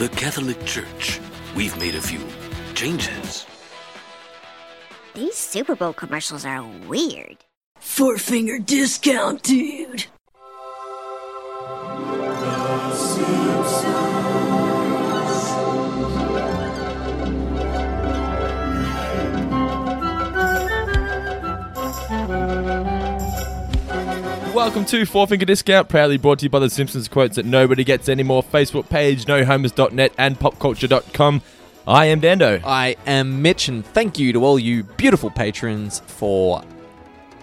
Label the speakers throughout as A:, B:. A: The Catholic Church. We've made a few changes.
B: These Super Bowl commercials are weird.
C: Four finger discount, dude.
D: Welcome to Four Finger Discount, proudly brought to you by the Simpsons quotes that nobody gets anymore. Facebook page, nohomers.net and popculture.com. I am Dando.
E: I am Mitch, and thank you to all you beautiful patrons for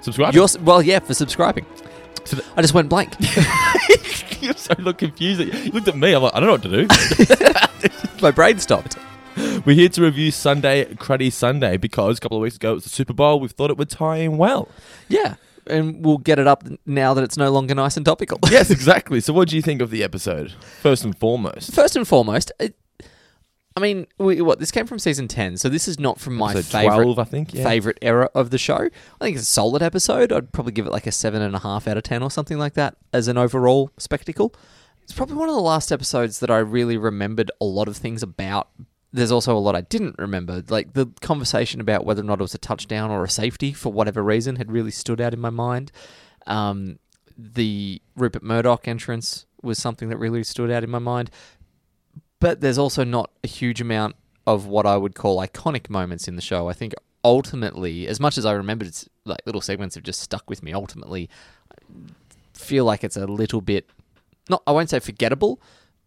D: Subscribe.
E: your well, yeah, for subscribing.
D: So the-
E: I just went blank.
D: You're so look confused. You looked at me. I'm like, I don't know what to do.
E: My brain stopped.
D: We're here to review Sunday Cruddy Sunday because a couple of weeks ago it was the Super Bowl. We thought it would tie in well.
E: Yeah, and we'll get it up now that it's no longer nice and topical.
D: Yes, exactly. So, what do you think of the episode? First and foremost,
E: First and foremost, it, I mean, we, what this came from season ten, so this is not from my
D: Episode
E: favorite,
D: 12, I think, yeah.
E: favorite era of the show. I think it's a solid episode. I'd probably give it like a seven and a half out of ten or something like that as an overall spectacle. It's probably one of the last episodes that I really remembered a lot of things about. There's also a lot I didn't remember, like the conversation about whether or not it was a touchdown or a safety for whatever reason had really stood out in my mind. Um, the Rupert Murdoch entrance was something that really stood out in my mind but there's also not a huge amount of what I would call iconic moments in the show. I think ultimately, as much as I remembered, it's like little segments have just stuck with me. Ultimately, I feel like it's a little bit not. I won't say forgettable,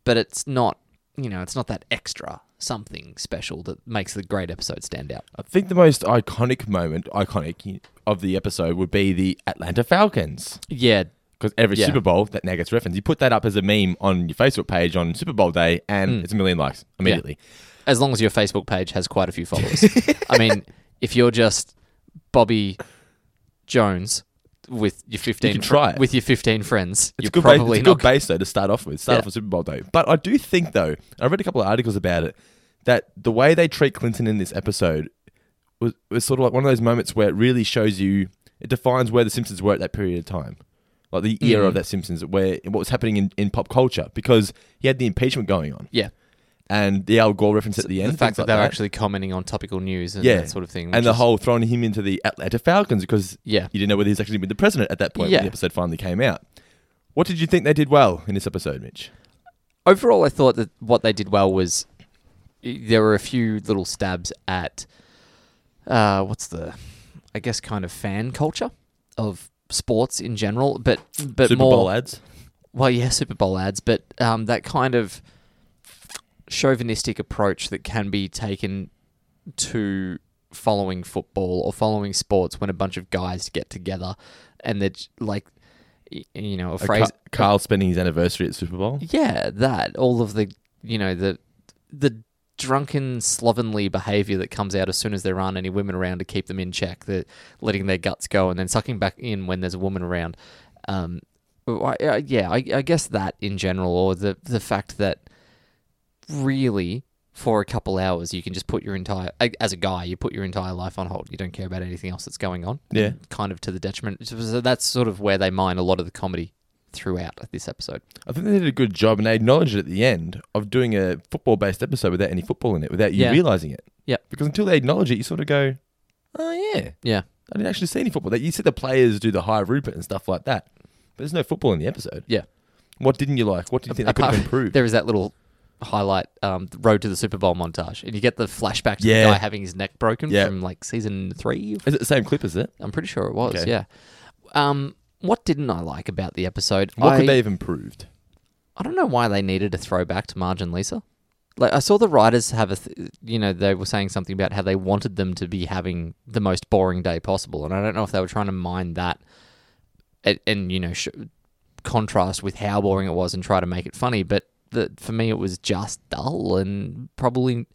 E: but it's not. You know, it's not that extra something special that makes the great episode stand out.
D: I think the most iconic moment, iconic of the episode, would be the Atlanta Falcons.
E: Yeah,
D: Because every
E: Yeah.
D: Super Bowl that now gets referenced, you put that up as a meme on your Facebook page on Super Bowl day, and
E: Hmm.
D: it's a million likes immediately.
E: as long as your Facebook page has quite a few followers. I mean, if you're just Bobby Jones with your fifteen,
D: can try it.
E: with your fifteen friends,
D: It's a
E: you're
D: good, base, it's
E: probably
D: a
E: not.
D: good base though to start off with. Start
E: Yeah.
D: off with Super Bowl day, but I do think though I read a couple of articles about it that the way they treat Clinton in this episode was, was sort of like one of those moments where it really shows you it defines where the Simpsons were at that period of time, like the era
E: Hmm.
D: of that Simpsons, where what was happening in, in pop culture because he had the impeachment going on
E: yeah,
D: and the Al Gore reference at the end,
E: the
D: things
E: fact that
D: like
E: they're actually commenting on topical news and
D: yeah,
E: that sort of thing, which
D: and the
E: is-
D: whole throwing him into the Atlanta Falcons because
E: Yeah.
D: you didn't know whether he's actually been the president at that point
E: Yeah.
D: when the episode finally came out. What did you think they did well in this episode, Mitch?
E: overall, I thought that what they did well was there were a few little stabs at uh, what's the, I guess, kind of fan culture of sports in general, but but
D: Super
E: more
D: Bowl ads.
E: Well, yeah, Super Bowl ads, but um, that kind of chauvinistic approach that can be taken to following football or following sports when a bunch of guys get together and they're j- like, y- you know, a
D: A
E: phrase.
D: Ca- Carl spending his anniversary at Super Bowl.
E: yeah, that all of the you know the the drunken slovenly behavior that comes out as soon as there aren't any women around to keep them in check. That letting their guts go and then sucking back in when there's a woman around. Um, I, I, yeah, I, I guess that in general, or the the fact that really for a couple hours you can just put your entire a- as a guy you put your entire life on hold you don't care about anything else that's going on
D: Yeah.
E: kind of to the detriment so that's sort of where they mine a lot of the comedy throughout this episode
D: I think they did a good job, and they acknowledged it at the end of doing a football-based episode without any football in it, without you
E: Yeah.
D: realizing it.
E: Yep.
D: Because until they acknowledge it, you sort of go, "Oh yeah,
E: yeah
D: I didn't actually see any football." You see the players do the high Rupert and stuff like that, but there's no football in the episode.
E: Yeah.
D: What didn't you like? What do you think they could
E: Apart-
D: have improved?
E: There is that little highlight um, the road to the Super Bowl montage, and you get the flashback to
D: Yeah.
E: the guy having his neck broken
D: Yeah.
E: from like season three.
D: Is it the same clip as it?
E: I'm pretty sure it was.
D: Okay.
E: Yeah. Um, what didn't I like about the episode?
D: What
E: I,
D: could they have improved?
E: I don't know why they needed a throwback to Marge and Lisa. Like I saw the writers have a, th- you know, they were saying something about how they wanted them to be having the most boring day possible, and I don't know if they were trying to mine that, and, and you know, sh- contrast with how boring it was and try to make it funny. But the, for me, it was just dull and probably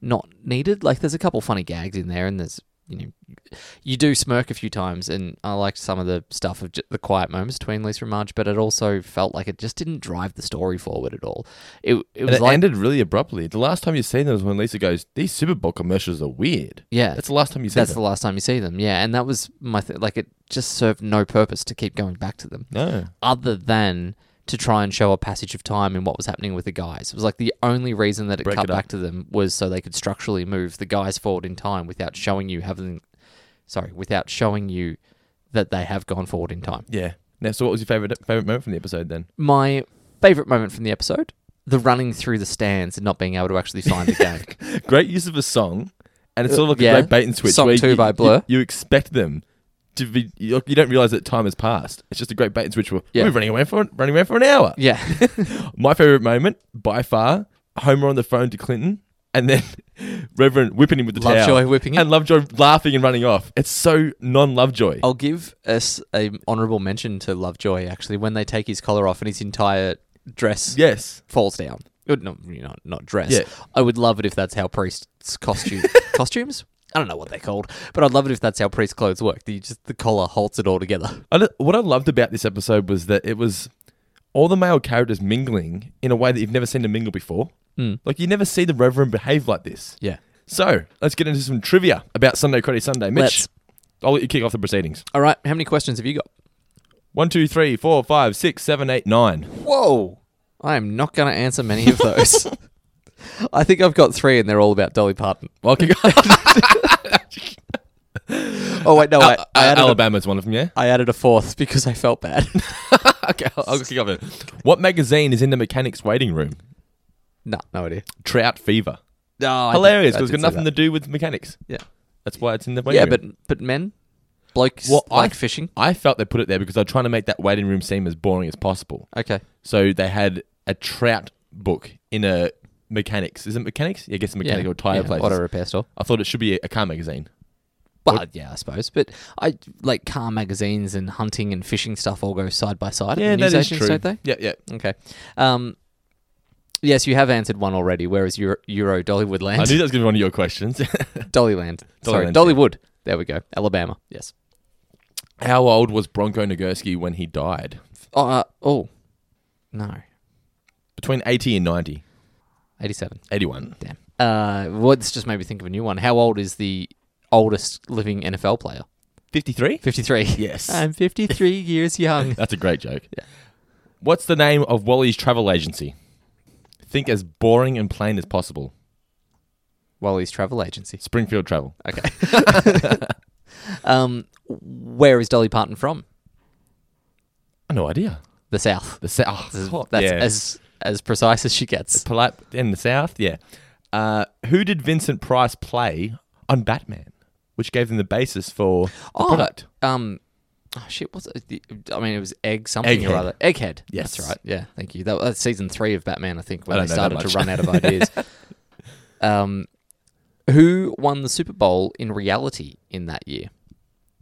E: not needed. Like there's a couple funny gags in there, and there's you know, you do smirk a few times, and I liked some of the stuff of j- the quiet moments between Lisa and Marge, but it also felt like it just didn't drive the story forward at all. It it
D: And
E: was
D: it
E: like
D: ended really abruptly. The last time you seen them was when Lisa goes, "These Super Bowl commercials are weird."
E: Yeah.
D: that's the last time you seen
E: that's the
D: them.
E: last time you see them. Yeah, and that was my th- like it just served no purpose to keep going back to them.
D: no,
E: other than to try and show a passage of time in what was happening with the guys. It was like the only reason that it
D: Break
E: cut
D: it up.
E: back to them was so they could structurally move the guys forward in time without showing you having, sorry, without showing you that they have gone forward in time.
D: Yeah. Now, so what was your favorite favorite moment from the episode then?
E: My favorite moment from the episode: the running through the stands and not being able to actually find the game.
D: Great use of a song, and it's sort of like
E: Yeah.
D: a great bait and switch.
E: Song
D: where
E: two
D: you,
E: by
D: you-
E: Blur.
D: You, expect them to be. You you don't realize that time has passed. It's just a great bait and switch. We're
E: Yeah.
D: we're running away for running away for an hour.
E: yeah,
D: My favorite moment by far: Homer on the phone to Clinton, and then Reverend whipping him with the
E: Lovejoy
D: towel,
E: whipping him.
D: and Lovejoy laughing and running off. It's so non-Lovejoy.
E: I'll give us a honourable mention to Lovejoy actually when they take his collar off and his entire dress
D: Yes.
E: falls down. Uh, No, you know, not dress.
D: Yeah.
E: I would love it if that's how priests costume costumes. I don't know what they're called, but I'd love it if that's how priest clothes work. The just the collar holds it all together.
D: I lo- what I loved about this episode was that it was all the male characters mingling in a way that you've never seen them mingle before. Like you never see the Reverend behave like this.
E: Yeah.
D: So let's get into some trivia about Sunday Credit Sunday. Mitch,
E: Let's.
D: I'll let you kick off the proceedings.
E: All right, how many questions have you got?
D: One, two, three, four, five, six, seven, eight, nine.
E: Whoa! I am not going to answer many of those. I think I've got three, and they're all about Dolly Parton.
D: Well, kick
E: Oh wait, no, I, I added a,
D: Uh, Alabama's one of them, yeah?
E: I added a fourth because I felt bad.
D: Okay, I'll, I'll kick off it. What magazine is in the mechanic's waiting room?
E: no, no idea.
D: Trout Fever.
E: No,
D: Hilarious, because it's got nothing to do with mechanics.
E: Yeah,
D: That's why it's in the waiting
E: yeah,
D: room.
E: but but men, blokes
D: Well, I-
E: like fishing.
D: I felt they put it there because they're trying to make that waiting room seem as boring as possible.
E: Okay,
D: So they had a trout book in a mechanics. Is it mechanics? Yeah, I guess a mechanical tire
E: yeah,
D: place.
E: Auto repair store.
D: I thought it should be a, a car magazine.
E: Well, yeah, I suppose. But I like car magazines and hunting and fishing stuff all go side by side.
D: Yeah,
E: at the news
D: that is
E: agents,
D: true.
E: don't they?
D: Yeah, yeah.
E: Okay. Um, yes, you have answered one already. Whereas Euro, Euro Dollywood
D: I
E: Land,
D: knew that was going to be one of your questions.
E: Dollyland. Sorry,
D: Dollyland,
E: Dollywood. There we go. Alabama. Yes.
D: How old was Bronco Nagurski when he died?
E: Oh, uh, oh, no,
D: Between 80 and 90.
E: eighty-seven.
D: 81.
E: Damn. Uh, well, this just made me think of a new one. How old is the oldest living NFL player?
D: 53?
E: Fifty-three.
D: Yes.
E: I'm fifty-three years young.
D: That's a great joke. What's the name of Wally's travel agency? Think as boring and plain as possible.
E: Wally's travel agency.
D: Springfield Travel.
E: Okay. um, where is Dolly Parton from?
D: No idea.
E: The South.
D: The oh, South.
E: This is- That's as as precise as she gets.
D: polite in the South. Yeah. Uh, who did Vincent Price play on Batman, which gave them the basis for the
E: Oh,
D: product?
E: Um, oh shit! What's it? The- I mean, it was egg something or
D: Egghead.
E: other. Egghead.
D: Yes.
E: that's right. Yeah, thank you. That was season three of Batman, I think, when
D: I
E: they
D: don't know
E: started
D: that
E: to
D: much.
E: run out of ideas. um, who won the Super Bowl in reality in that year?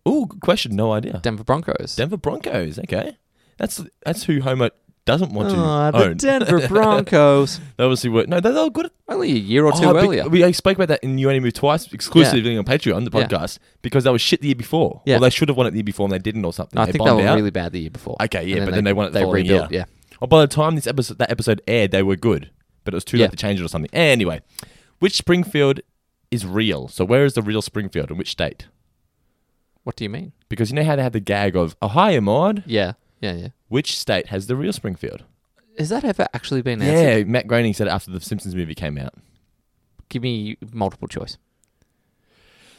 D: Ooh, good question. No idea.
E: Denver Broncos.
D: Denver Broncos. Okay, that's that's who Homer doesn't want to
E: Ah, the
D: own.
E: Denver Broncos.
D: they obviously were no, they they were good.
E: Only a year or two
D: Oh, be-
E: earlier.
D: we I spoke about that in You Only Move Twice exclusively on Patreon, the
E: Yeah.
D: podcast, because they were shit the year before.
E: Yeah.
D: Or they should have won it the year before and they didn't or something.
E: No, I think they
D: bombed
E: were
D: out.
E: really bad the year before.
D: Okay, yeah,
E: And
D: but then they won it the
E: they
D: following
E: rebuilt,
D: year.
E: Yeah.
D: Well, by the time this episode that episode aired, they were good, but it was too
E: Yeah.
D: late to change it or something. Anyway, which Springfield is real? So where is the real Springfield in which state?
E: What do you mean?
D: Because you know how they have the gag of "Oh hi, Maud."
E: Yeah, yeah, yeah.
D: Which state has the real Springfield?
E: Has that ever actually been answered?
D: Yeah, Matt Groening said it after the Simpsons movie came out.
E: Give me multiple choice.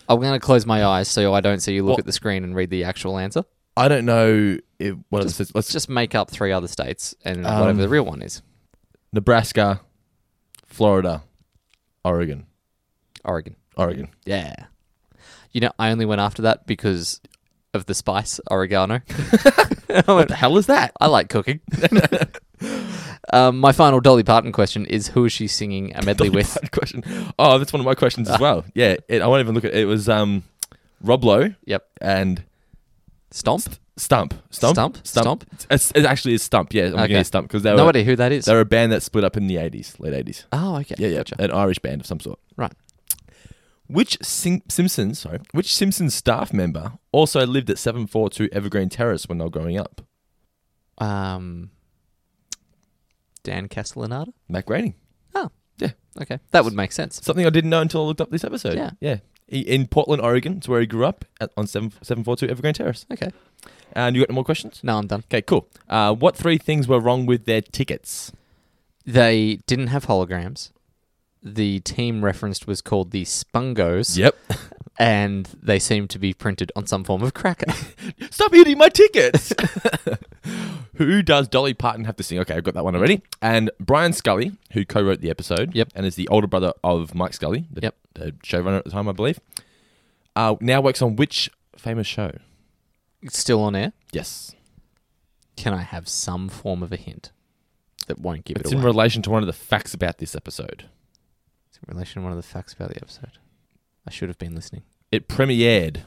E: I'm going to close my eyes so I don't see you look
D: Well-
E: at the screen and read the actual answer.
D: I don't know if one of the let's
E: Let's just make up three other states and
D: Um,
E: whatever the real one is.
D: Nebraska, Florida, Oregon,
E: Oregon.
D: Oregon.
E: Yeah. You know, I only went after that because of the spice oregano. what the hell is that? I like cooking. um, my final Dolly Parton question is: Who is she singing a medley with?
D: Good question. Oh, that's one of my questions as well. Yeah, it, I won't even look at it. It was um, Rob Lowe
E: Yep,
D: and
E: Stomp.
D: Stump. Stump.
E: Stump? Stump?
D: It's, it actually is Stump, yeah. I'm going to
E: Okay.
D: use Stump because they,
E: no
D: were-
E: idea who that is.
D: they were a band that split up in the 80s, late 80s.
E: Oh, okay.
D: Yeah, yeah.
E: Gotcha.
D: An Irish band of some sort.
E: Right.
D: Which Sim- Simpsons, sorry, which Simpsons staff member also lived at 742 Evergreen Terrace when they were growing up?
E: Um, Dan Castellanata.
D: Matt Groening.
E: Oh,
D: Yeah.
E: okay. That would make sense.
D: Something I didn't know until I looked up this episode.
E: Yeah.
D: Yeah. i- in Portland, Oregon. It's where he grew up at, on 7, 742 Evergreen Terrace.
E: Okay.
D: And you got any more questions?
E: No, I'm done.
D: Okay, cool. Uh, what three things were wrong with their tickets?
E: They didn't have holograms. The team referenced was called the Spungos.
D: Yep.
E: And they seemed to be printed on some form of cracker.
D: Stop eating my tickets. who does Dolly Parton have to sing? Okay, I've got that one already. And Brian Scully, who co-wrote the episode,
E: Yep.
D: and is the older brother of Mike Scully, the,
E: Yep.
D: the showrunner at the time, I believe. Uh, now works on which famous show?
E: It's still on air.
D: Yes,
E: Can I have some form of a hint that won't give
D: it's
E: it
D: in
E: away?
D: relation to one of the facts about this episode.
E: it's in relation to one of the facts about the episode. I should have been listening.
D: It premiered.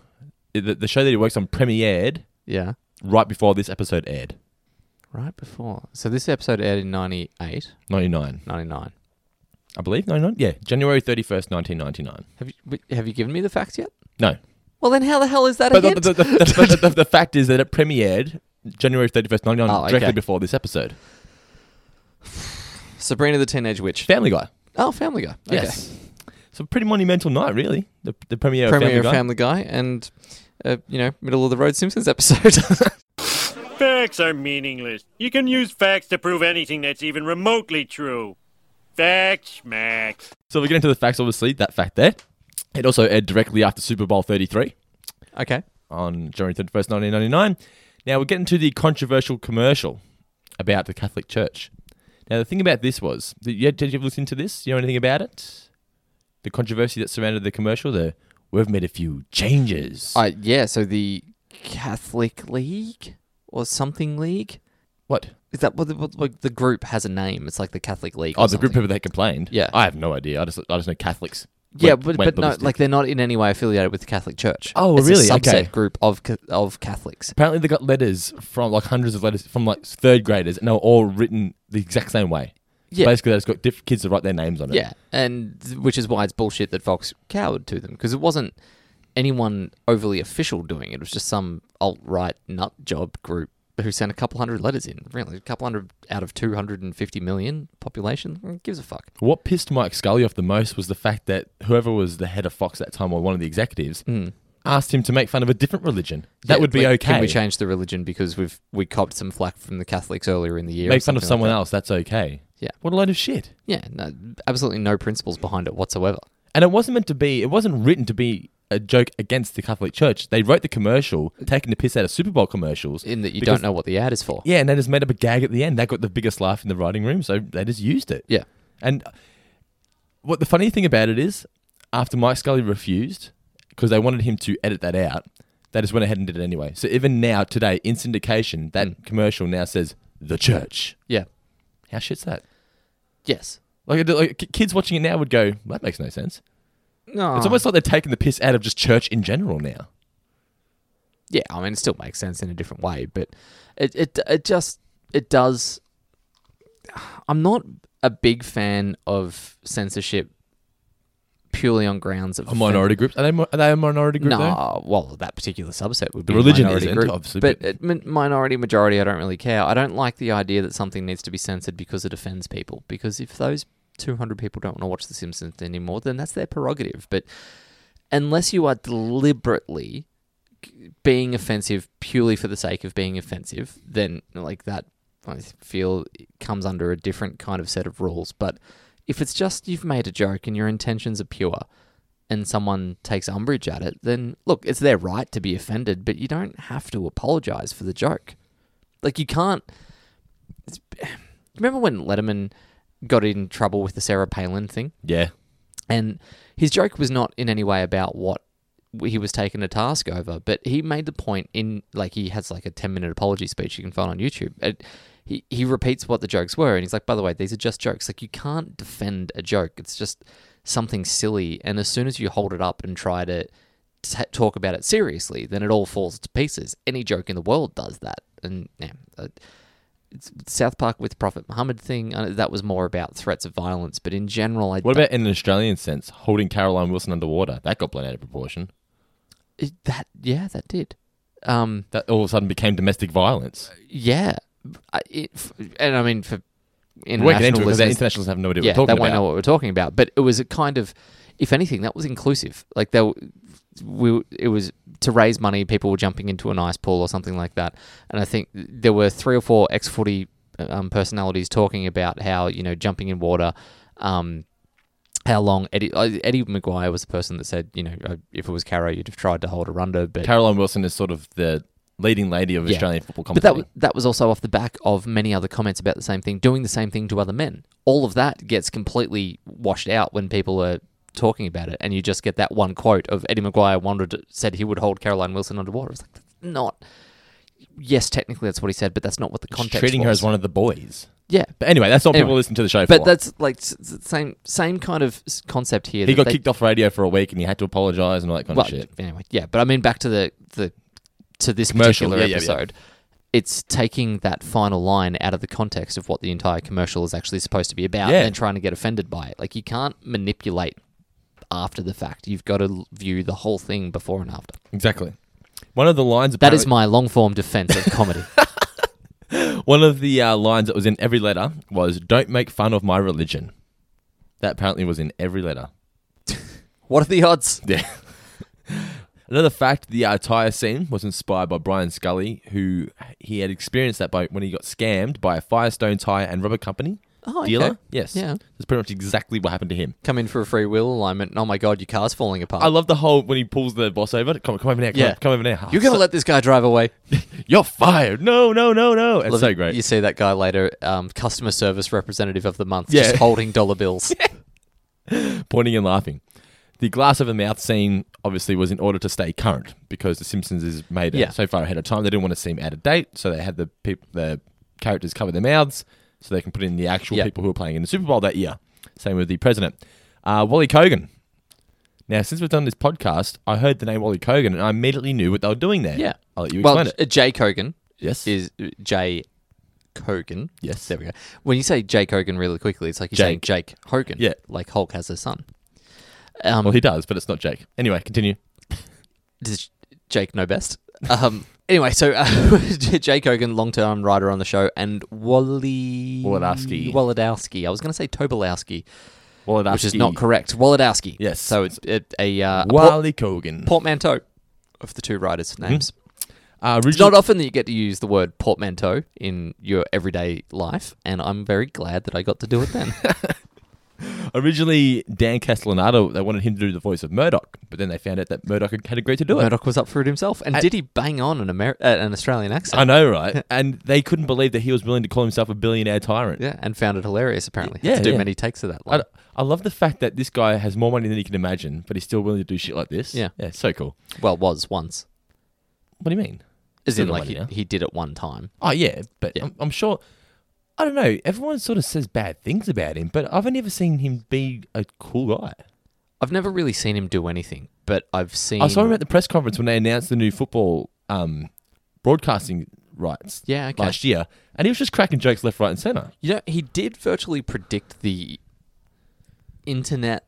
D: it- The, the show that he works on premiered
E: Yeah.
D: right before this episode aired.
E: Right before. So this episode aired in 98,
D: 99,
E: 99.
D: I believe. 99? Yeah, January 31st, 1999.
E: Have you, wait, have you given me the facts yet?
D: No,
E: Well, then how the hell is that
D: But
E: a
D: the,
E: hint?
D: the, the, the, the- the fact is that it premiered January 31st, 99,
E: Oh, okay.
D: directly before this episode.
E: Sabrina the Teenage Witch.
D: Family Guy.
E: oh, Family Guy. Okay.
D: Yes. So, pretty monumental night, really. The, the premiere,
E: Premiere
D: of Family
E: of
D: Guy.
E: Family Guy and, uh, you know, middle of the road Simpsons episode.
F: Facts are meaningless. You can use facts to prove anything that's even remotely true. Facts, Max.
D: so, we're getting to the facts, obviously, that fact there. It also aired directly after Super Bowl 33
E: okay.
D: on January 31st, 1999. Now, we're getting to the controversial commercial about the Catholic Church. Now, the thing about this was, did you, did you ever look into this? You know anything about it? The controversy that surrounded the commercial, the we've made a few changes.
E: Uh, yeah, so the Catholic League or something league?
D: what?
E: Is that what the, what- like the group has a name? It's like the Catholic League.
D: Oh,
E: or
D: the group of
E: something.
D: people that complained.
E: Yeah.
D: I have no idea. I just I just know Catholics.
E: Yeah,
D: went-
E: but,
D: went
E: but no,
D: ballistic.
E: like they're not in any way affiliated with the Catholic Church.
D: Oh,
E: It's
D: really?
E: A subset
D: Okay.
E: group of Ca- of Catholics.
D: apparently they got letters from like hundreds of letters from like third graders, and they were all written the exact same way.
E: Yeah.
D: Basically, they just got diff- kids to write their names on it.
E: Yeah, and th- which is why it's bullshit that Fox cowered to them because it wasn't anyone overly official doing it. It was just some alt right nut job group who sent a couple hundred letters in. Really, a couple hundred out of two hundred and fifty million population Who gives a fuck.
D: What pissed Mike Scully off the most was the fact that whoever was the head of Fox at that time or one of the executives asked him to make fun of a different religion. That
E: Hmm. Yeah,
D: would be
E: like,
D: okay.
E: Can we change the religion because we've we copped some flack from the Catholics earlier in the year? or
D: make fun of
E: something
D: someone
E: like that.
D: else. That's okay.
E: Yeah.
D: What a load of shit.
E: Yeah, no, absolutely no principles behind it whatsoever.
D: And it wasn't meant to be. It wasn't written to be a joke against the Catholic Church. They wrote the commercial, taking the piss out of Super Bowl commercials.
E: In that you
D: because-
E: don't know what the ad is for.
D: Yeah, and they just made up a gag at the end. That got the biggest laugh in the writing room, so they just used it.
E: Yeah.
D: And what the funny thing about it is, after Mike Scully refused, because they wanted him to edit that out, they just went ahead and did it anyway. So even now, today, in syndication, that
E: Mm.
D: commercial now says the church.
E: yeah,
D: How shit's that?
E: yes.
D: Like, it- like, k- kids watching it now would go, that makes no sense.
E: No,
D: It's almost like they're taking the piss out of just church in general now.
E: yeah, I mean, it still makes sense in a different way, but it it it just it does. I'm not a big fan of censorship purely on grounds of
D: A minority groups? Are they, mo- are they a minority group?
E: No,
D: though?
E: well, that particular subset would be
D: The religion
E: a minority
D: isn't,
E: group,
D: obviously,
E: but,
D: but-
E: it- min- minority majority, I don't really care. I don't like the idea that something needs to be censored because it offends people. Because if those 200 people don't want to watch The Simpsons anymore, then that's their prerogative. But unless you are deliberately g- being offensive purely for the sake of being offensive, then like that, I feel it comes under a different kind of set of rules. But if it's just you've made a joke and your intentions are pure, and someone takes umbrage at it, then look, it's their right to be offended, but you don't have to apologize for the joke. Like you can't. it's- Remember when Letterman got in trouble with the Sarah Palin thing?
D: Yeah.
E: And his joke was not in any way about what he was taken to task over, but he made the point in like he has like a ten minute apology speech you can find on YouTube. And he he repeats what the jokes were, and he's like, by the way, these are just jokes. Like you can't defend a joke. It's just something silly, and as soon as you hold it up and try to t- talk about it seriously, then it all falls to pieces. Any joke in the world does that, and yeah. uh, it's South Park with Prophet Muhammad thing. Uh, that was more about threats of violence, but in general, I
D: What
E: don't-
D: about in an Australian sense, holding Caroline Wilson underwater? That got blown out of proportion.
E: It, that yeah, that did. Um,
D: That all of a sudden became domestic violence.
E: yeah, I- it, f- and I mean for
D: We're getting into
E: international
D: it because
E: listeners,
D: internationals have no idea what
E: yeah,
D: we're
E: they
D: talking
E: won't
D: about.
E: know what we're talking about. But it was a kind of if anything, that was inclusive. Like they, were, we, it was to raise money. People were jumping into an ice pool or something like that. And I think there were three or four ex footy um, personalities talking about how you know jumping in water. Um, how long Eddie uh, Eddie McGuire was the person that said, you know, uh, if it was Caro, you'd have tried to hold a rundo, but
D: Caroline Wilson is sort of the leading lady of
E: Yeah.
D: Australian football
E: But that
D: commentary.
E: was, that was also off the back of many other comments about the same thing, doing the same thing to other men. All of that gets completely washed out when people are talking about it, and you just get that one quote of Eddie Maguire wanted said he would hold Caroline Wilson underwater. It's like that's not. Yes, technically that's what he said, but that's not what the context.
D: treating her
E: was.
D: as one of the boys.
E: Yeah,
D: But anyway, that's not
E: Anyway.
D: people listen to the show
E: but
D: for.
E: that's like s- s- same same kind of s- concept here.
D: he
E: that
D: got
E: they-
D: kicked off radio for a week and he had to apologise and all that kind of
E: well,
D: shit.
E: Anyway, yeah, but I mean back to the the to this
D: Commercial,
E: particular
D: yeah, yeah, yeah.
E: episode. It's taking that final line out of the context of what the entire commercial is actually supposed to be about,
D: Yeah.
E: and then trying to get offended by it. Like you can't manipulate after the fact. You've got to l- view the whole thing before and after.
D: Exactly. One of the lines
E: That is
D: apparently-
E: my long form defense of comedy.
D: One of the uh, lines that was in every letter was "Don't make fun of my religion." That apparently was in every letter.
E: what are the odds?
D: Yeah. Another fact: the entire scene was inspired by Brian Scully, who he had experienced that by when he got scammed by a Firestone Tire and Rubber Company
E: Oh, okay.
D: dealer. Yes,
E: Yeah.
D: that's pretty much exactly what happened to him.
E: Come in for a free wheel alignment, and oh my god, your car's falling apart.
D: I love the whole when he pulls the boss over. Come, come over now. Come,
E: Yeah.
D: come over now.
E: You're gonna let this guy drive away.
D: You're fired. No, no, no, no. It's
E: Love
D: so
E: it.
D: great.
E: You see that guy later, um, customer service representative of the month,
D: Yeah.
E: just holding dollar bills.
D: pointing and laughing. The glass over mouth scene obviously was in order to stay current because The Simpsons is made it
E: Yeah.
D: so far ahead of time. They didn't want to seem out of date, so they had the peop- the characters cover their mouths so they can put in the actual
E: Yeah.
D: people who were playing in the Super Bowl that year. Same with the president, uh, Wally Kogan. Now, since we've done this podcast, I heard the name Wally Kogan and I immediately knew what they were doing there.
E: Yeah.
D: I'll let you
E: well,
D: explain it.
E: uh, Jay Kogan
D: Yes.
E: is uh, Jay Kogan.
D: Yes.
E: There we go. When you say Jay Kogan really quickly, it's like you're saying Jake Hogan.
D: Yeah.
E: Like Hulk has a son. Um,
D: well, he does, but it's not Jake. Anyway, continue.
E: does Jake know best? Um, anyway, so uh, Jake Hogan, long-term writer on the show, and Wally...
D: Wolodowski.
E: Wolodowski. I was going to say Tobolowski,
D: Well,
E: which is not correct. Wolodowski.
D: Yes.
E: So it's it, a, uh, a port-
D: Wally Mm-hmm. Kogan.
E: portmanteau of the two writers' names.
D: uh,
E: It's
D: original-
E: not often that you get to use the word portmanteau in your everyday life, and I'm very glad that I got to do it then.
D: Originally, Dan Castellanato, they wanted him to do the voice of Murdoch, but then they found out that Murdoch had had agreed to do it.
E: Murdoch was up for it himself, and did he bang on an Amer- uh, an Australian accent?
D: I know, right? and they couldn't believe that he was willing to call himself a billionaire tyrant.
E: yeah, and found it hilarious. Apparently,
D: Yeah,
E: had to do
D: yeah.
E: many takes of that.
D: I,
E: Line.
D: I love the fact that this guy has more money than he can imagine, but he's still willing to do shit like this.
E: Yeah.
D: Yeah, so cool.
E: Well, was once,
D: What do you mean?
E: as
D: Still
E: in
D: got
E: like
D: money
E: he,
D: now.
E: he did it one time.
D: Oh, yeah, but I'm, I'm sure. I don't know. Everyone sort of says bad things about him, but I've never seen him be a cool guy.
E: I've never really seen him do anything, but I've seen.
D: Oh, I saw him at the press conference when they announced the new football um, broadcasting rights
E: Yeah, okay.
D: last year, and he was just cracking jokes left, right, and centre.
E: You know, he did virtually predict the internet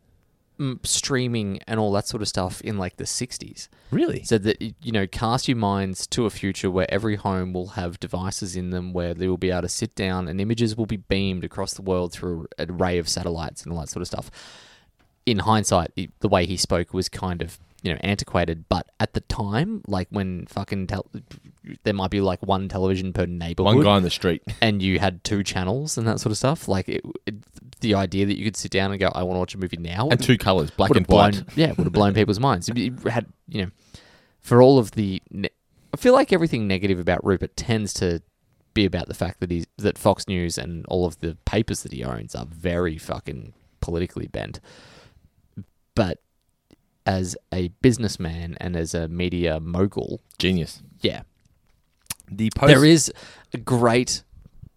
E: mm, streaming and all that sort of stuff in like the 60s.
D: Really?
E: Said that, y- you know, cast your minds to a future where every home will have devices in them where they will be able to sit down and images will be beamed across the world through an array of satellites and all that sort of stuff. In hindsight, the- the way he spoke was kind of, you know, antiquated, but at the time, like when fucking tel- there might be like one television per neighborhood
D: One guy on the street.
E: and you had two channels and that sort of stuff. Like it, it, the idea that you could sit down and go, "I want to watch a movie now,"
D: And two colours, black and
E: would've
D: white.
E: blown, yeah, would have blown people's minds. It- It had you know, for all of the, ne- I feel like everything negative about Rupert tends to be about the fact that he's that Fox News and all of the papers that he owns are very fucking politically bent. But as a businessman and as a media mogul,
D: Genius.
E: yeah,
D: The post
E: there is a great.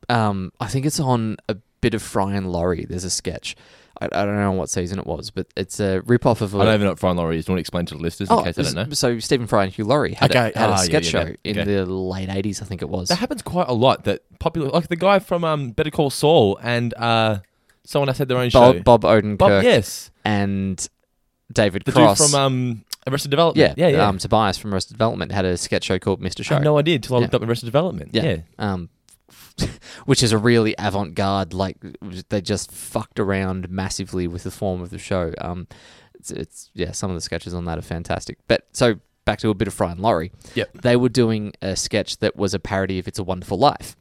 E: Um, I think it's on a bit of Fry and Laurie. There's a sketch. I, I don't know what season it was, but it's a rip off of. a
D: I don't even know what Fine Laurie is. Do you want to explain to the listeners in
E: Oh,
D: case they don't know?
E: So Stephen Fry and Hugh Laurie had,
D: Okay.
E: a, had
D: Ah,
E: a
D: yeah,
E: sketch
D: yeah,
E: show
D: yeah.
E: in
D: Okay.
E: the late '80s, I think it was.
D: That happens quite a lot. That popular, like the guy from um, Better Call Saul and uh, someone else had their own show.
E: Bob, Bob Odenkirk
D: Bob, yes,
E: and David
D: the
E: Cross
D: dude from um, Arrested
E: yeah,
D: Development. yeah, yeah.
E: Um, Tobias from Arrested Development had a sketch show called Mr.
D: I
E: Show.
D: had no idea until I
E: Yeah.
D: looked up Arrested Development. Yeah,
E: Um, which is a really avant-garde, like they just fucked around massively with the form of the show. Um, it's, it's yeah, some of the sketches on that are fantastic. But so back to a bit of Fry and Laurie.
D: Yep.
E: They were doing a sketch that was a parody of It's a Wonderful Life.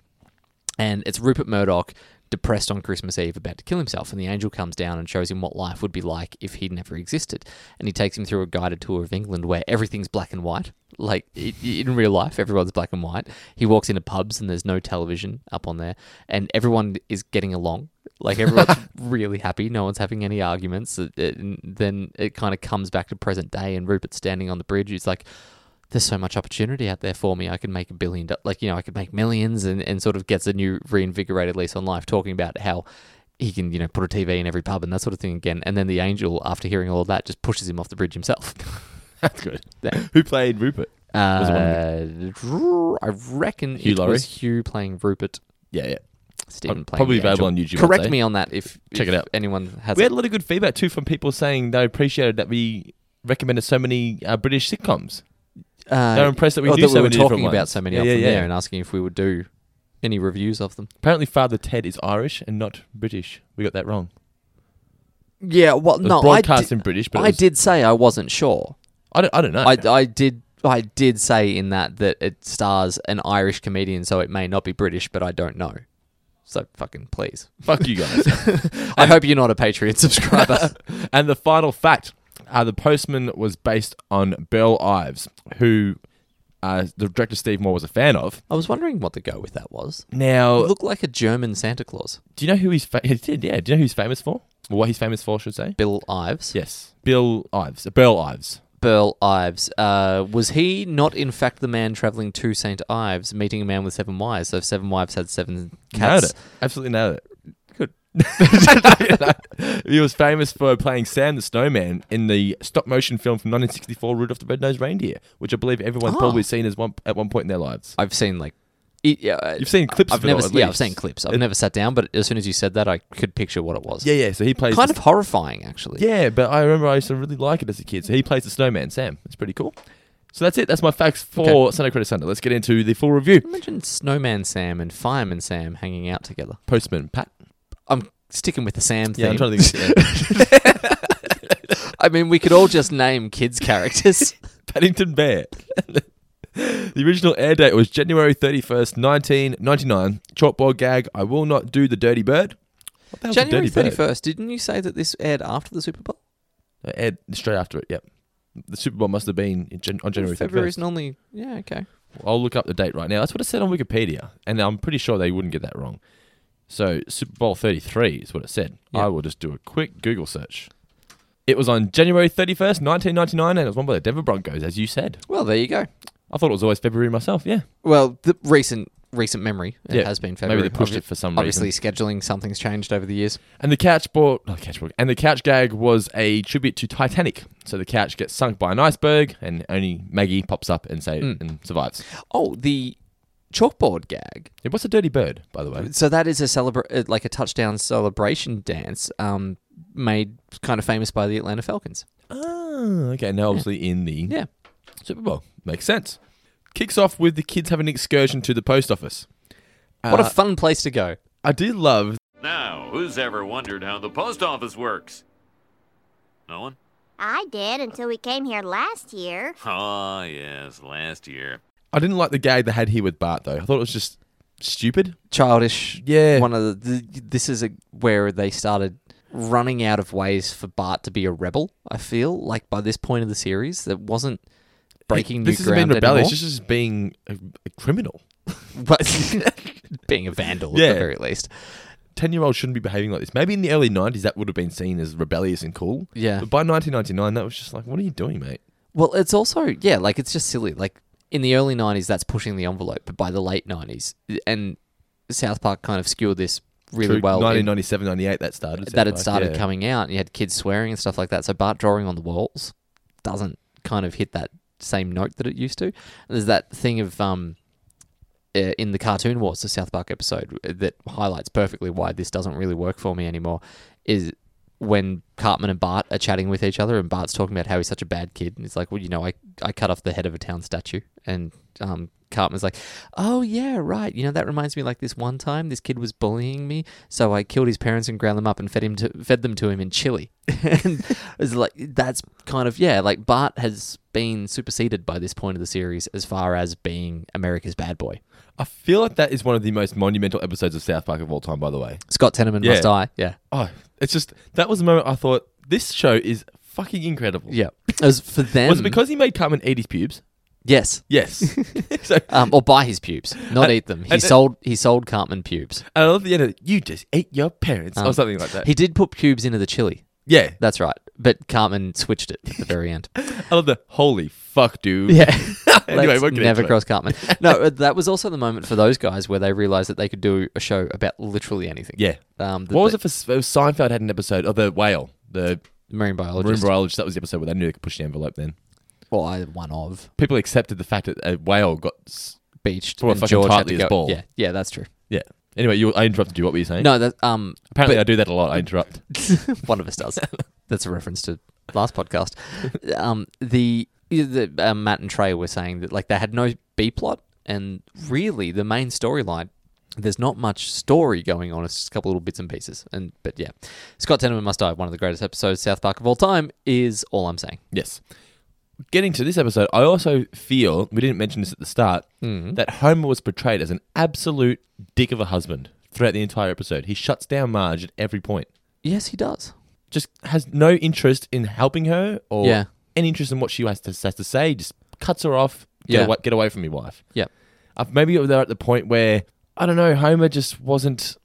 E: And it's Rupert Murdoch depressed on Christmas Eve about to kill himself. And the angel comes down and shows him what life would be like if he'd never existed. And he takes him through a guided tour of England where everything's black and white. Like i- in real life, everyone's black and white. He walks into pubs and there's no television up on there. And everyone is getting along. Like everyone's really happy. No one's having any arguments. It- it- and then it kind of comes back to present day and Rupert's standing on the bridge. He's like, there's so much opportunity out there for me. I could make a billion, do- like, you know, I could make millions and, and sort of gets a new reinvigorated lease on life, talking about how he can, you know, put a TV in every pub and that sort of thing again. And then the angel, after hearing all of that, just pushes him off the bridge himself.
D: That's good.
E: Yeah.
D: Who played Rupert? Was it one
E: Uh, I reckon
D: Hugh
E: it
D: Laurie?
E: was Hugh playing Rupert,
D: Yeah, yeah.
E: Stephen playing
D: probably
E: the
D: available
E: angel.
D: on YouTube, I'd
E: Correct
D: say.
E: me on that if,
D: Check
E: if
D: it out.
E: anyone has
D: We
E: it.
D: had a lot of good feedback too from people saying they appreciated that we recommended so many uh, British sitcoms.
E: Uh,
D: They're impressed that we
E: or
D: do
E: that
D: so
E: we were
D: many different
E: talking about
D: ones.
E: so many
D: Yeah,
E: of
D: yeah,
E: them
D: yeah.
E: there and asking if we would do any reviews of them.
D: Apparently, Father Ted is Irish and not British. We got that wrong.
E: Yeah, well,
D: It was
E: no,
D: broadcast
E: I
D: in
E: did,
D: British, but it
E: I
D: was-
E: did say I wasn't sure.
D: I don't, I don't know.
E: I, I did I did say in that that it stars an Irish comedian, so it may not be British, but I don't know. So fucking please.
D: Fuck you guys.
E: I hope you're not a Patreon subscriber.
D: And the final fact uh, The Postman was based on Belle Ives, who uh, the director Steve Moore was a fan of.
E: I was wondering what the go with that was.
D: Now,
E: It looked like a German Santa Claus.
D: do you know who he's fa- he did, yeah, do you know who he's famous for? Or what he's famous for, I should say?
E: Bill Ives.
D: Yes, Bill Ives. Belle Ives.
E: Bill Ives. Uh, was he not in fact the man travelling to St. Ives, meeting a man with seven wives? So if seven wives had seven
D: Nailed
E: cats.
D: it. Absolutely nailed it.
E: Good.
D: He was famous for playing Sam the Snowman in the stop motion film from 1964, Rudolph the Red-Nosed Reindeer, which I believe everyone's
E: Ah.
D: probably seen as one, at one point in their lives.
E: I've seen like, it, yeah, uh,
D: You've seen clips
E: I've
D: of it,
E: never,
D: or at
E: yeah, I've
D: least.
E: seen clips. I've
D: It-
E: never sat down, but as soon as you said that, I could picture what it was.
D: Yeah, yeah. So he plays
E: kind
D: the
E: of horrifying, actually.
D: Yeah, but I remember I used to really like it as a kid. So he plays the snowman, Sam. That's pretty cool. So that's it. That's my facts for
E: Okay.
D: Sunday Credit Sunday. Let's get into the full review.
E: Imagine Snowman Sam and Fireman Sam hanging out together.
D: Postman Pat.
E: I'm sticking with the Sam thing.
D: Yeah, I'm trying to think. yeah.
E: I mean, we could all just name kids' characters.
D: Paddington Bear. the original air date was January 31st, 1999. Chalkboard gag, I will not do the dirty bird. What the hell's a
E: January
D: dirty
E: 31st. Didn't you say that this aired after the Super Bowl?
D: Bird? Uh, aired straight after it, yep. The Super Bowl must have been in Jan- on January
E: February is
D: 31st.
E: normally. Yeah, okay.
D: I'll look up the date right now. That's what it said on Wikipedia, and I'm pretty sure they wouldn't get that wrong. So Super Bowl 33 is what it said.
E: Yeah.
D: I will just do a quick Google search. It was on January 31st, 1999, and it was won by the Denver Broncos, as you said.
E: Well, there you go.
D: I thought it was always February myself. Yeah,
E: Well, the recent recent memory it
D: Yeah,
E: has been
D: maybe
E: February.
D: they pushed it for some
E: Obviously, scheduling something's changed over the years.
D: and the couch board, not couch board, and the couch gag was a tribute to Titanic. So the couch gets sunk by an iceberg, and only Maggie pops up and say
E: Hmm.
D: and survives.
E: Oh, the chalkboard gag.
D: Yeah, what's a dirty bird, by the way?
E: So that is a celebra- uh, like a touchdown celebration dance, um, made kind of famous by the Atlanta Falcons.
D: Oh, okay. Now obviously in the
E: Yeah.
D: Super Bowl. Makes sense. Kicks off with the kids having an excursion to the post office.
E: what a
D: Uh,
E: fun place to go.
D: I do love.
G: Now, who's ever wondered how the post office works? No one?
B: I did until we came here last year.
G: Ah, yes, last year.
D: I didn't like the gag they had here with Bart though. I thought it was just stupid.
E: Childish.
D: Yeah.
E: One of the, th this is a, where they started running out of ways for Bart to be a rebel. I feel like by this point of the series, that wasn't breaking
D: this
E: new
D: isn't being
E: ground
D: rebellious.
E: anymore.
D: This is just being a, a criminal.
E: But being a vandal at
D: Yeah.
E: the very least.
D: Ten-year-olds shouldn't be behaving like this. Maybe in the early '90s that would have been seen as rebellious and cool.
E: Yeah.
D: But by 1999, that was just like, what are you doing, mate?
E: Well, it's also yeah, like it's just silly. Like in the early '90s, that's pushing the envelope, but by the late '90s, and South Park kind of skewed this really
D: True,
E: well. in-
D: 1997, 98, that started.
E: that had
D: Like,
E: started
D: yeah.
E: coming out. You had kids swearing and stuff like that. So Bart drawing on the walls doesn't kind of hit that same note that it used to. And there's that thing of um, uh, in the Cartoon Wars, the South Park episode uh, that highlights perfectly why this doesn't really work for me anymore is when Cartman and Bart are chatting with each other and Bart's talking about how he's such a bad kid and he's like, well, you know, I, I cut off the head of a town statue and um, Cartman's like, oh, yeah, right. You know, that reminds me like this one time this kid was bullying me. So I killed his parents and ground them up and fed him to, fed them to him in Chile. and it's like, that's kind of, yeah, like Bart has been superseded by this point of the series as far as being America's bad boy.
D: I feel like that is one of the most monumental episodes of South Park of all time, by the way.
E: Scott Tenorman
D: Yeah.
E: must die. Yeah.
D: Oh, it's just that was the moment I thought this show is fucking incredible.
E: Yeah. As for them.
D: Was it because he made Cartman eat his pubes?
E: Yes.
D: Yes. so,
E: Um, or buy his pubes, not eat them. He
D: and-
E: sold he sold Cartman pubes.
D: and I love the end of it, you just ate your parents or
E: Um,
D: something like that.
E: He did put pubes into the chili.
D: yeah.
E: That's right. But Cartman switched it at the very end.
D: I love the holy fuck, dude. Anyway,
E: Let's
D: won't get into
E: never
D: it.
E: cross Cartman. No, uh, that was also the moment for those guys where they realized that they could do a show about literally anything.
D: Yeah.
E: Um,
D: What was it for Seinfeld had an episode of the whale, the
E: Marine
D: marine
E: biologist.
D: biologist. That was the episode where they knew they could push the envelope then.
E: well, I one of
D: People accepted the fact that a whale got. s-
E: beached.
D: Well,
E: and
D: fucking
E: George had
D: tightly
E: to
D: as
E: go.
D: ball.
E: Yeah, yeah, that's true.
D: Yeah. Anyway, you, I interrupted you. What were you saying?
E: No, that um,
D: Apparently, I do that a lot. I interrupt.
E: One of us does. That's a reference to last podcast. Um, the the uh, Matt and Trey were saying that like they had no B plot, and really the main storyline. There's not much story going on. It's just a couple little bits and pieces. And but yeah, Scott Tenorman Must Die, one of the greatest episodes of South Park of all time, is all I'm saying.
D: Yes. Getting to this episode, I also feel we didn't mention this at the start
E: Mm-hmm.
D: that Homer was portrayed as an absolute dick of a husband throughout the entire episode. He shuts down Marge at every point.
E: Yes, he does.
D: Just has no interest in helping her or
E: Yeah.
D: any interest in what she has to, has to say. Just cuts her off. Get,
E: Yeah.
D: away, get away from me, wife.
E: Yep.
D: Uh, maybe they're at the point where I don't know. Homer just wasn't.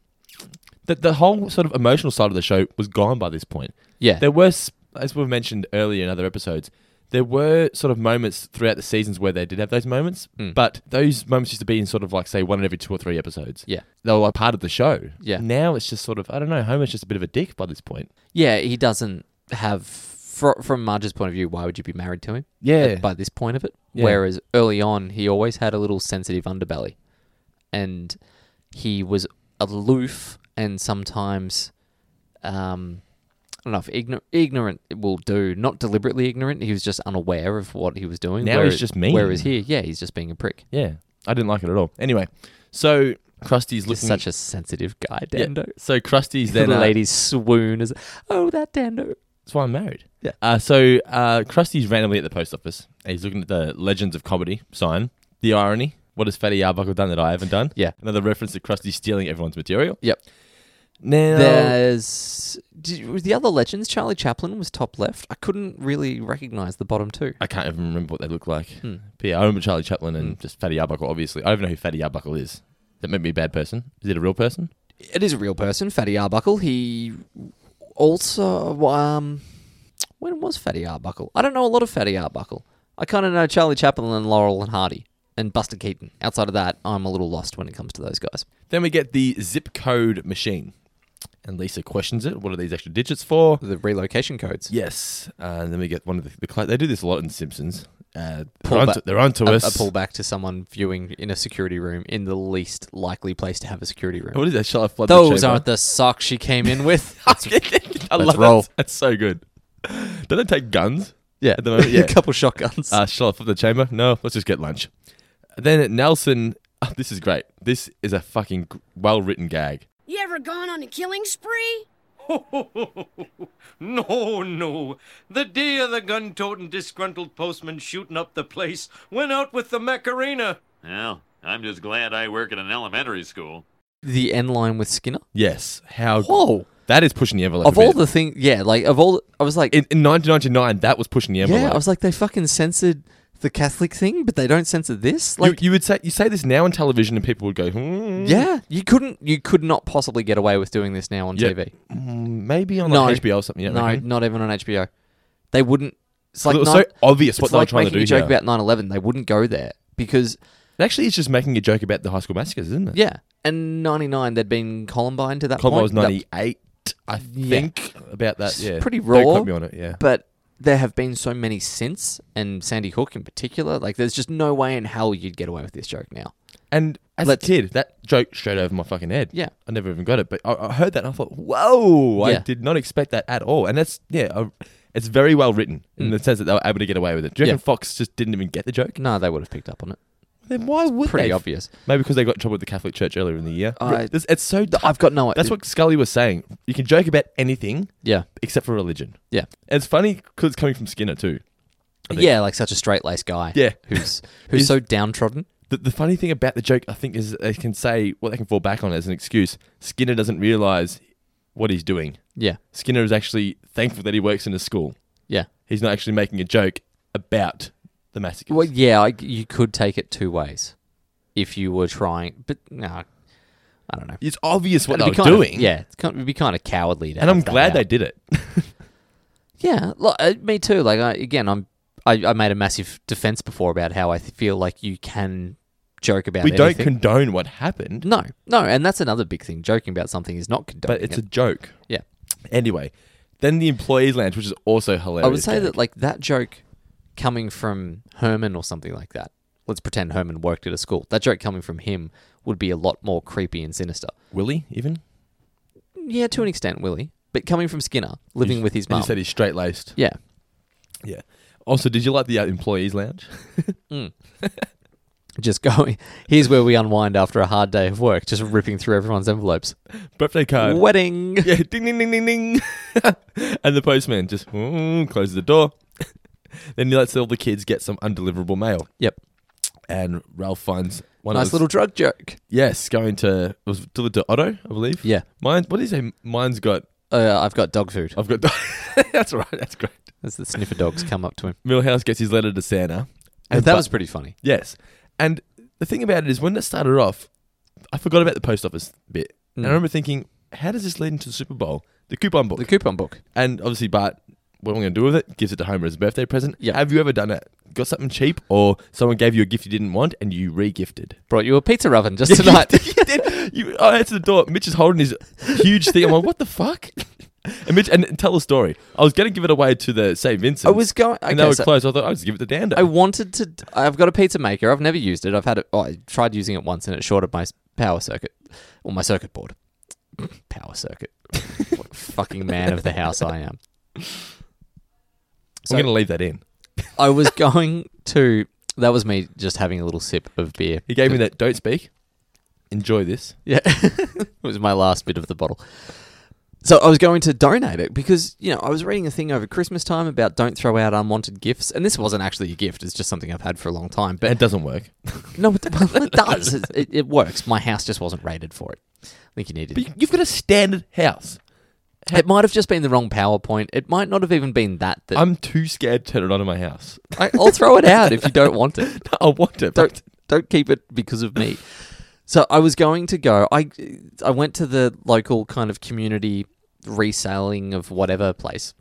D: The, the whole sort of emotional side of the show was gone by this point.
E: Yeah.
D: There were, s- as we've mentioned earlier in other episodes, there were sort of moments throughout the seasons where they did have those moments,
E: Hmm.
D: but those moments used to be in sort of like, say, one in every two or three episodes.
E: Yeah.
D: They were like part of the show.
E: Yeah.
D: Now it's just sort of, I don't know, Homer's just a bit of a dick by this point.
E: Yeah, he doesn't have. fr- From Marge's point of view, why would you be married to him?
D: Yeah.
E: at- by this point of it.
D: Yeah.
E: Whereas early on, he always had a little sensitive underbelly, and he was aloof and sometimes, um, I don't know if igno- ignorant will do. Not deliberately ignorant. He was just unaware of what he was doing.
D: Now he's
E: whereas-
D: just mean.
E: Whereas here, yeah, he's just being a prick.
D: Yeah. I didn't like it at all. Anyway, so Krusty's
E: He's
D: looking.
E: such a sensitive guy,
D: Yeah,
E: Dando.
D: So Krusty's then.
E: the
D: uh,
E: ladies swoon as, oh, that Dando.
D: That's why I'm married. Yeah. Uh, so uh, Krusty's randomly at the post office. and He's looking at the Legends of Comedy sign. The irony. What has Fatty Arbuckle done that I haven't done?
E: Yeah.
D: Another reference to Krusty stealing everyone's material.
E: Yep.
D: Now,
E: There's did, were the other legends. Charlie Chaplin was top left. I couldn't really recognize the bottom two.
D: I can't even remember what they look like.
E: Hmm.
D: But yeah, I remember Charlie Chaplin and just Fatty Arbuckle, obviously. I don't even know who Fatty Arbuckle is. That made me a bad person. Is it a real person?
E: It is a real person, Fatty Arbuckle. He also um, when was Fatty Arbuckle? I don't know a lot of Fatty Arbuckle. I kind of know Charlie Chaplin and Laurel and Hardy and Buster Keaton. Outside of that, I'm a little lost when it comes to those guys.
D: Then we get the zip code machine. And Lisa questions it. What are these extra digits for?
E: The relocation codes.
D: Yes. Uh, and then we get one of the, the cla- They do this a lot in Simpsons. Uh,
E: Pull
D: they're, onto,
E: back-
D: they're onto
E: A, a
D: us.
E: pullback to someone viewing in a security room in the least likely place to have a security room.
D: What is that? Shall I flood
E: Those
D: the
E: aren't the socks she came in with.
D: I love
E: roll.
D: that. That's so good. Don't they take guns?
E: yeah,
D: At the moment, yeah.
E: a couple shotguns.
D: Uh, shall I flip the chamber? No, let's just get lunch. Then Nelson, oh, this is great. This is a fucking well written gag.
C: You ever gone on a killing spree?
G: no, no. The day of the gun toting disgruntled postman shooting up the place went out with the Macarena. Well, I'm just glad I work at an elementary school.
E: the end line with Skinner.
D: Yes. How?
E: Whoa.
D: That is pushing the envelope.
E: Of
D: a
E: all
D: bit.
E: the things, yeah, like of all, I was like,
D: in, in 1999, that was pushing the envelope.
E: yeah, I was like, they fucking censored the Catholic thing, but they don't censor this. Like,
D: you, you would say you say this now on television, and people would go, hmm,
E: yeah, you couldn't, you could not possibly get away with doing this now on
D: Yeah.
E: TV.
D: mm, maybe on
E: No.
D: like HBO or something. You know
E: no,
D: what I mean?
E: not even on HBO. They wouldn't. It's like
D: it was
E: nine-
D: so obvious what
E: it's
D: they were
E: like
D: trying to
E: making
D: do
E: a joke
D: here.
E: about 9-11. They wouldn't go there because
D: And Actually, it's just making a joke about the high school massacres, isn't it?
E: yeah, and ninety nine there'd been Columbine to that
D: Colin
E: point.
D: was
E: That-
D: 98, I
E: Yeah.
D: think, about that.
E: It's
D: Yeah.
E: pretty
D: Don't
E: raw,
D: quote me on it, yeah.
E: but there have been so many since, and Sandy Hook in particular. Like, there's just no way in hell you'd get away with this joke now.
D: And as a
E: Let's-
D: kid, that joke straight over my fucking head.
E: Yeah.
D: I never even got it, but I, I heard that and I thought, whoa, I
E: Yeah.
D: did not expect that at all. And that's, yeah, I, it's very well written in the sense that they were able to get away with it. Do you
E: Mm. Yeah.
D: reckon Fox just didn't even get the joke?
E: No, they would have picked up on it.
D: Then why would
E: Pretty
D: they?
E: obvious.
D: Maybe because they got in trouble with the Catholic Church earlier in the year.
E: I-
D: This- it's so.
E: Th- I've got no.
D: That's what Scully was saying. You can joke about anything
E: Yeah,
D: except for religion.
E: yeah,
D: And it's funny because it's coming from Skinner too. think-
E: yeah. Like such a straight laced guy.
D: Yeah.
E: who's who's
D: He's-
E: so downtrodden.
D: The, the funny thing about the joke, I think, is they can say what they can fall back on as an excuse. Skinner doesn't realize what he's doing.
E: Yeah,
D: Skinner is actually thankful that he works in a school.
E: yeah.
D: He's not actually making a joke about the massacre.
E: Well, yeah. I, you could take it two ways if you were trying, but no, I don't know.
D: it's obvious what
E: It'd
D: they're
E: be kind of-
D: doing.
E: yeah, it's kind- it'd be kind of cowardly. To
D: And I'm
E: have that
D: glad
E: out.
D: they did it.
E: Yeah, look, uh, me too. Like I, again, I'm I, I made a massive defense before about how I th- feel like you can joke about.
D: we don't
E: anything.
D: condone what happened,
E: no, no, and that's another big thing. Joking about something is not condoning.
D: but it's
E: it.
D: a joke.
E: yeah.
D: Anyway, then the employees' lounge, which is also hilarious.
E: I would say
D: gag.
E: that like that joke coming from Herman or something like that. Let's pretend Herman worked at a school. That joke coming from him would be a lot more creepy and sinister.
D: Willie even
E: Yeah, to an extent, Willie. But coming from Skinner, living
D: He's-
E: with his
D: He
E: mum.
D: just said he's straight laced.
E: Yeah.
D: Yeah. Also, did you like the uh, employees' lounge?
E: Just going. Here's where we unwind after a hard day of work, just ripping through everyone's envelopes.
D: Birthday
E: Uh,
D: card.
E: Wedding.
D: Yeah, ding ding ding ding ding. and the postman just mm, closes the door. then he lets all the kids get some undeliverable mail.
E: Yep.
D: And Ralph finds one of
E: Nice
D: his-
E: little drug joke.
D: yes going to it was delivered to Otto, I believe.
E: Yeah.
D: Mine. What is it? Mine's got.
E: Uh, I've got dog food.
D: I've got. that's all right. That's great.
E: As the sniffer dogs come up to him.
D: Millhouse gets his letter to Santa.
E: And
D: but-
E: that was pretty funny.
D: Yes. And the thing about it is, when it started off, I forgot about the post office bit. And I
E: Mm.
D: remember thinking, how does this lead into the Super Bowl? The coupon book.
E: The coupon book.
D: and obviously, Bart, what am I going to do with it? Gives it to Homer as a birthday present.
E: Yeah.
D: Have you ever done it? Got something cheap, or someone gave you a gift you didn't want and you re gifted?
E: Brought you a pizza oven just tonight.
D: you, I answered the door. Mitch is holding his huge thing. I'm like, what the fuck? And Mitch, and, and tell the story. I was going to give it away to the St. Vincent.
E: I was going-
D: and they
E: okay,
D: were
E: so-
D: closed. I thought, I'll just give it to Dando.
E: I wanted to. I've got a pizza maker. I've never used it. I've had it. Oh, I tried using it once and it shorted my s- power circuit or my circuit board. power circuit. what a fucking man of the house I am.
D: I'm going to leave that in.
E: I was going to. That was me just having a little sip of beer.
D: He gave me that. Don't speak. Enjoy this.
E: Yeah. it was my last bit of the bottle. So I was going to donate it because, you know, I was reading a thing over Christmas time about don't throw out unwanted gifts. And this wasn't actually a gift, it's just something I've had for a long time.
D: It
E: But
D: doesn't work.
E: no, it, well, it does. It, it, it works. My house just wasn't rated for it. I think you needed
D: But you- you've got a standard house.
E: It might have just been the wrong PowerPoint. It might not have even been that. that
D: I'm too scared to turn it on in my house.
E: I, I'll throw it out if you don't want it.
D: I want it.
E: don't
D: But
E: don't keep it because of me. So I was going to go. I I went to the local kind of community reselling of whatever place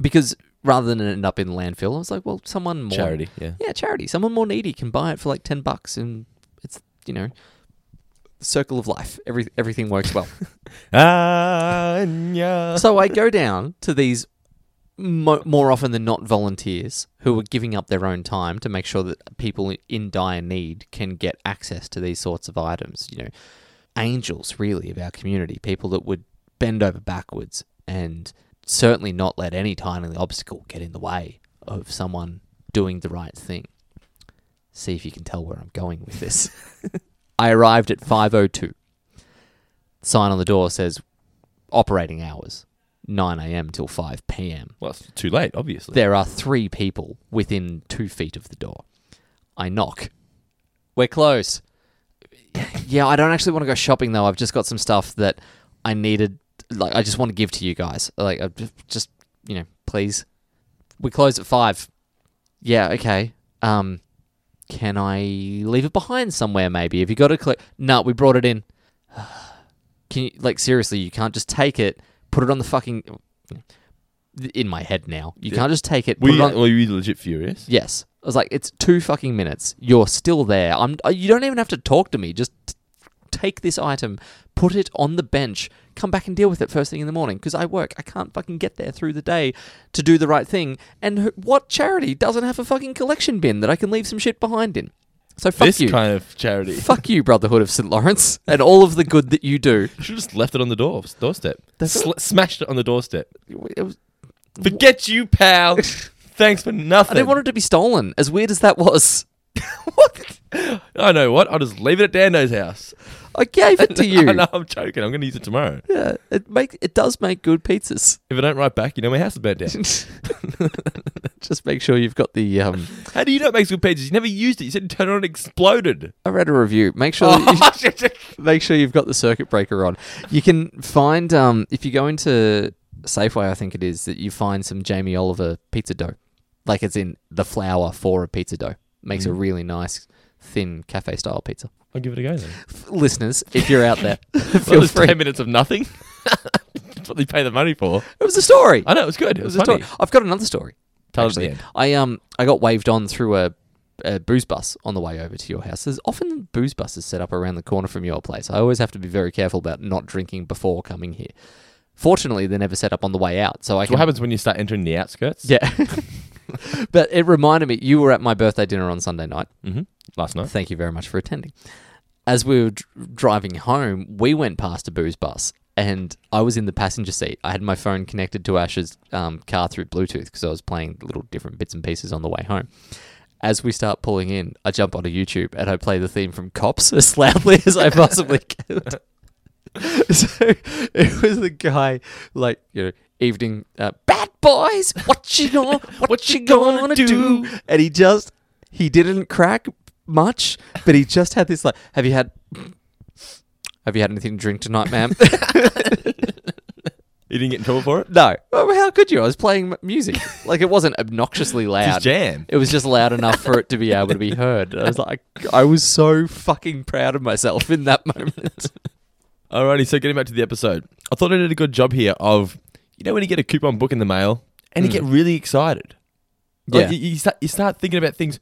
E: because rather than it end up in landfill, I was like, well, someone more
D: Charity, yeah.
E: yeah, charity. Someone more needy can buy it for like ten bucks, and it's you know, circle of life. Every everything works well.
D: Anya.
E: so I go down to these mo- more often than not volunteers who are giving up their own time to make sure that people in dire need can get access to these sorts of items. You know, angels really of our community, people that would bend over backwards and certainly not let any tiny obstacle get in the way of someone doing the right thing. See if you can tell where I'm going with this. I arrived at 502. Sign on the door says operating hours 9 a.m. till 5 p.m.
D: Well, it's too late, obviously.
E: There are three people within two feet of the door. I knock. We're close. Yeah, I don't actually want to go shopping though. I've just got some stuff that I needed. Like, I just want to give to you guys. Like, I just, just you know, please. We close at five. Yeah, okay. Um, can I leave it behind somewhere? Maybe. Have you got a clip? No, we brought it in. Can you like seriously? You can't just take it, put it on the fucking. In my head now, you can't just take it.
D: Were
E: put
D: you,
E: it on-
D: were you legit furious?
E: Yes. I was like, it's two fucking minutes. You're still there. I'm. uh, You don't even have to talk to me. Just t- take this item, put it on the bench, come back and deal with it first thing in the morning. Because I work. I can't fucking get there through the day to do the right thing. And who- what charity doesn't have a fucking collection bin that I can leave some shit behind in? So fuck
D: this
E: you.
D: kind of charity.
E: fuck you, Brotherhood of St Lawrence, and all of the good that you do.
D: You should have just left it on the door, doorstep.
E: That's-
D: Sl- smashed it on the doorstep.
E: It was-
D: Forget you, pal. Thanks for nothing.
E: I didn't want it to be stolen. As weird as that was.
D: what? I know what. I'll just leave it at Dando's house.
E: I gave it to
D: I
E: you.
D: know, I'm joking. I'm going to use it tomorrow.
E: Yeah, it make it does make good pizzas.
D: If I don't write back, you know my house is burnt down.
E: Just make sure you've got the. Um,
D: How do you know it makes good pizzas? You never used it. You said you turned it on and exploded.
E: I read a review. Make sure that you, make sure you've got the circuit breaker on. You can find um, if you go into Safeway, I think it is that you find some Jamie Oliver pizza dough, like it's in the flour for a pizza dough. Makes
D: Mm.
E: a really nice thin cafe style pizza.
D: I'll give it a go then.
E: F- Listeners, if you're out there,
D: Well,
E: feel
D: it's
E: free.
D: ten minutes of nothing. That's what they pay the money for.
E: It was a story.
D: I know it was good. It was,
E: It was a
D: funny.
E: story. I've got another story.
D: Tell us
E: actually.
D: the end.
E: I um I got waved on through a, a booze bus on the way over to your house. There's often booze buses set up around the corner from your place. I always have to be very careful about not drinking before coming here. Fortunately, they're never set up on the way out, so I
D: What
E: can.
D: happens when you start entering the outskirts?
E: Yeah. but it reminded me you were at my birthday dinner on Sunday night.
D: Mm-hmm. Last night.
E: Thank you very much for attending. As we were dr- driving home, we went past a booze bus, and I was in the passenger seat. I had my phone connected to Ash's um, car through Bluetooth because I was playing little different bits and pieces on the way home. As we start pulling in, I jump onto YouTube and I play the theme from Cops as loudly as I possibly could so it was the guy like you know evening uh, bad boys what you gonna what, you gonna, do? and he just he didn't crack much but he just had this like have you had have you had anything to drink tonight ma'am
D: You didn't get in trouble for it.
E: no Well, how could you i was playing m- music like it wasn't obnoxiously loud
D: jam.
E: it was just loud enough for it to be able to be heard i was like i was so fucking proud of myself in that moment
D: Alrighty, so getting back to the episode, I thought I did a good job here of, you know, when you get a coupon book in the mail and you get really excited. Like,
E: Yeah.
D: you, you start, you start thinking about things.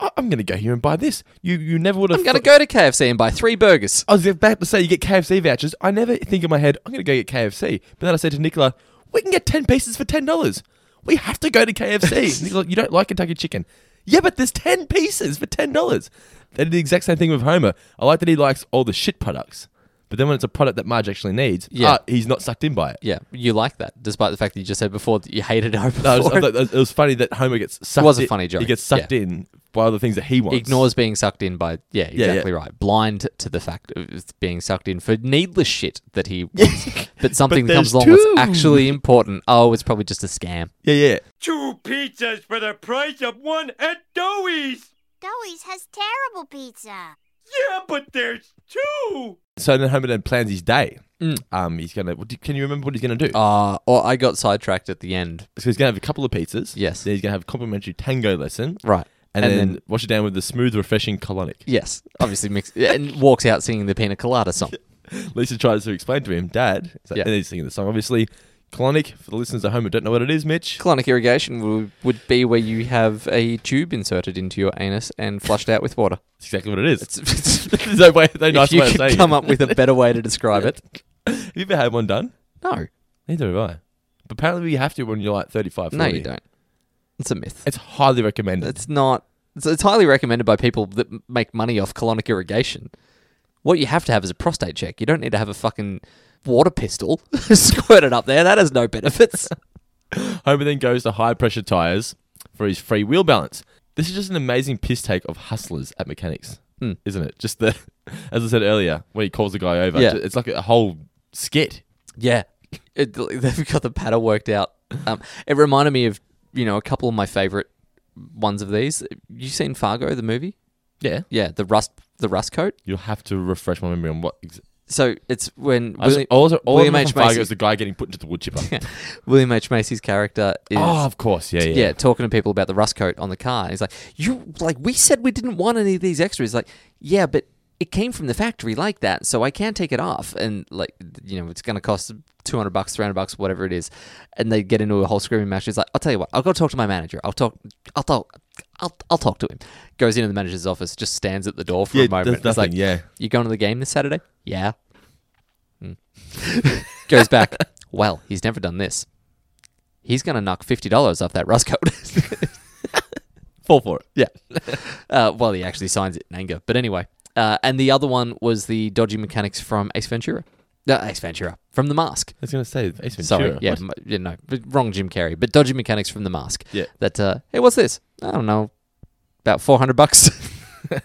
D: I- I'm going to go here and buy this. You you never would have.
E: i'm gonna go to kfc and buy three burgers
D: I was about to say you get KFC vouchers. I never think in my head I'm going to go get KFC, but then I said to Nicola, we can get ten pieces for ten dollars. We have to go to KFC. Nicola, you don't like Kentucky Chicken. Yeah, but there's ten pieces for ten dollars. They did the exact same thing with Homer. I like that he likes all the shit products, but then when it's a product that Marge actually needs,
E: Yeah.
D: ah, he's not sucked in by it.
E: Yeah, you like that, despite the fact that you just said before that you hated her
D: No,
E: before.
D: it, was, I thought it was funny that Homer gets sucked.
E: was a
D: in-
E: funny joke,
D: He gets sucked
E: yeah.
D: in by all the things that he wants.
E: Ignores being sucked in by yeah,
D: yeah.
E: exactly right. Blind to the fact of being sucked in for needless shit that he wants, but something
D: But
E: comes
D: there's
E: along that's
D: two.
E: actually important. Oh, it's probably just a scam.
D: Yeah, yeah.
F: Two pizzas for the price of one at Doey's!
B: Doey's has terrible pizza.
F: Yeah, but there's two!
D: So then Homer then plans his day.
E: Mm.
D: Um, he's gonna. what do- Can you remember what he's gonna do?
E: Uh, or I got sidetracked at the end.
D: So he's gonna have a couple of pizzas.
E: Yes.
D: Then he's gonna have a complimentary tango lesson,
E: Right,
D: and, then, wash it down with the smooth, refreshing colonic.
E: yes, obviously mixed and walks out singing the Pina Colada song.
D: Lisa tries to explain to him, Dad. So,
E: Yeah.
D: And he's singing the song, obviously. Colonic for the listeners at home who don't know what it is, Mitch.
E: Colonic irrigation would, would be where you have a tube inserted into your anus and flushed out with water.
D: That's exactly what it is.
E: It's-
D: There's no way, no nice
E: if you
D: way of
E: could
D: saying
E: come
D: it.
E: up with a better way to describe it,
D: Have you ever had one done?
E: no.
D: Neither have I. But apparently you have to when you're like 35, 40.
E: No, you don't. It's a myth.
D: It's highly recommended.
E: It's not. It's, it's highly recommended by people that m- make money off colonic irrigation. What you have to have is a prostate check. You don't need to have a fucking water pistol squirted up there. That has no benefits.
D: Homer then goes to high pressure tires for his free wheel balance. This is just an amazing piss take of hustlers at mechanics,
E: Hmm.
D: isn't it? Just the, as I said earlier, when he calls the guy over,
E: Yeah.
D: it's like a whole skit.
E: yeah, it, they've got the paddle worked out. Um, it reminded me of you know a couple of my favorite ones of these. You seen Fargo the movie?
D: Yeah,
E: Yeah, the rust the rust coat.
D: you'll have to refresh my memory on what. Ex-
E: So it's when
D: I just-
E: William,
D: also, all
E: William
D: I
E: H
D: remember from Fargo
E: Macy-
D: is the guy getting put into the wood chipper.
E: William H Macy's character is
D: Oh, of course, yeah, yeah.
E: yeah, talking to people about the rust coat on the car. And he's like, "You like we said we didn't want any of these extras." Like, yeah, but it came from the factory like that, so I can't take it off. And like, th- you know, it's going to cost two hundred bucks, three hundred bucks, whatever it is. And they get into a whole screaming match. He's like, "I'll tell you what, I'll go talk to my manager. I'll talk. I'll talk." I'll, I'll talk to him. Goes into the manager's office, just stands at the door for
D: Yeah,
E: a
D: there's
E: moment. It's
D: nothing,
E: like,
D: yeah.
E: You going to the game this Saturday? Yeah. Hmm. Goes back. well, he's never done this. He's going to knock $50 off that rust coat.
D: Fall for it.
E: Yeah. uh, well, he actually signs it in anger. But anyway. Uh, and the other one was the dodgy mechanics from Ace Ventura. No, Ace Ventura. From The Mask.
D: I was going to say Ace Ventura.
E: Sorry. Yeah,
D: What?
E: m- yeah, no, but wrong Jim Carrey. But dodgy mechanics from The Mask.
D: Yeah.
E: That, uh, hey, what's this? I don't know. about 400 bucks.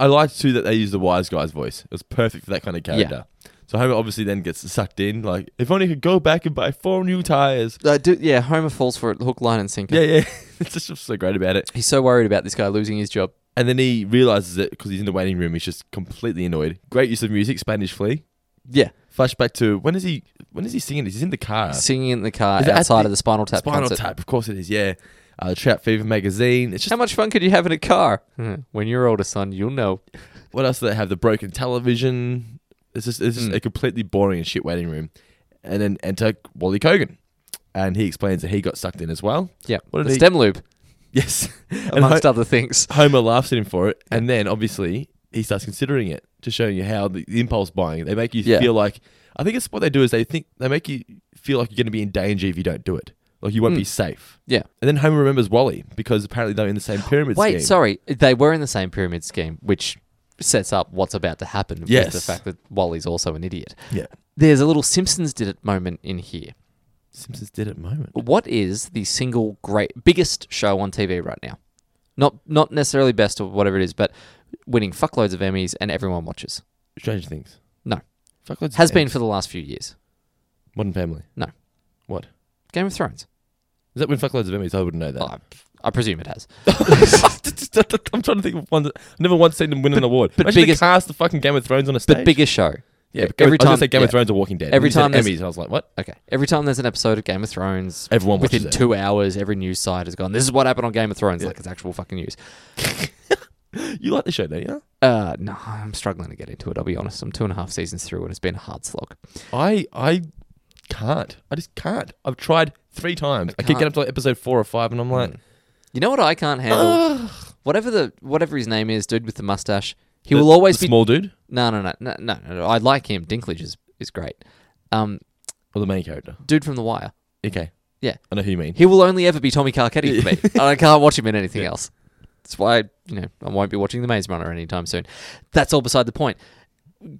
D: I liked too that they used the wise guy's voice. It was perfect for that kind of
E: Yeah.
D: character. So Homer obviously then gets sucked in. Like, if only he could go back and buy four new tires.
E: uh, do, yeah, Homer falls for it hook, line, and sinker.
D: Yeah, yeah. it's just so great about it.
E: He's so worried about this guy losing his job.
D: And then he realizes it because he's in the waiting room. He's just completely annoyed. Great use of music, Spanish Flea.
E: Yeah,
D: Flashback to when is he? When is he singing this? He's in the car.
E: Uh, singing in the car
D: Is it at
E: outside
D: the-
E: of the Spinal Tap
D: Spinal
E: concert.
D: Tap, of course it is. Yeah, uh, the Trout Fever magazine. It's just
E: How much fun could you have in a car? Hmm, When you're older, son, you'll know.
D: what else do they have? The broken television. It's just it's
E: Hmm.
D: just a completely boring and shit waiting room. And then enter Wally Kogan, and he explains that he got sucked in as well.
E: Yeah,
D: What did
E: the
D: he-
E: stem loop,
D: Yes, And
E: amongst
D: Ho-
E: other things.
D: Homer laughs at him for it, and then obviously he starts considering it to show you how the, the impulse buying they make you
E: Yeah.
D: feel like. I think it's what they do is they think they make you feel like you're going to be in danger if you don't do it, like you won't
E: Hmm.
D: be safe.
E: Yeah.
D: And then Homer remembers Wally because apparently they're in the same pyramid
E: Wait,
D: scheme.
E: sorry, they were in the same pyramid scheme, which sets up what's about to happen. with
D: Yes.
E: the fact that Wally's also an idiot.
D: Yeah.
E: There's a little Simpsons did it moment in here.
D: Simpsons did it moment.
E: What is the single great biggest show on TV right now? Not not necessarily best or whatever it is, but winning fuckloads of Emmys and everyone watches.
D: Strange Things.
E: No,
D: Fuck loads of
E: has been
D: names.
E: for the last few years.
D: Modern Family.
E: No,
D: What?
E: Game of Thrones.
D: Is that when fuck loads of Emmys? I wouldn't know that.
E: I, I presume it has.
D: I'm trying to think of one. That, I've never once seen them win an award.
E: but
D: But Imagine
E: biggest-
D: they cast the fucking Game of Thrones on a stage.
E: But biggest show.
D: yeah. But
E: every
D: every time I was gonna
E: time-
D: say Game
E: yeah.
D: of Thrones or Walking Dead.
E: Every
D: You said
E: time there's-
D: Emmys, I was like, what?
E: Okay. Every time there's an episode of Game of Thrones,
D: Everyone watches
E: within
D: it.
E: two hours, every news site has gone. This is what happened on Game of Thrones, like it's actual fucking news.
D: You like the show, don't you?
E: Uh, no, I'm struggling to get into it. I'll be honest. I'm two and a half seasons through, and it's been a hard slog.
D: I I can't. I just can't. I've tried three times. I, keep
E: can't.
D: getting up to like episode four or five, and I'm like,
E: You know what I can't handle? whatever the whatever his name is, dude with the mustache, he
D: the-
E: will always
D: the
E: be
D: small dude
E: No, no, no, no, no, no, no. I like him. Dinklage is is great. Um,
D: or the main character.
E: dude from The Wire.
D: Okay,
E: Yeah,
D: I know who you mean.
E: he will only ever be Tommy Carcetti for me. and I can't watch him in anything else. That's why you know I won't be watching The Maze Runner anytime soon. That's all beside the point.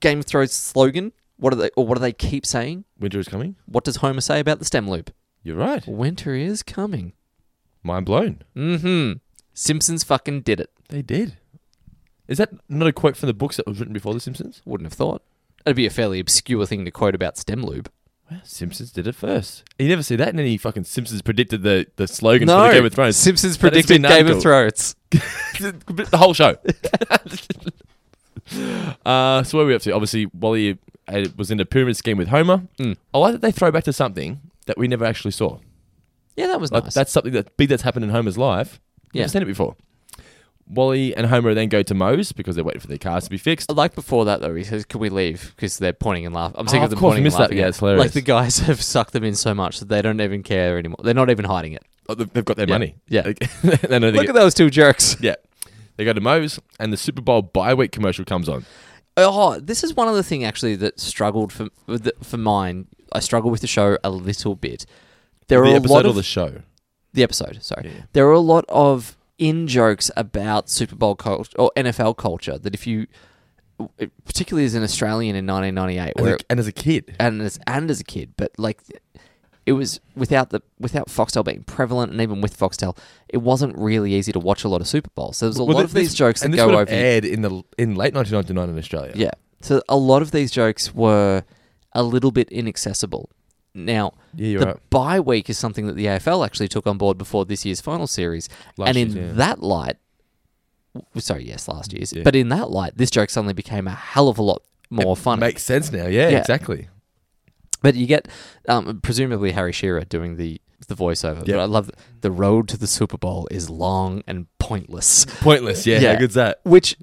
E: Game of Thrones slogan. What are they? Or what do they keep saying?
D: Winter is coming.
E: What does Homer say about the stem loop?
D: You're right.
E: Winter is coming.
D: Mind blown.
E: Mm-hmm. Simpsons fucking did it.
D: They did. Is that not a quote from the books that was written before The Simpsons?
E: Wouldn't have thought. That'd be a fairly obscure thing to quote about stem loop.
D: Simpsons did it first. You never see that in any fucking Simpsons predicted the, the slogan for the Game of Thrones.
E: Simpsons
D: But it's
E: predicted
D: been
E: Game of
D: article.
E: Thrones.
D: the whole show. uh, so what are we up to? Obviously, Wally uh, was in a pyramid scheme with Homer.
E: Mm.
D: I like that they throw back to something that we never actually saw.
E: Yeah, that was
D: Like
E: nice.
D: that's something that big that's happened in Homer's life.
E: Yeah.
D: Never seen it before. Wally and Homer then go to Moe's because they're waiting for their cars to be fixed.
E: like before that though, he says, "Can we leave?" Because they're pointing and laughing. I'm sick
D: Oh,
E: of
D: of
E: them
D: course, I
E: pointing and
D: missed that.
E: laughing.
D: Yeah,
E: at-
D: it's hilarious.
E: Like the guys have sucked them in so much that they don't even care anymore. They're not even hiding it.
D: Oh, they've they've got their
E: Yeah.
D: money.
E: Yeah.
D: Like, they know they
E: Look
D: get-
E: at those two jerks.
D: Yeah. They go to Moe's and the Super Bowl bye week commercial comes on.
E: Oh, this is one other thing actually that struggled for that- for mine. I struggle with the show a little bit. There
D: the
E: are a
D: episode
E: lot
D: or
E: of
D: the show.
E: the episode. Sorry, there are a lot of in jokes about Super Bowl culture or NFL culture that if you, particularly as an Australian in 1998,
D: And,
E: where
D: a- and as a kid.
E: and as and as a kid, but like it was without the without Foxtel being prevalent, and even with Foxtel, it wasn't really easy to watch a lot of Super Bowls. So there's a
D: Well,
E: lot
D: thi-
E: of these
D: this-
E: jokes that
D: and this
E: go
D: would have
E: over.
D: aired in the in late 1999 in Australia.
E: Yeah, so a lot of these jokes were a little bit inaccessible. Now,
D: Yeah, you're
E: the
D: right.
E: bye week is something that the AFL actually took on board before this year's final series,
D: Last
E: and in
D: year's, yeah. Mm,
E: that light, w- sorry, yes, last year's, but in that light, this joke suddenly became a hell of a lot more funny.
D: Makes sense now. Yeah,
E: Yeah.
D: exactly.
E: But you get um, presumably Harry Shearer doing the the voiceover. But I love th- the road to the Super Bowl is long and pointless.
D: Pointless. Yeah, how good's that?
E: Which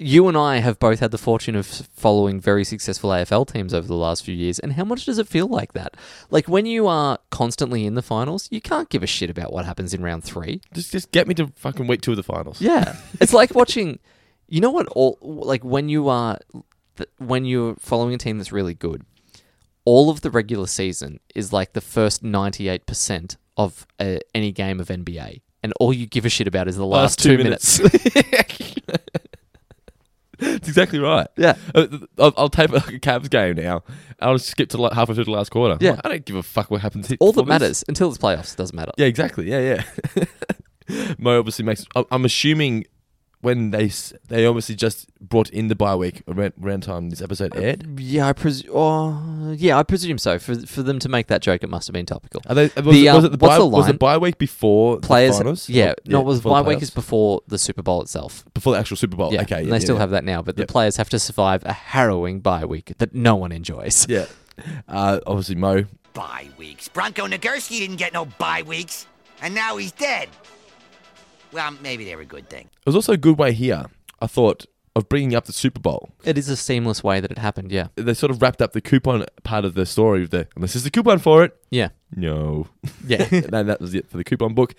E: you and I have both had the fortune of following very successful AFL teams over the last few years. And how much does it feel like that? Like when you are constantly in the finals, you can't give a shit about what happens in round three.
D: Just just get me to fucking week two of the finals.
E: Yeah, it's like watching. You know what? All like when you are th- when you're following a team that's really good, all of the regular season is like the first ninety eight percent of uh, any game of NBA, and all you give a shit about is the last, two, minutes.
D: That's exactly right.
E: Yeah.
D: Uh, th- I'll, I'll tape like a Cavs game now. I'll skip to like halfway through the last quarter. I'm
E: Yeah.
D: like, I don't give a fuck what happens. here
E: all that
D: before this.
E: matters until it's playoffs doesn't matter.
D: Yeah, exactly. Yeah, yeah. Mo obviously makes. I- I'm assuming when they s- they obviously just brought in the bye week around, around time this episode aired.
E: Yeah, I presume. Oh, yeah, I presume so. For for them to make that joke, it must have been topical.
D: Are they, was,
E: The,
D: it-
E: uh,
D: was it the
E: what's
D: bye,
E: the
D: was
E: line?
D: it bye week before
E: Players,
D: the finals?
E: yeah,
D: Or-
E: no, it was
D: before
E: bye
D: the
E: week is
D: playoffs?
E: before the Super Bowl itself.
D: before the actual Super Bowl.
E: Yeah,
D: Oh, okay,
E: and
D: yeah,
E: they
D: yeah,
E: still
D: yeah.
E: have that now, but the
D: Yep.
E: players have to survive a harrowing bye week that no one enjoys.
D: Yeah, uh, obviously Mo.
H: Bye weeks. Bronco Nagurski didn't get no bye weeks, and now he's dead. Well, maybe they're a good thing.
D: It was also a good way here. I thought of bringing up the Super Bowl.
E: It is a seamless way that it happened. Yeah,
D: They sort of wrapped up the coupon part of the story with the this is the coupon for it.
E: yeah,
D: No.
E: yeah.
D: and then that was it for the coupon book.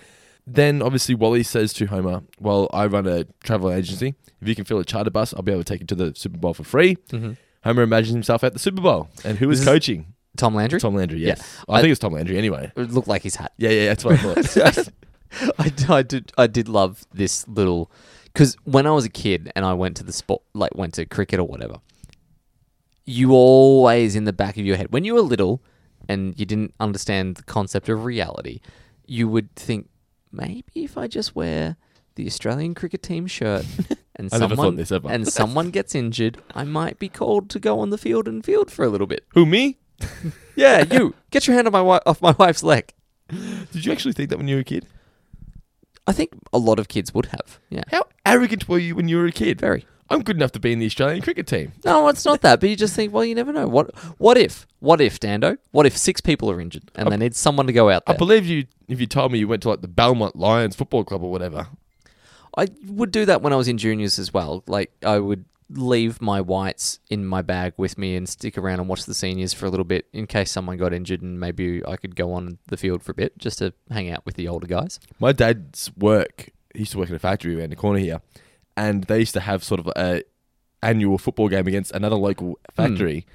D: Then obviously Wally says to Homer, "Well, I run a travel agency. If you can fill a charter bus, I'll be able to take you to the Super Bowl for free." Homer imagines himself at the Super Bowl, and who is
E: Mm-hmm. This is-
D: coaching?
E: Tom Landry.
D: Tom Landry. Yes,
E: Yeah.
D: I,
E: I-
D: think it's Tom Landry. Anyway,
E: It looked like his hat.
D: yeah, yeah, that's what I thought.
E: I, d- I did I did love this little because when I was a kid and I went to the sport like went to cricket or whatever, you always in the back of your head when you were little and you didn't understand the concept of reality, you would think maybe if I just wear the Australian cricket team shirt and
D: I never
E: someone
D: thought this ever.
E: and someone gets injured, I might be called to go on the field and field for a little bit.
D: who me?
E: Yeah, you get your hand on my wi- off my wife's leg.
D: Did you actually think that when you were a kid?
E: I think a lot of kids would have. Yeah.
D: How arrogant were you when you were a kid?
E: Very.
D: I'm good enough to be in the Australian cricket team.
E: No, it's not that. But you just think, well, you never know. What what if? What if, Dando? What if six people are injured and they need someone to go out
D: I
E: there?
D: believe you if you told me you went to like the Belmont Lions football club or whatever.
E: I would do that when I was in juniors as well. Like I would leave my whites in my bag with me and stick around and watch the seniors for a little bit in case someone got injured and maybe I could go on the field for a bit just to hang out with the older guys.
D: My dad's work, he used to work in a factory around the corner here, and they used to have sort of a annual football game against another local factory,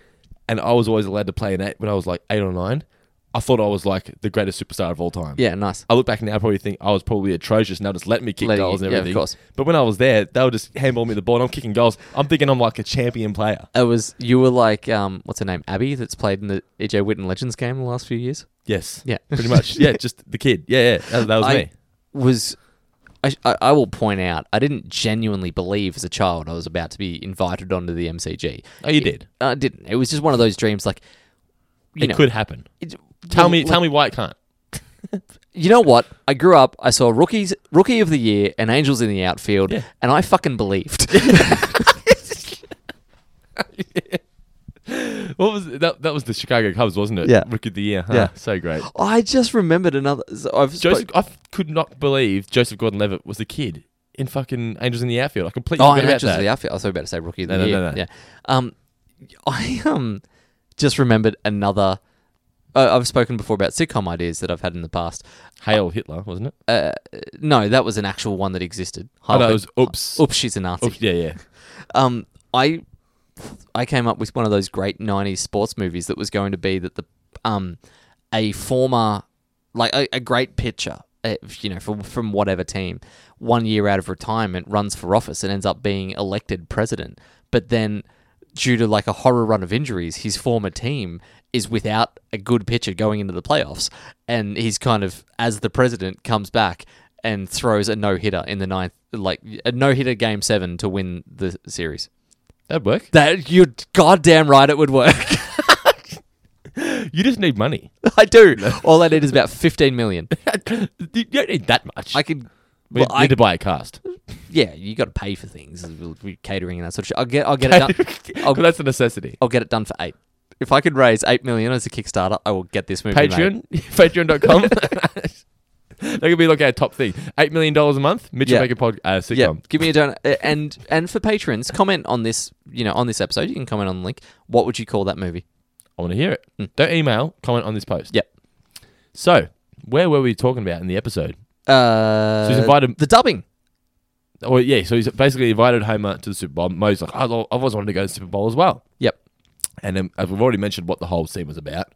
D: and I was always allowed to play in eight when I was like eight or nine. I thought I was like the greatest superstar of all time.
E: Yeah, nice.
D: I look back now, I probably think I was probably atrocious, and they'll just let me kick
E: Let you-
D: goals and
E: yeah, of
D: everything.
E: course.
D: But when I was there, they would just handball me the ball, and I'm kicking goals. I'm thinking I'm like a champion player.
E: It was you were like um what's her name Abby that's played in the EJ Witten Legends game the last few years.
D: Yes.
E: Yeah.
D: Pretty much. Yeah. Just the kid. Yeah. Yeah. That, that was
E: I
D: me.
E: was. I, I, I will point out, I didn't genuinely believe as a child I was about to be invited onto the MCG.
D: Oh, you
E: It-
D: did.
E: I didn't. It was just one of those dreams. Like, you
D: it
E: know,
D: could happen.
E: it-
D: Tell me.
E: like-
D: tell me why it can't.
E: You know what? I grew up. I saw rookies, rookie of the year, and angels in the outfield,
D: Yeah.
E: and I fucking believed.
D: What was that? That was the Chicago Cubs, wasn't it?
E: Yeah.
D: Rookie of the year. Huh?
E: Yeah.
D: So great.
E: I just remembered another. so I've spoke- Oh,
D: Joseph, I f- could not believe Joseph Gordon-Levitt was the kid in fucking Angels in the Outfield. I completely
E: Oh,
D: forgot
E: and
D: about
E: Angels of
D: that.
E: the Outfield. I was about to say rookie of the
D: No, no,
E: year.
D: no, no.
E: Yeah. Um, I um just remembered another. Uh, I've spoken before about sitcom ideas that I've had in the past.
D: Hail Hitler, wasn't
E: Oh,
D: it?
E: No, that was an actual one that existed.
D: oh, no,
E: Heil-
D: it was oops.
E: Oops, she's a Nazi.
D: Oops, Yeah, yeah.
E: Um, I I came up with one of those great '90s sports movies that was going to be that the um a former like a, a great pitcher, uh, you know, from from whatever team, one year out of retirement runs for office and ends up being elected president, but then due to like a horror run of injuries, his former team is without a good pitcher going into the playoffs, and he's kind of as the president comes back and throws a no hitter in the ninth, like a no hitter game seven to win the series.
D: That'd work.
E: That you're goddamn right, it would work.
D: You just need money.
E: I do. All I need is about fifteen million.
D: you don't need that much.
E: I could.
D: we
E: well,
D: need
E: I,
D: to buy a cast.
E: yeah, you got to pay for things, catering and that sort of shit. I'll get, I'll get it done. I'll,
D: that's a necessity.
E: I'll get it done for eight. If I could raise eight million as a Kickstarter, I will get this movie. made.
D: Patreon, patreon.com. that could be like our top thing. $8 million a month, Mitchell
E: Yeah.
D: Baker pod, uh, sitcom.
E: Yeah, give me a donut. uh, And and for patrons, comment on this. You know, on this episode, you can comment on the link. What would you call that movie?
D: I want to hear it.
E: Hmm.
D: Don't email, comment on this post.
E: Yep.
D: So, where were we talking about in the episode?
E: Uh,
D: he's invited-
E: the dubbing.
D: Oh, yeah. So he's basically invited Homer to the Super Bowl. Mo's like, I've al- I've always wanted to go to the Super Bowl as well.
E: Yep.
D: And then, as we've already mentioned, what the whole scene was about,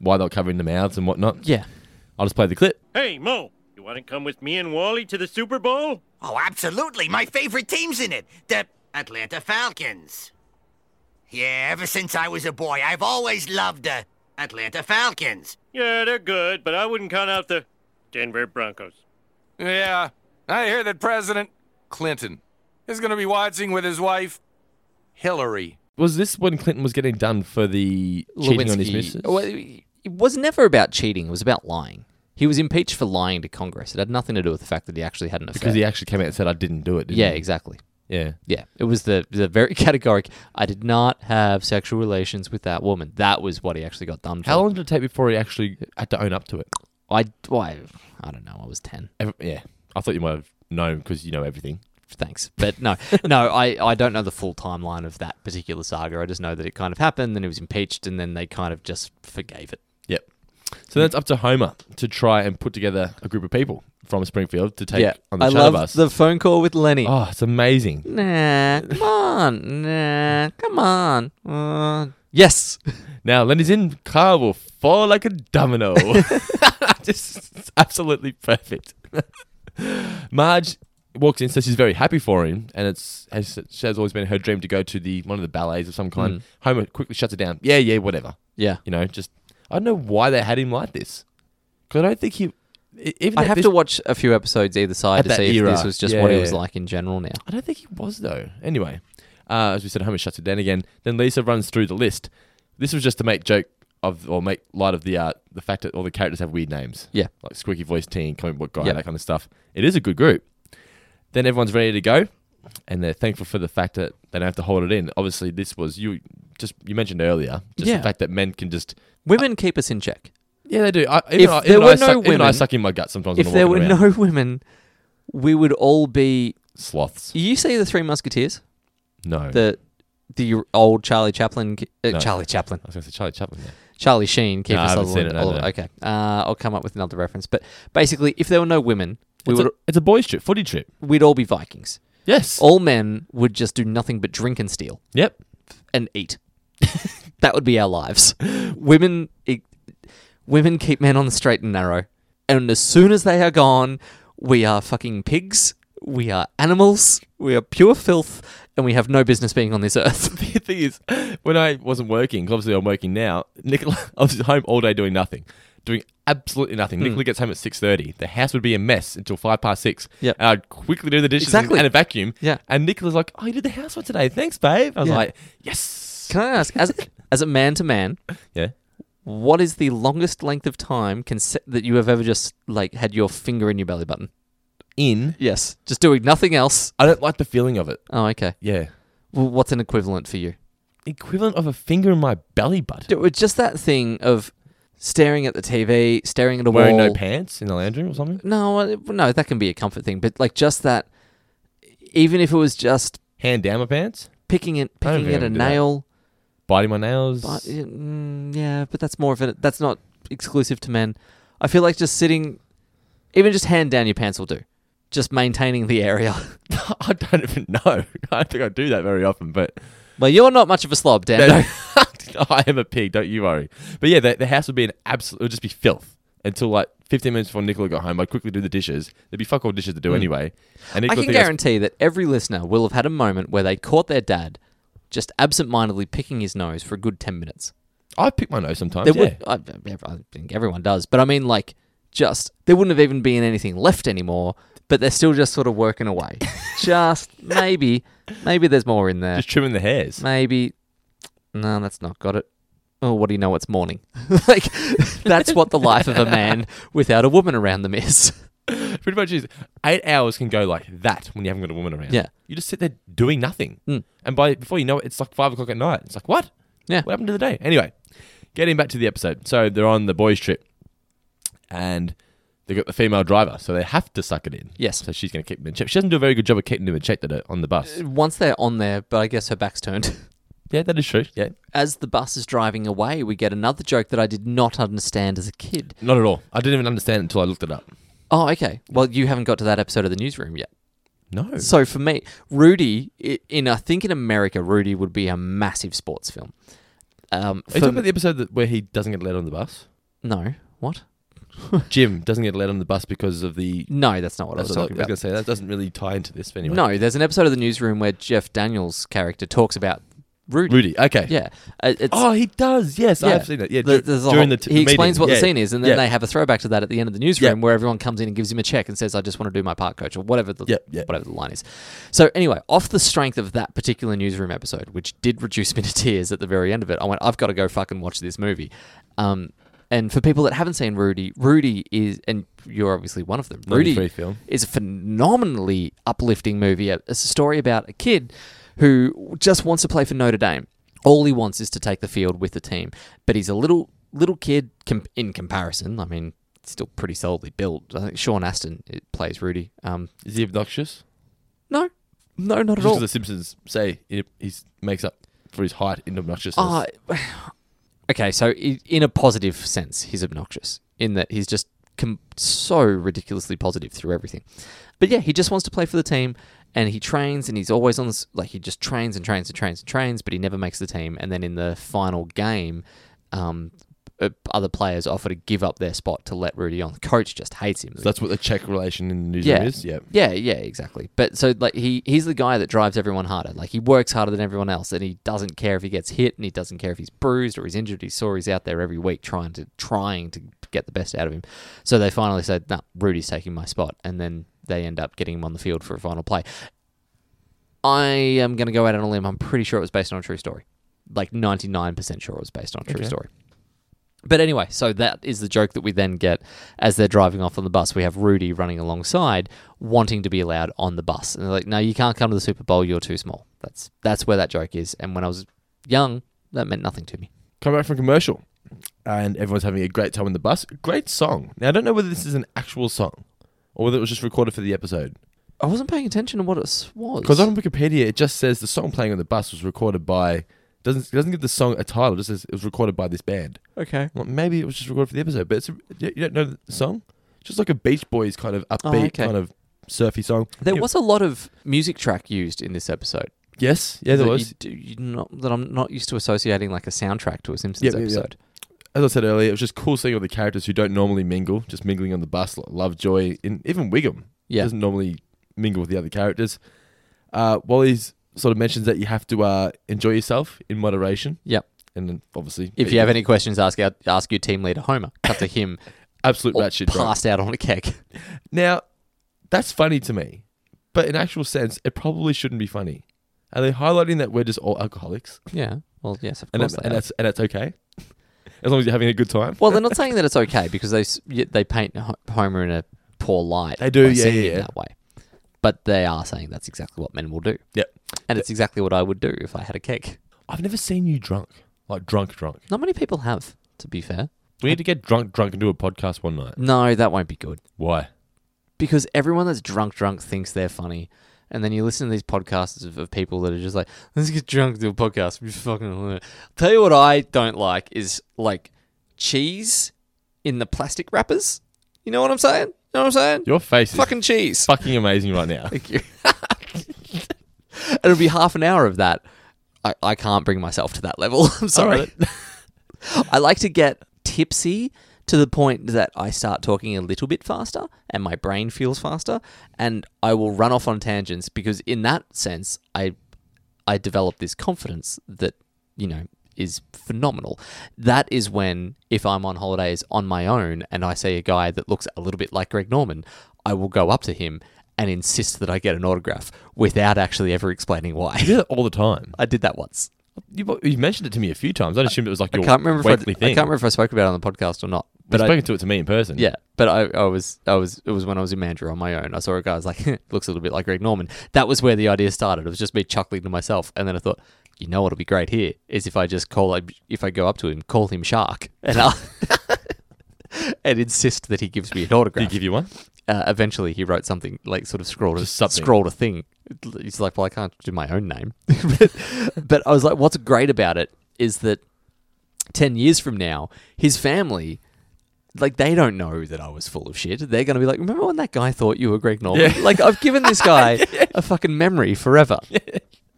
D: why they were covering the mouths and whatnot.
E: Yeah.
D: I'll just play the clip.
F: Hey, Mo, you want to come with me and Wally to the Super Bowl?
H: Oh, absolutely. My favorite team's in it the Atlanta Falcons. Yeah, ever since I was a boy, I've always loved the Atlanta Falcons.
F: Yeah, they're good, but I wouldn't count out the Denver Broncos.
I: Yeah, I hear that President Clinton is going to be watching with his wife, Hillary.
D: Was this when Clinton was getting done for the cheating on his missus?
E: Well, it was never about cheating. It was about lying. He was impeached for lying to Congress. It had nothing to do with the fact that he actually had an affair.
D: Because he actually came out and said, I didn't do it. didn't
E: yeah,
D: he?
E: exactly.
D: Yeah.
E: Yeah, it was the the very categoric. I did not have sexual relations with that woman. That was what he actually got done for.
D: How long did it take before he actually had to own up to it?
E: I why I don't know. I was ten.
D: Ev- yeah. I thought you might have known because you know everything.
E: Thanks, but no, no. I I don't know the full timeline of that particular saga. I just know that it kind of happened. Then he was impeached, and then they kind of just forgave it.
D: Yep. So then it's up to Homer to try and put together a group of people from Springfield to take on the
E: I
D: shuttle
E: love
D: bus.
E: the phone call with Lenny.
D: oh, it's amazing.
E: Nah, come on, nah, come on. Uh, yes,
D: Now, Lenny's in car will fall like a domino. Just it's absolutely perfect. Marge walks in, so she's very happy for him, and it's has, she has always been her dream to go to the one of the ballets of some kind. Homer quickly shuts it down. Yeah, yeah, whatever.
E: yeah.
D: You know, just I don't know why they had him like this. Because I don't think he. e- Even
E: I'd
D: at
E: have
D: this-
E: to watch a few episodes either side
D: At
E: to
D: that
E: see
D: era.
E: if this was just what
D: Yeah.
E: he was like in general now.
D: I don't think he was though. Anyway, uh, as we said, Homer shuts it down again. Then Lisa runs through the list. This was just to make joke of or make light of the uh, the fact that all the characters have weird names.
E: Yeah.
D: like squeaky voice teen, comic book guy,
E: Yep.
D: that kind of stuff. It is a good group. Then everyone's ready to go, and they're thankful for the fact that they don't have to hold it in. Obviously, this was you just you mentioned earlier, just
E: Yeah.
D: the fact that men can just
E: Women keep us in check.
D: yeah they do. I, even
E: If
D: I,
E: there
D: even
E: were
D: I suck,
E: no
D: even I
E: women-
D: suck in my gut sometimes.
E: If
D: when
E: there
D: I'm
E: were
D: walking around.
E: no women, we would all be.
D: sloths,
E: You see the Three Musketeers,
D: no.
E: the the old Charlie Chaplin, uh,
D: No.
E: Charlie Chaplin,
D: I was going to say Charlie Chaplin. Yeah.
E: Charlie Sheen, Kiefer
D: No, I haven't seen
E: Sutherland.
D: it, no,
E: all of-
D: no.
E: Okay, uh, I'll come up with another reference. But basically, if there were no women, we
D: It's,
E: would
D: a, it's a boys' trip, footy trip.
E: we'd all be Vikings.
D: Yes.
E: All men would just do nothing but drink and steal.
D: yep.
E: and eat. that would be our lives. Women, it, women keep men on the straight and narrow, and as soon as they are gone, we are fucking pigs. We are animals. We are pure filth, and we have no business being on this earth.
D: the thing is, when I wasn't working, 'cause obviously I'm working now. Nicola, I was home all day doing nothing, doing absolutely nothing. Nicola gets home at six thirty. The house would be a mess until five past six.
E: Yep.
D: and I'd quickly do the dishes
E: Exactly.
D: and a vacuum.
E: Yeah.
D: and Nicola's like, "Oh, you did the house for today? Thanks, babe." I was
E: Yeah.
D: like, "Yes."
E: Can I ask, as as a man to man,
D: yeah.
E: what is the longest length of time conse- that you have ever just like had your finger in your belly button?
D: In.
E: Yes, just doing nothing else.
D: I don't like the feeling of it.
E: Oh, okay.
D: Yeah.
E: Well, what's an equivalent for you?
D: Equivalent of a finger in my belly button.
E: It was just that thing of staring at the TV, staring at a
D: Wearing
E: wall.
D: no pants in the lounge room or something.
E: No, uh, no, that can be a comfort thing, but like just that. Even if it was just
D: Hand down my pants.
E: picking it,
D: I don't
E: picking
D: think
E: at
D: I
E: a
D: can do that.
E: nail.
D: Biting my nails.
E: But mm, yeah, but that's more of it. That's not exclusive to men. I feel like just sitting, even just hand down your pants will do. Just maintaining the area.
D: I don't even know. I don't think I do that very often, but
E: well, you're not much of a slob, Dan.
D: No, no. I am a pig, don't you worry. But yeah, the, the house would be an absolute, it would just be filth until like 15 minutes before Nicola got home. I'd quickly do the dishes. There'd be fuck all dishes to do anyway. And
E: Hmm.
D: Nicola
E: I can
D: think that's-
E: guarantee that every listener will have had a moment where they caught their dad just absentmindedly picking his nose for a good ten minutes.
D: I pick my nose sometimes.
E: There
D: yeah.
E: would, I, I- I think everyone does, but I mean, like, just there wouldn't have even been anything left anymore. But they're still just sort of working away. just maybe, maybe there's more in there.
D: Just trimming the hairs.
E: Maybe, no, that's not got it. Oh, what do you know? It's morning. like, that's what the life of a man without a woman around them is.
D: Pretty much is. Eight hours can go like that when you haven't got a woman around.
E: Yeah. Hmm.
D: You just sit there doing nothing. And by before you know it, it's like five o'clock at night. It's like, what?
E: Yeah.
D: What happened to the day? Anyway, getting back to the episode. So they're on the boys' trip and they've got the female driver. So they have to suck it in.
E: Yes.
D: So she's going to keep them in check. She doesn't do a very good job of keeping them in check that are on the bus.
E: Once they're on there, but I guess her back's turned.
D: Yeah, that is true. Yeah.
E: As the bus is driving away, we get another joke that I did not understand as a kid.
D: Not at all. I didn't even understand it until I looked it up.
E: Oh, okay. Well, you haven't got to that episode of the newsroom yet.
D: No.
E: So for me, Rudy i- in I think in America, Rudy would be a massive sports film. Um,
D: Are you
E: for-
D: talking about the episode that, where he doesn't get let on the bus?
E: no, what?
D: Jim doesn't get let on the bus because of the.
E: No, that's not what
D: That's
E: I was
D: what Oh, I was
E: talking
D: going
E: about.
D: to say. That doesn't really tie into this but anyway.
E: No, there's an episode of the newsroom where Jeff Daniels' character talks about Rudy.
D: Rudy. Okay.
E: Yeah. Uh, it's,
D: Oh, he does. Yes,
E: yeah.
D: I've seen it. Yeah,
E: The-
D: dur-
E: there's a
D: during the
E: whole-
D: t-
E: he
D: meeting.
E: explains what
D: Yeah.
E: the scene is, and then
D: Yeah.
E: they have a throwback to that at the end of the newsroom
D: Yeah.
E: where everyone comes in and gives him a check and says, "I just want to do my part, coach," or whatever the
D: Yeah, yeah.
E: whatever the line is. So anyway, off the strength of that particular newsroom episode, which did reduce me to tears at the very end of it, I went, "I've got to go fucking watch this movie." Um, and for people that haven't seen Rudy, Rudy is, and you're obviously one of them. Rudy
D: 93 film.
E: is a phenomenally uplifting movie. It's a story about a kid who just wants to play for Notre Dame. All he wants is to take the field with the team, but he's a little little kid com- in comparison. I mean, still pretty solidly built. I think Sean Astin uh, plays Rudy. Um,
D: Is he obnoxious?
E: no, no, not at
D: Just
E: all.
D: as the Simpsons say, he he's- makes up for his height in obnoxiousness.
E: Ah, okay. So i- in a positive sense, he's obnoxious in that he's just com- so ridiculously positive through everything. But yeah, he just wants to play for the team, and he trains, and he's always on this. Like he just trains and trains and trains and trains, but he never makes the team. And then in the final game, um, uh, other players offer to give up their spot to let Rudy on. The coach just hates him.
D: So that's what the check relation in the newsroom
E: yeah.
D: is. Yeah.
E: Yeah, yeah, exactly. But so like he he's the guy that drives everyone harder. Like he works harder than everyone else and he doesn't care if he gets hit and he doesn't care if he's bruised or he's injured. He's sore he's out there every week trying to trying to get the best out of him. So they finally said, nah, Rudy's taking my spot and then they end up getting him on the field for a final play. I am gonna go out on a limb. I'm pretty sure it was based on a true story. Like ninety nine percent sure it was based on a true story. But anyway, so that is the joke that we then get as they're driving off on the bus. We have Rudy running alongside, wanting to be allowed on the bus, and they're like, "No, you can't come to the Super Bowl. You're too small." That's that's where that joke is. And when I was young, that meant nothing to me.
D: Come back from commercial, and everyone's having a great time on the bus. Great song. Now I don't know whether this is an actual song or whether it was just recorded for the episode.
E: I wasn't paying attention to what it was.
D: Because on Wikipedia it just says the song playing on the bus was recorded by doesn't doesn't give the song a title. It just says it was recorded by this band.
E: okay,
D: Well, maybe it was just recorded for the episode, but it's a, you you don't know the song. It's just like a Beach Boys kind of upbeat,
E: Oh, okay.
D: kind of surfy song.
E: there
D: Yeah.
E: was a lot of music track used in this episode.
D: yes, yeah, there
E: that
D: was.
E: you do- you not, that I'm not used to associating like a soundtrack to a Simpsons
D: Yeah, yeah, yeah.
E: episode.
D: as I said earlier, it was just cool seeing all the characters who don't normally mingle, just mingling on the bus. like Lovejoy, and even Wiggum
E: Yeah.
D: doesn't normally mingle with the other characters. Uh, Wally's sort of mentions that you have to uh, enjoy yourself in moderation,
E: Yep.
D: and then obviously,
E: If you have any questions, ask our, ask your team leader Homer. Cut to him
D: absolute
E: or
D: ratchet drunk.
E: passed out on a keg.
D: Now, that's funny to me, but in actual sense, it probably shouldn't be funny. Are they highlighting that we're just all alcoholics,
E: Yeah. Well, yes, of
D: and,
E: course.
D: that's,
E: they
D: and
E: are.
D: that's and that's okay, as long as you're having a good time.
E: Well, they're not saying that it's okay because they s- y- they paint Ho- Homer in a poor light.
D: They do,
E: by
D: yeah,
E: seeing
D: yeah,
E: him
D: yeah.
E: That way, but they are saying that's exactly what men will do,
D: Yep.
E: and it's exactly what I would do if I had a cake.
D: I've never seen you drunk, like drunk, drunk.
E: Not many people have, to be fair.
D: We need to get drunk, drunk, and do a podcast one night.
E: No, that won't be good
D: Why?
E: because everyone that's drunk drunk thinks they're funny, and then you listen to these podcasts of, of people that are just like, "Let's get drunk, do a podcast." We fucking hilarious." tell you what I don't like is like cheese in the plastic wrappers. You know what I'm saying? You know what I'm saying?
D: Your face is
E: fucking cheese.
D: fucking amazing right now.
E: Thank you. It'll be half an hour of that. I, I can't bring myself to that level. I'm sorry. I like to get tipsy to the point that I start talking a little bit faster and my brain feels faster and I will run off on tangents because in that sense I I develop this confidence that you know is phenomenal. That is when if I'm on holidays on my own and I see a guy that looks a little bit like Greg Norman, I will go up to him and insist that I get an autograph without actually ever explaining
D: You do
E: why.
D: that all the time.
E: I did that once.
D: You've, you've mentioned it to me a few times. I assumed it was like your
E: I can't remember if I,
D: weekly
E: I
D: thing.
E: can't remember if I spoke about it on the podcast or not.
D: You've
E: But I,
D: spoken to it to me in person.
E: yeah, but I, I was I was it was when I was in Mandurah on my own. I saw a guy I was like looks a little bit like Greg Norman. That was where the idea started. It was just me chuckling to myself, and then I thought, you know what'll be great here is if I just call if I go up to him, call him Shark, and I and insist that he gives me
D: Did
E: an
D: he
E: autograph.
D: give you one?
E: uh, eventually, he wrote something like sort of scrawled a,
D: Just something.
E: scrawled a thing. He's like, well, I can't do my own name, but, but I was like, what's great about it is that 10 years from now, his family, like, they don't know that I was full of shit. They're going to be like, remember when that guy thought you were Greg Norman? Like, I've given this guy a fucking memory forever.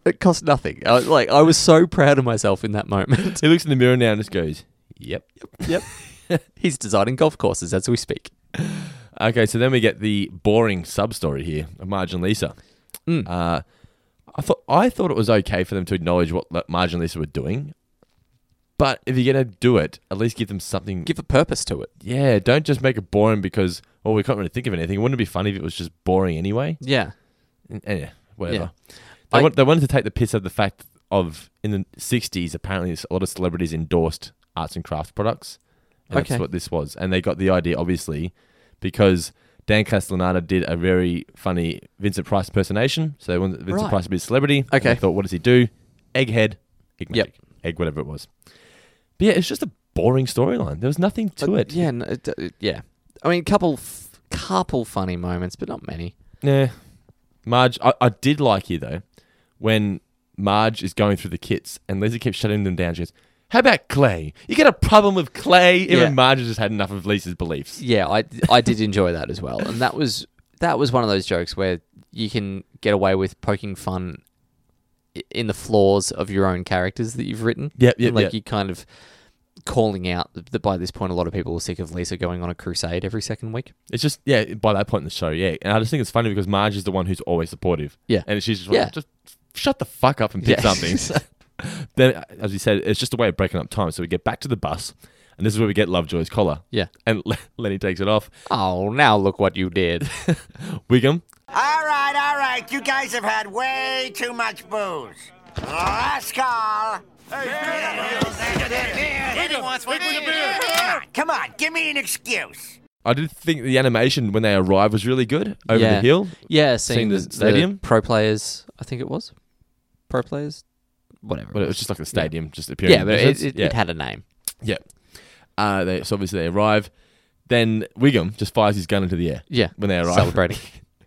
E: It cost nothing. I, like, I was so proud of myself in that moment.
D: He looks in the mirror now and just goes, "Yep."
E: yep. He's designing golf courses as we speak.
D: Okay, so then we get the boring sub story here of Marge and Lisa. Uh, I thought I thought it was okay for them to acknowledge what Le- Marge and Lisa were doing, but if you're gonna do it, at least give them something.
E: Give a purpose to it.
D: yeah, don't just make it boring because well we can't really think of anything. Wouldn't it be funny if it was just boring anyway?
E: Yeah.
D: And- and yeah, whatever. They,
E: I-
D: want, they wanted to take the piss out of the fact of in the '60s, apparently a lot of celebrities endorsed arts and crafts products. And
E: Okay.
D: That's what this was, and they got the idea obviously because Dan Castellaneta did a very funny Vincent Price impersonation. So they wanted Vincent
E: Right.
D: Price to be a celebrity. and they
E: Okay.
D: thought, what does he do? Egghead, egg
E: Yep.
D: magic, egg whatever it was. But yeah, it's just a boring storyline. There was nothing to
E: But
D: it.
E: Yeah. No, it, uh, it- yeah. I mean, couple, f- couple funny moments, but not many.
D: Yeah. Marge, I, I did like you though. When Marge is going through the kits and Lisa keeps shutting them down, she goes, How about Clay? You got a problem with Clay? Even
E: Yeah.
D: Marge has just had enough of Lisa's beliefs.
E: Yeah, I, I did enjoy that as well, and that was that was one of those jokes where you can get away with poking fun i- in the flaws of your own characters that you've written.
D: Yep, yep,
E: like
D: yep.
E: you kind of calling out that by this point a lot of people were sick of Lisa going on a crusade every second week.
D: It's just, yeah, by that point in the show, yeah. And I just think it's funny because Marge is the one who's always supportive.
E: Yeah.
D: And she's just like,
E: Yeah.
D: just shut the fuck up and pick
E: Yeah.
D: something. then, uh, as you said, it's just a way of breaking up time. So we get back to the bus, and this is where we get Lovejoy's collar.
E: Yeah.
D: And Le- Lenny takes it off.
E: Oh, now look what you did.
D: Wiggum,
H: All right, all right. You guys have had way too much booze. Rascal! Come on, give me an excuse.
D: I did think the animation when they arrive was really good over
E: yeah.
D: the hill.
E: Yeah, seeing
D: the
E: the,
D: stadium?
E: stadium pro players. I think it was pro players, whatever.
D: But it was just like a stadium, just appearing.
E: yeah, but it,
D: visits.
E: it,
D: yeah.
E: it had a name.
D: yeah. Uh, they, so obviously they arrive. Then Wiggum just fires his gun into the air.
E: Yeah,
D: When they arrive.
E: celebrating.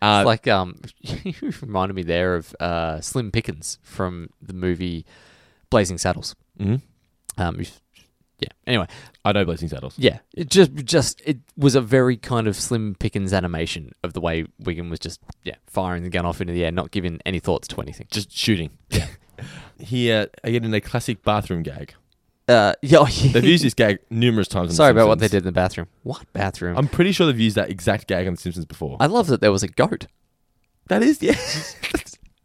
D: Uh,
E: It's like um, you reminded me there of uh, Slim Pickens from the movie Blazing Saddles.
D: Mhm.
E: Um, if- yeah. Anyway,
D: I know Blazing Saddles.
E: yeah. It just, just it was a very kind of Slim Pickens animation of the way Wigan was just yeah firing the gun off into the air, not giving any thoughts to anything.
D: Just shooting. Yeah. Here, again, in a classic bathroom gag.
E: Uh, yeah.
D: They've used this gag numerous times. on The
E: Sorry about what they
D: Simpsons.
E: did in the bathroom. What bathroom? i
D: I'm pretty sure they've used that exact gag on The Simpsons before.
E: love that there was a goat.
D: that is, yeah.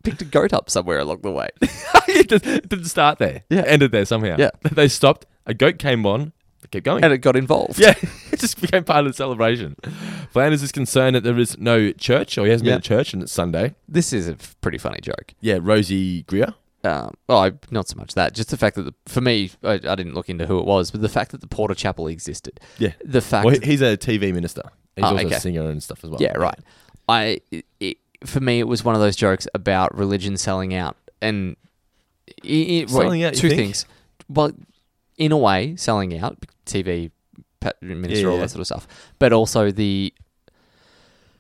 E: Picked a goat up somewhere along the way.
D: it just- it didn't start there. Yeah. Ended there somehow.
E: Yeah.
D: They stopped. A goat came on. They kept going.
E: And it got involved.
D: Yeah, it just became part of the celebration. Flanders is concerned that there is no church, or he hasn't
E: Yeah.
D: been to church, and it's Sunday.
E: This is a f- pretty funny joke.
D: Yeah, Rosie Greer.
E: um, well, I, not so much that. Just the fact that the, for me, I, I didn't look into who it was, but the fact that the Porter Chapel existed.
D: Yeah.
E: The fact.
D: Well, he- he's a TV minister. He's
E: Ah,
D: also
E: okay.
D: a singer and stuff as well.
E: yeah. Right. I. It, it, for me, it was one of those jokes about religion selling out, and i i- well,
D: Selling out, you
E: two
D: think?
E: things. Well, in a way, selling out TV pa- minister,
D: Yeah,
E: all
D: yeah.
E: that sort of stuff, but also the.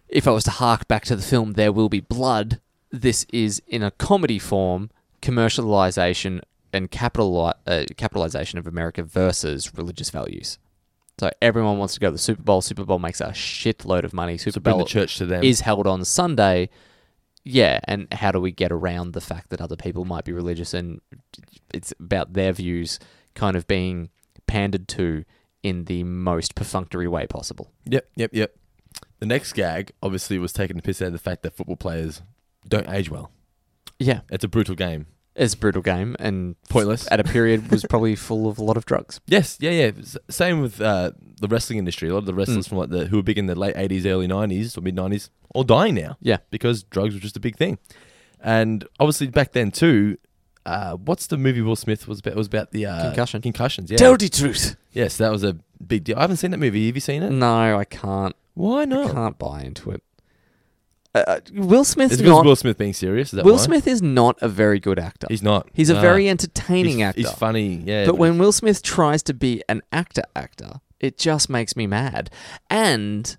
E: If I was to hark back to the film, there will be blood. This is in a comedy form, commercialization and capitali- uh, capitalization of America versus religious values. So everyone wants to go to the Super Bowl. Super Bowl makes a shitload of money. Super
D: bring the
E: Bowl
D: church to them.
E: is held on Sunday. Yeah, and how do we get around the fact that other people might be religious and it's about their views kind of being pandered to in the most perfunctory way possible?
D: Yep, yep, yep. The next gag obviously was taking the piss out of the fact that football players don't age well.
E: Yeah,
D: It's a brutal game.
E: it's a brutal game and
D: Pointless.
E: at a period was probably full of a lot of drugs.
D: Yes, yeah, yeah. S- Same with uh, the wrestling industry. A lot of the wrestlers from like the who were big in the late eighties, early nineties, or mid nineties, all dying now.
E: Yeah.
D: because drugs were just a big thing, and obviously back then too. Uh, what's the movie Will Smith was about? It was about the uh,
E: Concussion.
D: Concussions. Yeah.
E: the truth.
D: yes, that was a big deal. I haven't seen that movie. Have you seen it?
E: No, Mm. I can't.
D: Why not?
E: Can't buy into it. Oh. Uh, Will Smith's
D: It's because
E: not.
D: Will Smith being serious. Is that
E: Will
D: why?
E: Smith is not a very good actor.
D: He's not.
E: He's a
D: Nah.
E: very
D: He's-
E: entertaining actor.
D: He's funny. Yeah,
E: But when Will Smith tries to be an actor actor, it just makes me mad. And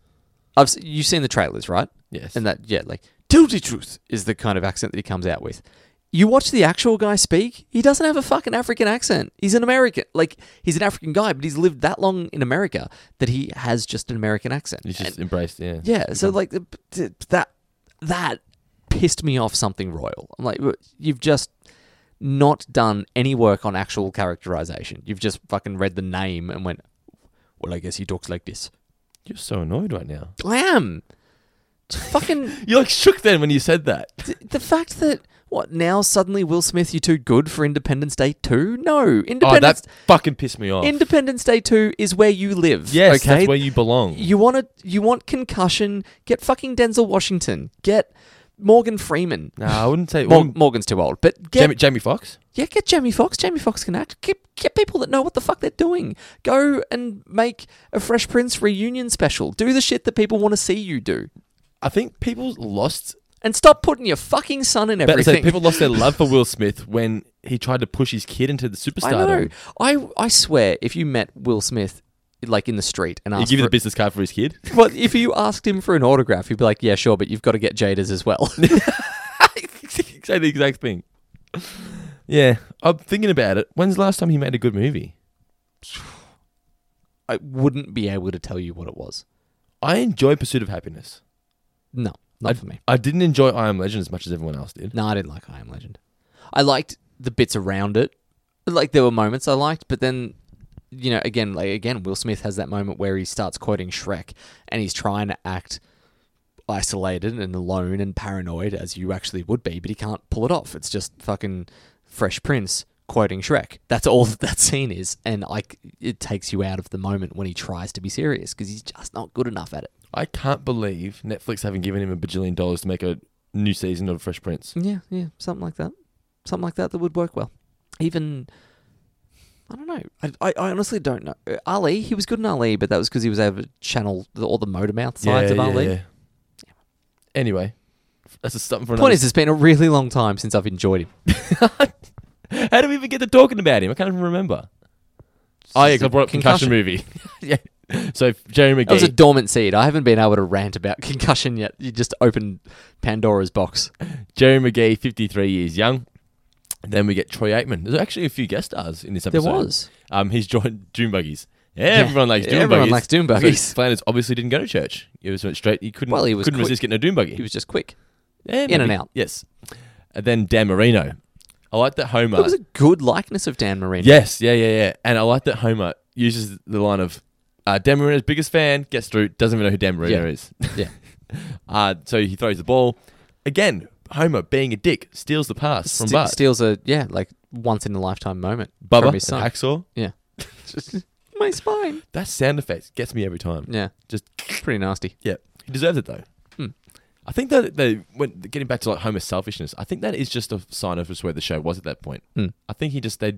E: I've s- you've seen the trailers, right?
D: Yes.
E: And that yeah, like tell the truth is the kind of accent that he comes out with. You watch the actual guy speak, he doesn't have a fucking African accent. He's an American. Like he's an African guy, but he's lived that long in America that he has just an American accent.
D: he's
E: And-
D: just embraced. Yeah,
E: yeah, so like the- th- that that pissed me off something royal. I'm like, "Look, you've just not done any work on actual characterization. You've just fucking read the name and went, well, I guess he talks like this.
D: You're so annoyed right now.
E: I am. Just fucking
D: You like shook then when you said that.
E: th- the fact that What, now suddenly Will Smith, you too good for Independence Day 2? No.
D: Oh, that
E: Independence,
D: fucking pissed me off.
E: Independence Day 2 is where you live.
D: yes,
E: okay?
D: that's where you belong.
E: You want to, you want concussion? Get fucking Denzel Washington. Get Morgan Freeman.
D: no, I wouldn't say.
E: Mor-
D: wouldn't-
E: Morgan's too old, but get
D: Jamie, Jamie Fox.
E: yeah, get Jamie Fox. Jamie Fox can act. Get get people that know what the fuck they're doing. Go and make a Fresh Prince reunion special. Do the shit that people want to see you do,
D: I think people lost.
E: and stop putting your fucking son in
D: But I
E: everything.
D: say people lost their love for Will Smith when he tried to push his kid into the
E: I know.
D: superstardom. eh?
E: I I swear, if you met Will Smith like in the street and
D: He
E: asked
D: give you
E: for
D: the business card for his kid.
E: Well, if you asked him for an autograph, he'd be like, "Yeah, sure, but you've got to get Jada's as well."
D: say the exact thing. Yeah, I'm thinking about it. When's the last time he made a good movie?
E: I wouldn't be able to tell you what it was.
D: I enjoy Pursuit of Happiness.
E: No, not for me.
D: I didn't enjoy I Am Legend as much as everyone else did.
E: No, I didn't like I Am Legend. I liked the bits around it. Like there were moments I liked, but then you know, again, like again, Will Smith has that moment where he starts quoting Shrek and he's trying to act isolated and alone and paranoid as you actually would be, but he can't pull it off. It's just fucking Fresh Prince quoting Shrek. That's all that, that scene is, and like it takes you out of the moment when he tries to be serious because he's just not good enough at it.
D: I can't believe Netflix haven't given him a bajillion dollars to make a new season of Fresh Prince.
E: Yeah, yeah, something like that. Something like that that would work well. Even, I don't know. I, I, I honestly don't know. Uh, Ali, he was good in Ali, but that was because he was able to channel the, all the motor mouth sides of Ali.
D: Anyway, that's just something for
E: Point
D: another.
E: is, it's been a really long time since I've enjoyed him.
D: How do we even get to talking about him? I can't even remember. Oh yeah, 'cause I brought up concussion,
E: Concussion.
D: movie. yeah. So Jerry
E: That was a
D: McGee.
E: dormant seed. I haven't been able to rant about concussion yet. You just opened Pandora's box.
D: Jerry McGee, fifty-three years young. Then we get Troy Aikman. There's actually a few guest stars in this
E: There
D: episode.
E: was.
D: Um, he's joined Doom Buggies. Everyone likes Doom
E: everyone
D: Buggies.
E: likes Doom Buggies.
D: So Flanders obviously didn't go to church. He was went straight. He couldn't.
E: Well, he was
D: couldn't
E: quick.
D: resist getting a Doom Buggy.
E: He was just quick.
D: Yeah,
E: in and
D: maybe.
E: out.
D: Yes. And then Dan Marino. I like that Homer.
E: That was a good likeness of Dan Marino.
D: yes, yeah, yeah, yeah. And I like that Homer uses the line of uh, Dan Marino's biggest fan gets through, doesn't even know who Dan Marino
E: Yeah.
D: is.
E: Yeah.
D: Uh, so he throws the ball. Again, Homer being a dick steals the pass from
E: Ste-
D: Bart.
E: steals a yeah, like once in a lifetime moment
D: Bubba,
E: from his son.
D: Axel.
E: Yeah. My spine.
D: That sound effect gets me every time.
E: Yeah.
D: Just
E: Pretty nasty.
D: Yeah, he deserves it though.
E: Hmm.
D: I think that they when getting back to like Homer's selfishness. I think that is just a sign of just where the show was at that point.
E: Hmm.
D: I think he just they,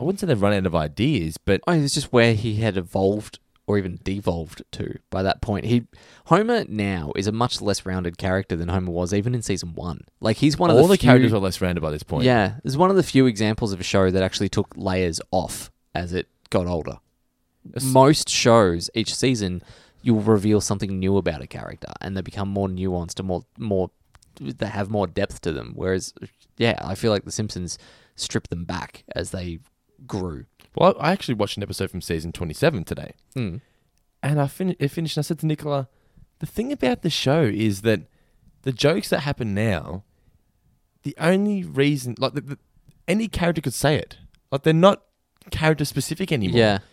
D: I wouldn't say they've run out of ideas, but
E: Oh, it's just where he had evolved or even devolved to by that point. He Homer now is a much less rounded character than Homer was even in season one. Like he's one of
D: all the,
E: few-
D: characters are less rounded by this point.
E: Yeah, it's one of the few examples of a show that actually took layers off as it got older. Most shows each season you'll reveal something new about a character and they become more nuanced and more more they have more depth to them. Whereas yeah, I feel like The Simpsons stripped them back as they grew.
D: Well, I I actually watched an episode from season twenty-seven today,
E: Hmm.
D: and I, fin- it finished. And I said to Nicola, the thing about the show is that the jokes that happen now, the only reason like the, the, any character could say it, like they're not character specific anymore.
E: Yeah. Hmm.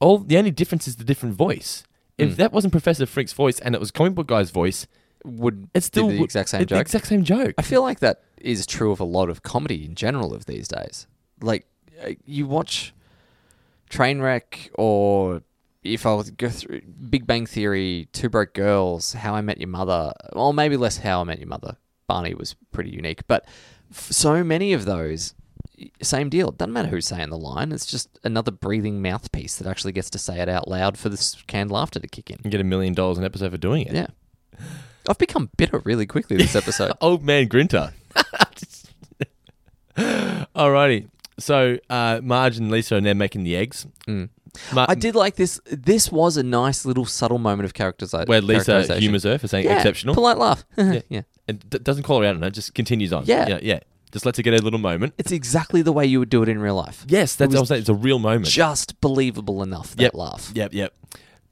D: all the only difference is the different voice. If that wasn't Professor Frink's voice and it was Comic Book Guy's voice,
E: would
D: it's still
E: be the exact same
D: it's the
E: joke.
D: exact same joke.
E: I feel like that is true of a lot of comedy in general of these days. Like uh, you watch Trainwreck or if I was go through Big Bang Theory, Two Broke Girls, How I Met Your Mother, or maybe less How I Met Your Mother. Barney was pretty unique, but f- so many of those y- same deal. Doesn't matter who's saying the line. It's just another breathing mouthpiece that actually gets to say it out loud for this canned laughter to kick in.
D: You get a million dollars an episode for doing it.
E: Yeah. I've become bitter really quickly this episode.
D: Old man Grinter. Alrighty. So uh, Marge and Lisa are now making the eggs. Mar-
E: Hmm. I did like this. This was a nice little subtle moment of characterization.
D: Where Lisa humours her for saying
E: yeah,
D: exceptional.
E: polite laugh. yeah. yeah,
D: and d- doesn't call her out on it, just continues on.
E: Yeah.
D: yeah. yeah. Just lets her get a little moment.
E: it's exactly the way you would do it in real life.
D: Yes, that's
E: was
D: what I'm saying. It's a real moment.
E: just believable enough that
D: yep.
E: laugh.
D: Yep, yep.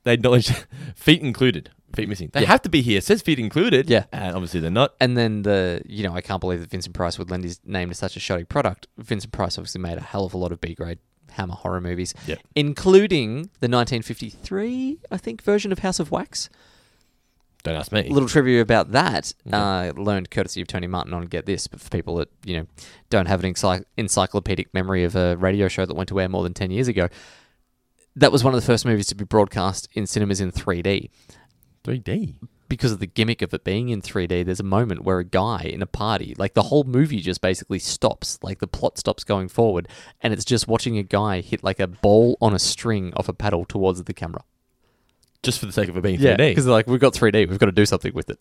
D: They acknowledge feet included. Feet missing. They have to be here. It says feet included.
E: Yeah.
D: And obviously they're not.
E: And then the you know I can't believe that Vincent Price would lend his name to such a shoddy product. Vincent Price obviously made a hell of a lot of B grade Hammer horror movies,
D: Yep.
E: including the 1953 I think version of House of Wax.
D: Don't ask me.
E: little trivia about that uh, learned courtesy of Tony Martin on Get This, but for people that you know don't have an encycl- encyclopedic memory of a radio show that went to air more than ten years ago, that was one of the first movies to be broadcast in cinemas in 3D.
D: 3D.
E: Because of the gimmick of it being in 3D, there's a moment where a guy in a party, like the whole movie just basically stops, like the plot stops going forward, and it's just watching a guy hit like a ball on a string off a paddle towards the camera.
D: Just for the sake of it being
E: Yeah,
D: 3D.
E: because like we've got 3D, we've got to do something with it.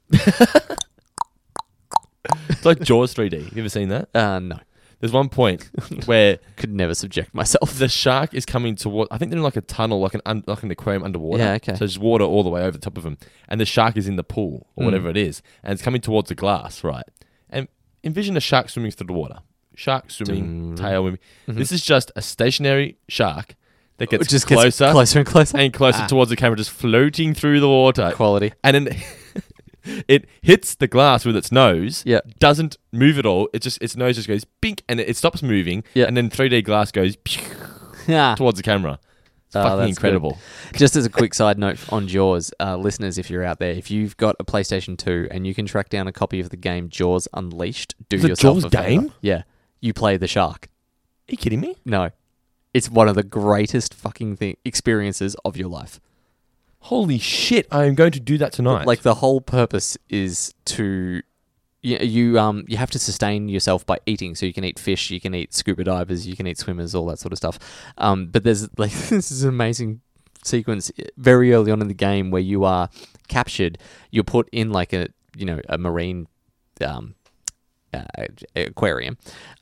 D: It's like Jaws 3D. Have you ever seen that?
E: Uh, no,
D: There's one point where
E: could never subject myself.
D: the shark is coming toward. I think they're in like a tunnel, like an un, like an aquarium underwater.
E: Yeah, okay.
D: So there's water all the way over the top of them, and the shark is in the pool
E: Hmm.
D: or whatever it is, and it's coming towards the glass, right? And envision a shark swimming through the water. Shark swimming, tail swimming. This is just a stationary shark that gets
E: It Mm-hmm. just gets
D: closer,
E: closer Ah. and closer.
D: and closer towards the camera, just floating through the water.
E: Quality.
D: and then. It hits the glass with its nose.
E: Yeah.
D: Doesn't move at all. It just its nose just goes bink and it, it stops moving.
E: Yeah.
D: And then 3D glass goes
E: Yeah.
D: towards the camera. It's
E: Oh,
D: fucking
E: that's
D: incredible.
E: good. Just as a quick side note on Jaws, uh, listeners, if you're out there, if you've got a PlayStation 2 and you can track down a copy of the game Jaws Unleashed, do
D: There's a
E: yourself
D: Jaws
E: a favor.
D: game?
E: Yeah, you play the shark.
D: Are you kidding me?
E: No, it's one of the greatest fucking thing experiences of your life.
D: Holy shit! I am going to do that tonight.
E: Like the whole purpose is to you, you um you have to sustain yourself by eating. So you can eat fish, you can eat scuba divers, you can eat swimmers, all that sort of stuff. Um, but there's like this is an amazing sequence eh, very early on in the game where you are captured. You're put in like a you know a marine um uh, aquarium.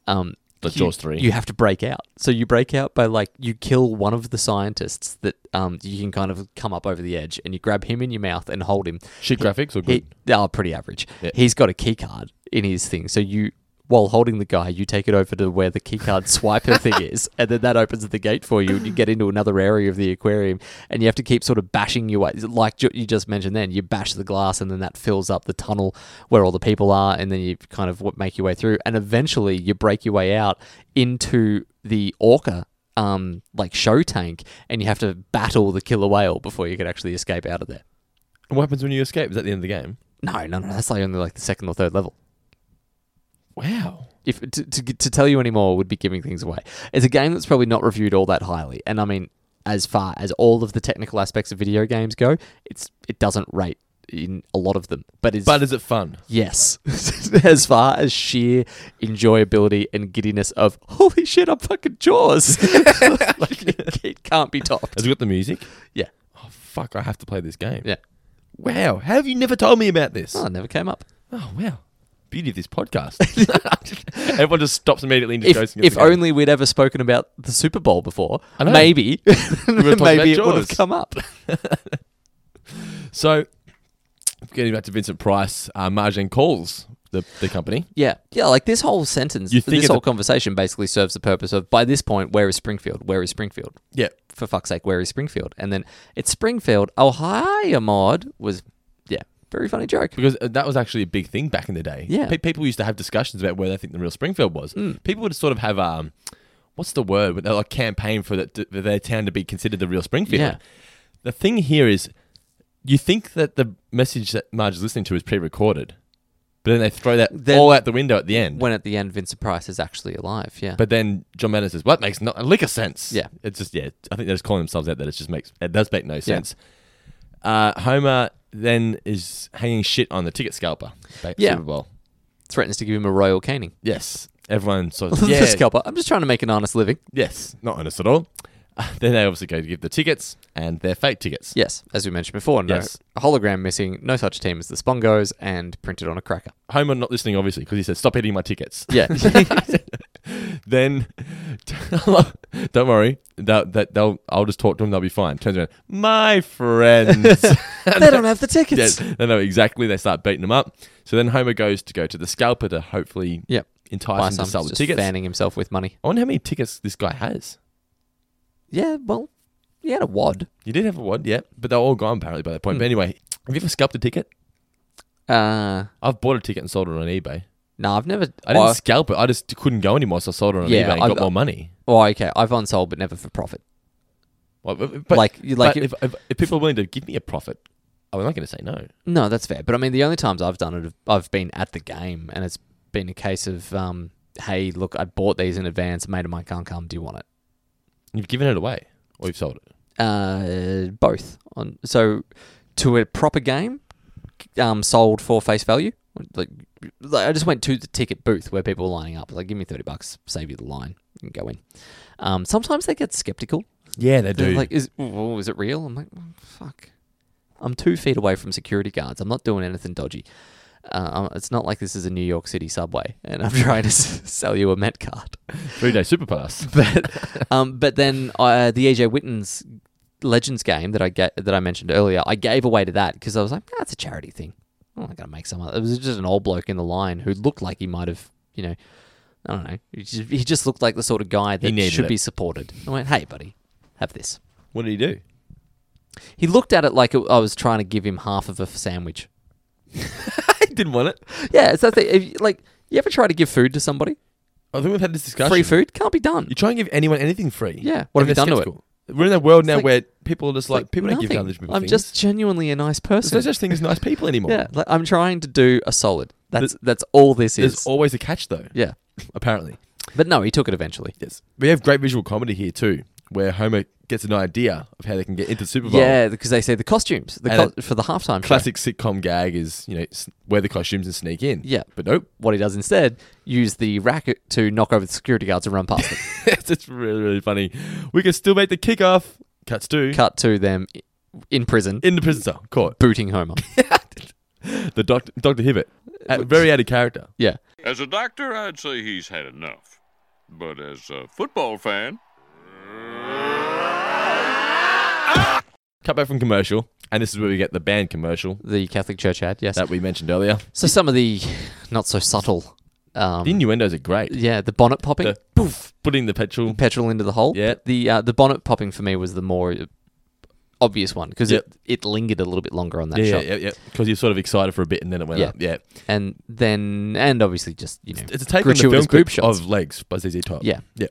E: Um,
D: Like
E: you-
D: Jaws 3.
E: You have to break out. So you break out by like you kill one of the scientists that um you can kind of come up over the edge and you grab him in your mouth and hold him.
D: shit graphics or
E: He
D: good?
E: they are pretty average. He's got a key card in his thing. So you while holding the guy, you take it over to where the key card swiper thing is, and then that opens the gate for you, and you get into another area of the aquarium, and you have to keep sort of bashing your way, like ju- you just mentioned. Then you bash the glass, and then that fills up the tunnel where all the people are, and then you kind of w- make your way through, and eventually you break your way out into the orca um, like show tank, and you have to battle the killer whale before you can actually escape out of there.
D: And what happens when you escape? Is that the end of the game?
E: No, no, no. That's like only like the second or third level.
D: Wow.
E: If to, to to tell you any more would be giving things away. It's a game that's probably not reviewed all that highly, and I mean, as far as all of the technical aspects of video games go, it's it doesn't rate in a lot of them. But it's
D: But is it fun?
E: yes, as far as sheer enjoyability and giddiness of holy shit, I'm fucking Jaws. like, it, it can't be topped.
D: Has it got the music?
E: Yeah,
D: Oh fuck! I have to play this game.
E: yeah.
D: Wow. How have you never told me about this?
E: Oh,
D: Oh,
E: it never came up.
D: wow. Beauty of this podcast. Everyone just stops immediately and just goes.
E: if,
D: And gets
E: if
D: the game.
E: only we'd ever spoken about the Super Bowl before,
D: I know.
E: maybe
D: talked
E: maybe
D: about
E: it would have
D: Jaws.
E: come up.
D: So, getting back to Vincent Price, uh, Margin calls the, the company.
E: Yeah, yeah. Like this whole sentence,
D: You think
E: this
D: at the-
E: whole conversation basically serves the purpose of by this point, where is Springfield? Where is Springfield?
D: Yeah.
E: For fuck's sake, where is Springfield? And then it's Springfield. Oh hi, Ahmad was yeah, very funny joke.
D: Because uh, that was actually a big thing back in the day.
E: Yeah. Hmm.
D: Pe- people used to have discussions about where they think the real Springfield was. People would sort of have um, what's the word? But They're like campaign for, that for their town to be considered the real Springfield.
E: Yeah.
D: The thing here is, you think that the message that Marge is listening to is pre-recorded, but then they throw that
E: Then-
D: all out the window at the end.
E: When at the end, Vincent Price is actually alive. Yeah,
D: but then John Madden says, "Well, that makes not a lick of sense."
E: Yeah.
D: it's just yeah. I think they're just calling themselves out that it just makes it does make no sense. Uh, Homer then is hanging shit on the ticket scalper. Back at
E: Yeah.
D: Super Bowl.
E: threatens to give him a royal caning.
D: Yes. Everyone sort of
E: Yeah.
D: yeah,
E: Scalper. I'm just trying to make an honest living.
D: yes, not honest at all. Uh, then they obviously go to give the tickets, and they're fake tickets.
E: Yes, as we mentioned before. No
D: Yes.
E: a hologram missing. No such team as the Spongos, and printed on a cracker.
D: Homer not listening, obviously, because he says, "Stop eating my tickets."
E: Yeah,
D: Then, don't worry, that that they'll I'll just talk to them. They'll be fine. Turns around, my friends.
E: they don't have the tickets.
D: Yeah, they know exactly. They start beating him up. So then Homer goes to go to the scalper to hopefully
E: Yep.
D: entice
E: Buy
D: him
E: some,
D: to sell the
E: just
D: tickets.
E: fanning himself with money.
D: I wonder how many tickets this guy has.
E: Yeah, well, he had a wad.
D: You did have a one, yeah, but they're all gone apparently by that
E: Hmm.
D: point. But anyway, have you ever scalped a ticket?
E: Uh,
D: I've bought a ticket and sold it on eBay.
E: no, I've never.
D: I didn't
E: oh,
D: scalp it. I just couldn't go anymore, so I sold it on
E: Yeah,
D: eBay and
E: I've-
D: got more money.
E: oh, okay. I've unsold, but never for profit.
D: Well, But, but-
E: Like- you- like
D: but
E: if-
D: if, if, if people are willing to give me a profit, Oh, we're not going to say no.
E: No, that's fair. But I mean, the only times I've done it, have- I've been at the game, and it's been a case of, um, hey, look, I bought these in advance. A mate of mine can't come. Do you want it?
D: You've given it away, or you've sold it.
E: Uh, both. On so to a proper game, um, sold for face value. Like, like I just went to the ticket booth where people were lining up. Like, give me thirty bucks, save you the line, you can go in. Um, sometimes they get skeptical.
D: Yeah, they
E: They're
D: do.
E: like, is oh, is it real? I'm like, well, fuck. I'm two feet away from security guards. I'm not doing anything dodgy. Uh, um, it's not like this is a New York City subway, and I'm trying to s- sell you a Met card.
D: Three day super pass.
E: But um, but then uh, the EJ Witten's Legends game that I get that I mentioned earlier, I gave away to that because I was like, that's a charity thing. I'm not gonna make some. Other. It was just an old bloke in the line who looked like he might have, you know, I don't know. He just, he just looked like the sort of guy that
D: needed
E: should
D: it.
E: be supported. I went, hey buddy, have this.
D: what did he do?
E: He looked at it like it, I was trying to give him half of a f- sandwich.
D: I didn't want it.
E: Yeah, it's that thing. If, you- like, you ever try to give food to somebody?
D: I think we've had this discussion.
E: Free food can't be done.
D: You try and give anyone anything free.
E: Yeah, what
D: and
E: have you
D: they're
E: done to it?
D: to it? We're in a world now
E: like-
D: where people are just like,
E: Like,
D: people don't give
E: nothing.
D: other people
E: I'm
D: things.
E: just genuinely a nice
D: There's
E: person.
D: no such thing as nice people anymore.
E: yeah, like, I'm trying to do a solid. That's that's all this
D: There's
E: is.
D: always a catch though.
E: yeah,
D: Apparently.
E: but no, he took it eventually.
D: Yes. We have great visual comedy here too, where Homer gets an idea of how they can get into the Super Bowl.
E: Yeah, because they say the costumes the
D: And
E: co- for the halftime show.
D: Classic sitcom gag is you know s- wear the costumes and sneak in.
E: Yeah.
D: But nope.
E: What he does instead, use the racket to knock over the security guards and run past them.
D: it's just really really funny. We can still make the kickoff. Cuts to
E: Cut to them i- in prison,
D: in the prison cell caught.
E: booting Homer.
D: The doctor Doctor Hibbert,
E: Uh,
D: a very out of character.
E: yeah,
J: As a doctor, I'd say he's had enough. But as a football fan,
D: Cut back from commercial, and this is where we get the band commercial
E: the Catholic Church ad. Yes.
D: that we mentioned earlier.
E: so some of the not so subtle. Um,
D: The innuendos are great.
E: Yeah, the bonnet popping,
D: The poof, putting the petrol.
E: petrol into the hole.
D: Yeah.
E: But The uh, the bonnet popping for me was the more uh, obvious one because
D: Yep.
E: it, it lingered a little bit longer on that
D: Yeah, yeah,
E: shot.
D: yeah, Because you're sort of excited for a bit, and then it went
E: Yeah.
D: up. Yeah,
E: And then and obviously just you know
D: it's a take on the film
E: gratuitous
D: clip
E: boob shots.
D: of legs by ZZ Top.
E: Yeah.
D: yeah.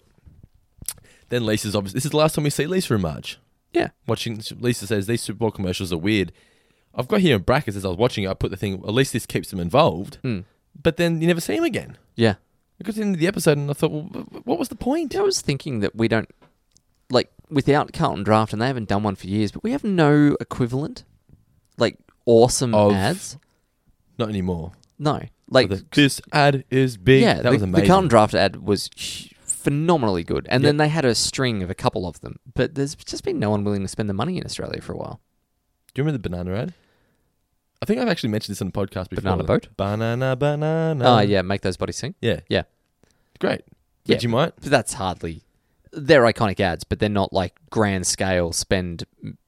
D: Then Lisa's obviously. This is the last time we see Lisa in March.
E: yeah.
D: Watching Lisa says these Super Bowl commercials are weird. I've got here in brackets as I was watching. it, I put the thing. At least this keeps them involved.
E: Hmm.
D: But then you never see him again.
E: Yeah.
D: I got to the end of the episode and I thought, well, wh- wh- what was the point?
E: I was thinking that we don't like without Carlton Draft and they haven't done one for years, but we have no equivalent like awesome
D: Of-
E: ads.
D: Not anymore.
E: No. Like
D: The- this ad is big.
E: yeah,
D: that
E: the,
D: was
E: the
D: amazing.
E: Carlton Draft ad was hu- phenomenally good. And then they had a string of a couple of them, but there's just been no one willing to spend the money in Australia for a while.
D: Do you remember the banana ad? I think I've actually mentioned this on the podcast before.
E: Banana boat?
D: Banana, banana.
E: Oh, yeah, make those bodies sing.
D: Yeah.
E: Yeah.
D: Great.
E: Yeah.
D: Did you might?
E: But that's hardly. They're iconic ads, but they're not like grand scale spend m-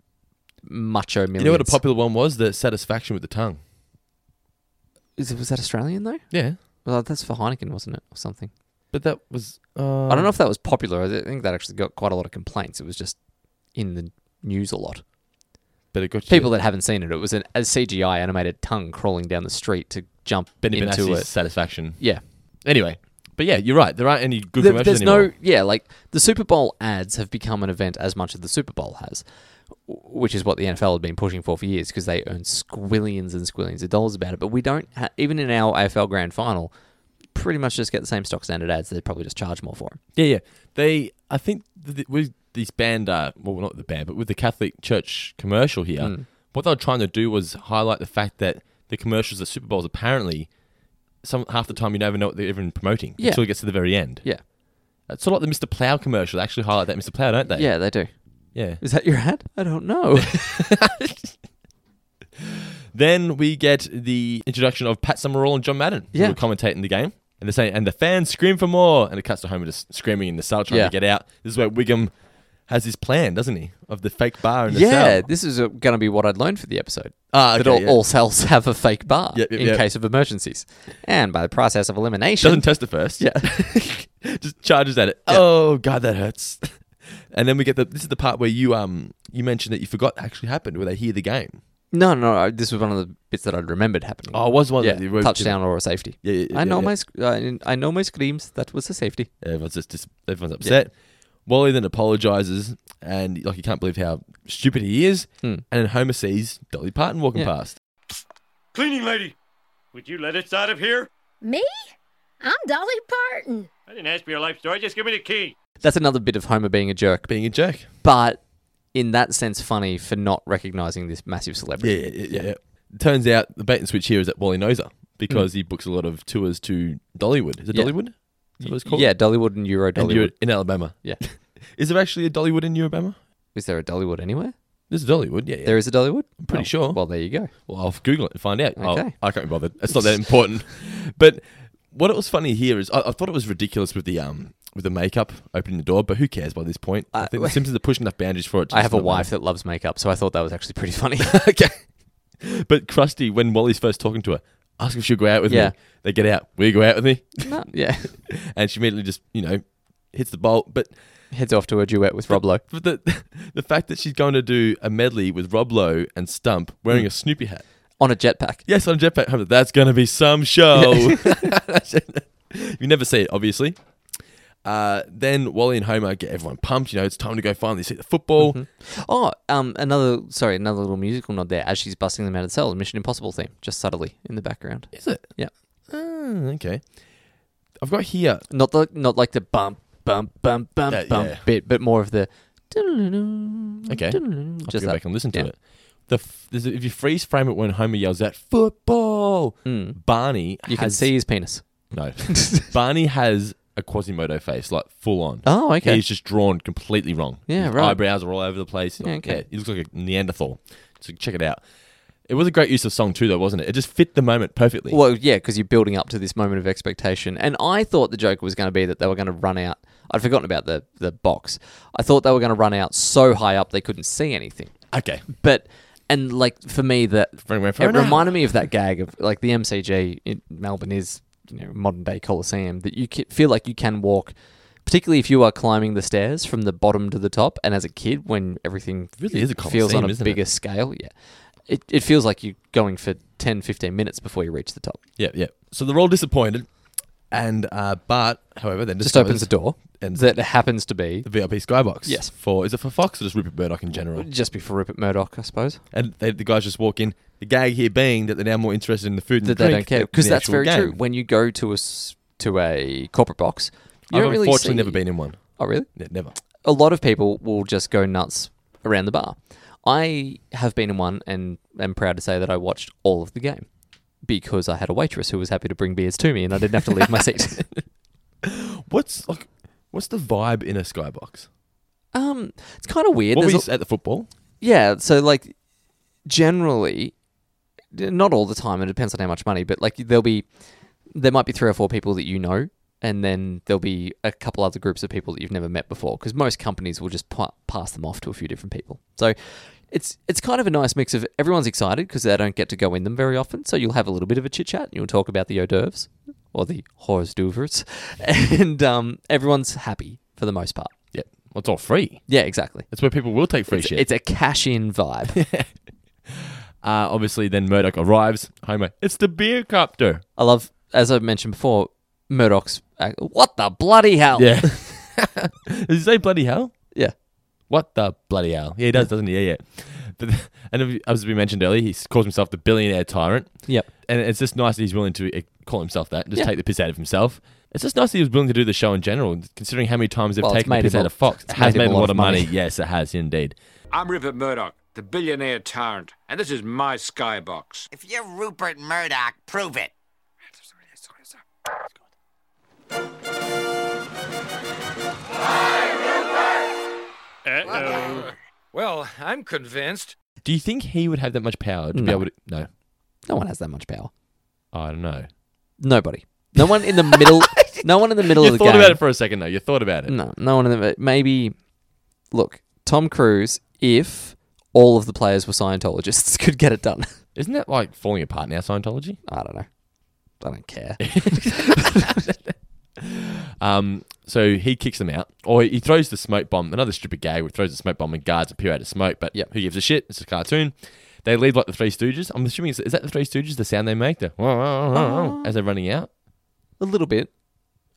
E: macho millions.
D: You know what a popular one was? The satisfaction with the tongue.
E: Is it, was that Australian though?
D: Yeah.
E: Well, that's for Heineken, wasn't it, or something?
D: But that was. uh,
E: I don't know if that was popular. I think that actually got quite a lot of complaints. It was just in the news a lot.
D: But it got you-
E: People that haven't seen it, it was an, a CGI animated tongue crawling down the street to jump
D: Benny
E: into
D: Benassi's
E: it.
D: satisfaction.
E: Yeah,
D: Anyway. But yeah, you're right. There aren't any good
E: There-
D: commercials
E: there's
D: anymore.
E: no yeah like the super bowl ads have become an event as much as the super bowl has w- which is what the nfl had been pushing for for years because they earn squillions and squillions of dollars about it but we don't ha- even in our afl grand final pretty much just get the same stock standard ads they probably just charge more for 'em.
D: Yeah, yeah. They, I think th- th- with this band, uh, well, not the band, but with the Catholic Church commercial here, what they were trying to do was highlight the fact that the commercials at Super Bowls apparently, some half the time you never know what they're even promoting
E: Yeah.
D: until it gets to the very end.
E: yeah
D: It's sort of like the Mr. Plow commercial. They actually highlight that Mr. Plow, don't they?
E: yeah they do
D: Yeah.
E: is that your ad i don't know
D: Then we get the introduction of Pat Summerall and John Madden,
E: Yeah.
D: who are commentating the game. And they're saying, and the fans scream for more. And it cuts to Homer just screaming in the cell trying
E: Yeah.
D: to get out. This is where Wiggum has his plan, doesn't he? Of the fake bar in the cell.
E: yeah this is going to be what i'd learned for the episode
D: Ah,
E: that
D: okay,
E: all,
D: yeah.
E: all cells have a fake bar
D: Yep, yep,
E: in
D: yep.
E: case of emergencies and by the process of elimination
D: Doesn't test it first. Yeah. Just charges at it. Oh god, that hurts. And then we get the this is the part where you um you mentioned that you forgot actually happened where they hear the game.
E: No, no, no. This was one of the bits that I'd remembered happening.
D: Oh, it was one
E: yeah,
D: that you wrote-
E: touchdown or a safety.
D: Yeah, yeah, yeah,
E: I know
D: yeah.
E: my sc- I, I know my screams. That was a safety.
D: Everyone's just, just everyone's upset. Wally then apologizes and like he can't believe how stupid he is. And then Homer sees Dolly Parton walking
E: Hmm. Yeah.
D: past.
F: Cleaning lady, would you let us out of here?
C: Me? I'm Dolly Parton.
F: I didn't ask for your life story. Just give me the key.
E: That's another bit of Homer being a jerk,
D: Being a jerk.
E: but in that sense, funny for not recognizing this massive
D: Yeah,
E: celebrity.
D: yeah, yeah, yeah, yeah. Turns out the bait and switch here is that Wally knows her because he books a lot of tours to Dollywood. Is it
E: Hmm. Yeah.
D: Dollywood? Is that what it's called?
E: Yeah, Dollywood and Euro
D: And
E: Dollywood.
D: you're in Alabama.
E: yeah.
D: Is there actually a Dollywood in Alabama?
E: Is there a Dollywood anywhere?
D: There's a Dollywood, yeah. yeah.
E: There is a Dollywood? I'm
D: pretty sure.
E: Well, there you go.
D: Well, I'll Google it and find out. I'll-
E: Okay.
D: I can't be bothered. It's not that important. But what it was funny here is I, I thought it was ridiculous with the um with the makeup opening the door, but who cares by this point? I
E: Uh,
D: think the Simpsons are pushing enough boundaries for it. to
E: I
D: just
E: have a
D: not matter.
E: wife that loves makeup, so I thought that was actually pretty funny.
D: okay. But Krusty, when Wally's first talking to her, ask if she'll go out with
E: Yeah.
D: me. They get out. Will you go out with me?
E: No, yeah.
D: And she immediately just, you know, hits the bolt. But
E: Heads off to a duet with Rob Lowe.
D: but the the fact that she's going to do a medley with Rob Lowe and Stump
E: Mm.
D: wearing a Snoopy hat.
E: on a jetpack.
D: Yes, on Jetpack. Hunter, That's going to be some show. you never see it, obviously. Uh, then Wally and Homer get everyone pumped. You know, it's time to go finally see the football.
E: Oh, um, another sorry, another little musical nod there as she's busting them out of the cell. Mission Impossible theme, just subtly in the background.
D: Is it?
E: Yeah,
D: Mm, okay. I've got here.
E: not the not like the bump bump bump bump
D: Yeah,
E: bump
D: yeah.
E: bit, but more of the
D: Okay. I'll have to
E: Just
D: go
E: that.
D: back and listen to
E: Yeah.
D: it. The f- there's a- if you freeze frame it when Homer yells out football, Barney
E: Mm. you can
D: has,
E: see his penis.
D: no Barney has a Quasimodo face like full on.
E: Oh, okay.
D: He's just drawn completely wrong.
E: Yeah,
D: His
E: right.
D: Eyebrows are all over the place.
E: Yeah, okay.
D: he looks like a Neanderthal. So check it out. It was a great use of song too, though, wasn't it? It just fit the moment perfectly.
E: Well, yeah, because you're building up to this moment of expectation, and I thought the joke was going to be that they were going to run out. I'd forgotten about the the box. I thought they were going to run out so high up they couldn't see anything.
D: Okay.
E: But and like for me that
D: Running around
E: it
D: for an hour.
E: reminded me of that gag of like the MCG in Melbourne is you know modern day Coliseum that you ca- feel like you can walk, particularly if you are climbing the stairs from the bottom to the top. And as a kid, when everything
D: really is a
E: feels on
D: Colosseum,
E: a
D: isn't it?
E: bigger scale, yeah, it it feels like you're going for 10, 15 minutes before you reach the top.
D: Yeah, yeah. So they're all disappointed, and uh, Bart, however, then
E: Just opens the door
D: and-
E: that happens to be.
D: the VIP skybox.
E: Yes.
D: For is it for Fox or just Rupert Murdoch in general?
E: Just before Rupert Murdoch, I suppose.
D: And they, the guys just walk in. The gag here being that they're now more interested in the food and
E: that
D: the
E: they
D: drink
E: don't care
D: than
E: because
D: the
E: that's
D: actual
E: very
D: game.
E: true. When you go to a s- to a corporate box, you
D: I've
E: don't really
D: unfortunately
E: see-
D: never been in one.
E: Oh, really?
D: Ne- Never.
E: A lot of people will just go nuts around the bar. I have been in one, and am proud to say that I watched all of the game because I had a waitress who was happy to bring beers to me, and I didn't have to leave my seat.
D: What's like? What's the vibe in a skybox?
E: um, it's kind of weird.
D: What
E: There's
D: we
E: a-
D: at the football?
E: Yeah, so like generally d- not all the time, it depends on how much money, but like there'll be there might be three or four people that you know and then there'll be a couple other groups of people that you've never met before because most companies will just pa- pass them off to a few different people. So it's it's kind of a nice mix of everyone's excited because they don't get to go in them very often, so you'll have a little bit of a chit chat and you'll talk about the hors d'oeuvres or the hors d'oeuvres, and um, everyone's happy for the most part.
D: Yeah. Well, it's all free.
E: Yeah, exactly.
D: That's where people will take free
E: It's,
D: shit.
E: it's a cash in vibe.
D: uh, obviously, then Murdoch arrives. Homer, it's the beer copter.
E: I love, as I mentioned before, Murdoch's. act- What the bloody hell?
D: Yeah. Does he say bloody hell?
E: Yeah.
D: What the bloody hell? Yeah, he does, doesn't he? Yeah, yeah. But, and as we mentioned earlier, he calls himself the billionaire tyrant.
E: Yep.
D: And it's just nice that he's willing to eh, call himself that, and just
E: Yeah.
D: take the piss out of himself. It's just nice that he was willing to do the show in general, considering how many times they've
E: Well, it's
D: taken the
E: made
D: piss
E: him
D: out
E: a-
D: of Fox. It
E: it's
D: has
E: made
D: made
E: him
D: a lot of money. Yes, it has indeed.
K: I'm Rupert Murdoch, the billionaire tyrant, and this is my skybox.
H: If you're Rupert Murdoch, prove it.
F: Uh oh.
I: Well, I'm convinced.
D: Do you think he would have that much power to be
E: No.
D: able to? No,
E: No one has that much power.
D: I don't know.
E: Nobody. No one in the middle. no one in the middle
D: You
E: of the
D: thought
E: game.
D: about it for a second, though. You thought about it.
E: no, no one in the. Maybe. Look, Tom Cruise, if all of the players were Scientologists, could get it done.
D: Isn't that like falling apart now, Scientology?
E: I don't know. I don't care.
D: Um, so he kicks them out, or he throws the smoke bomb. Another stupid gag, where he throws the smoke bomb and guards appear out of smoke. But
E: Yep.
D: who gives a shit? It's a cartoon. They leave like the Three Stooges. I'm assuming it's, is that the Three Stooges? The sound they make, the as they're running out.
E: a little bit.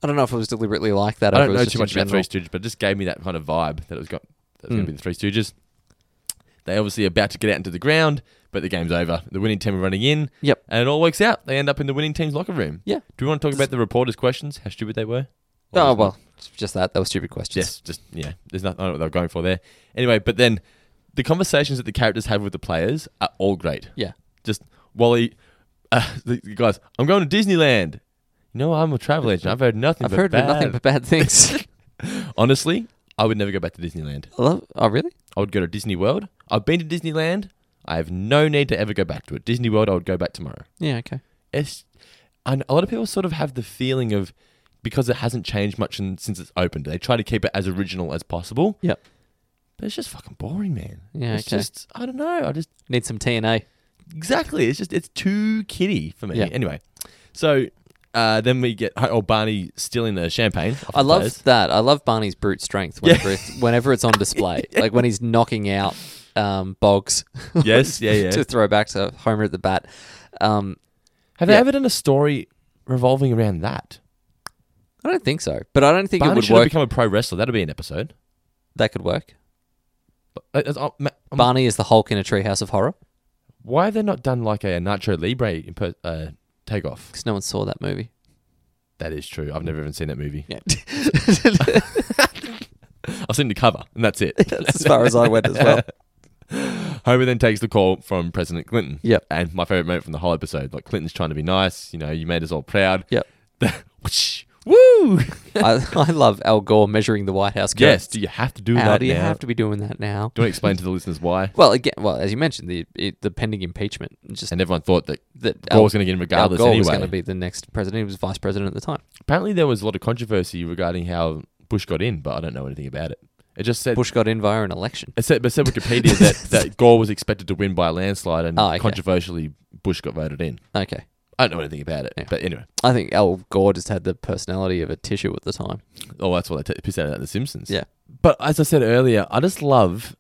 E: I don't know if it was deliberately like that.
D: I
E: or if
D: don't
E: it was
D: know
E: just
D: too
E: in
D: much about
E: general.
D: Three Stooges, but it just gave me that kind of vibe that it was got that was going
E: Mm.
D: to be the Three Stooges. They obviously are about to get out into the ground, but the game's over. The winning team are running in.
E: Yep.
D: And it all works out. They end up in the winning team's locker room.
E: Yeah.
D: Do we want to talk about the reporters' questions? How stupid they were?
E: Oh well, it's just that. That was stupid questions.
D: Yes, just yeah. There's nothing I don't know what they're going for there. Anyway, but then the conversations that the characters have with the players are all great.
E: Yeah.
D: Just Wally, uh, the the guys. I'm going to Disneyland. No, I'm a travel agent. I've heard nothing.
E: I've
D: but
E: heard
D: bad.
E: nothing but bad things.
D: Honestly, I would never go back to Disneyland.
E: I love- oh really?
D: I would go to Disney World. I've been to Disneyland. I have no need to ever go back to it. Disney World, I would go back tomorrow.
E: Yeah, okay.
D: It's, and a lot of people sort of have the feeling of because it hasn't changed much in, since it's opened, they try to keep it as original as possible.
E: Yep.
D: But it's just fucking boring, man.
E: Yeah,
D: it's
E: okay.
D: just I don't know. I just
E: Need some TNA.
D: exactly. It's just it's too kiddie for me.
E: Yeah.
D: Anyway, so uh, then we get oh Barney stealing the champagne. off
E: I
D: the
E: love
D: players.
E: that. I love Barney's brute strength whenever it's, whenever it's on display. Like when he's knocking out um, Boggs.
D: Yes, yeah, yeah.
E: to throw back to Homer at the bat. Um,
D: Have
E: Yeah.
D: they ever done a story revolving around that?
E: I don't think so, but I don't think
D: Barney
E: it would
D: should have
E: work.
D: become a pro wrestler. That'll be an episode.
E: that could work.
D: Uh, uh, uh, ma- um,
E: Barney is the Hulk in a Treehouse of Horror
D: Why have they not done like a Nacho Libre impo- uh, takeoff?
E: because no one saw that movie.
D: That is true. I've never even seen that movie.
E: Yeah.
D: I've seen the cover, and that's it.
E: That's as far as I went as well.
D: Homer then takes the call from President Clinton.
E: Yep.
D: And my favorite moment from the whole episode, like Clinton's trying to be nice. You know, you made us all proud.
E: Yep.
D: Whoosh. Woo!
E: I, I love Al Gore measuring the White House.
D: yes.
E: curtains.
D: Do you have to do
E: How
D: that?
E: do you
D: now?
E: have to be doing that now?
D: Do you want to explain to the listeners why?
E: Well, again, well, as you mentioned, the it, the pending impeachment just
D: And everyone thought that
E: that
D: Gore was going to get him regardless
E: Al Gore was
D: anyway.
E: going to be the next president. He was vice president at the time.
D: Apparently, there was a lot of controversy regarding how Bush got in, but I don't know anything about it. It just said
E: Bush got in via an election.
D: It said, it said Wikipedia that, that Gore was expected to win by a landslide, and
E: Oh, okay.
D: controversially, Bush got voted in.
E: Okay,
D: I don't know anything about it, but anyway.
E: I think Al Gore just had the personality of a tissue at the time.
D: Oh, that's what they t- pissed out of The Simpsons.
E: Yeah.
D: But as I said earlier, I just love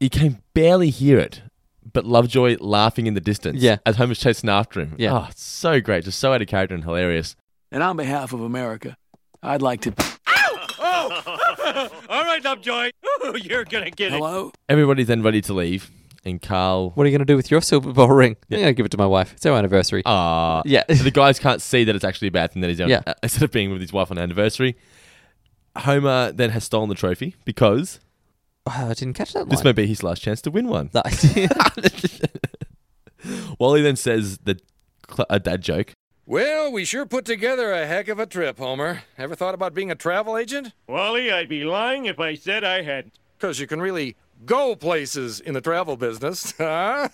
D: you can barely hear it, but Lovejoy laughing in the distance.
E: Yeah.
D: As Homer's chasing after him.
E: Yeah.
D: Oh, it's so great. Just so out of character and hilarious.
L: And on behalf of America, I'd like to.
F: Oh! All right, Lovejoy. Ooh, you're gonna get
L: Hello?
D: Everybody's then ready to leave, and Carl.
E: What are you going to do with your silver bowl ring? I'm going to give it to my wife. It's our anniversary.
D: Ah.
E: Yeah.
D: the guys can't see that it's actually a bad thing that he's doing.
E: Yeah.
D: Uh, instead of being with his wife on anniversary. Homer then has stolen the trophy because
E: Oh, I didn't catch that
D: this
E: line.
D: may be his last chance to win one.
E: That-
D: Wally then says the cl- a dad joke.
I: Well, we sure put together a heck of a trip, Homer. Ever thought about being a travel agent?
F: it. Wally, I'd be lying if I said I hadn't.
I: Because you can really go places in the travel business. huh?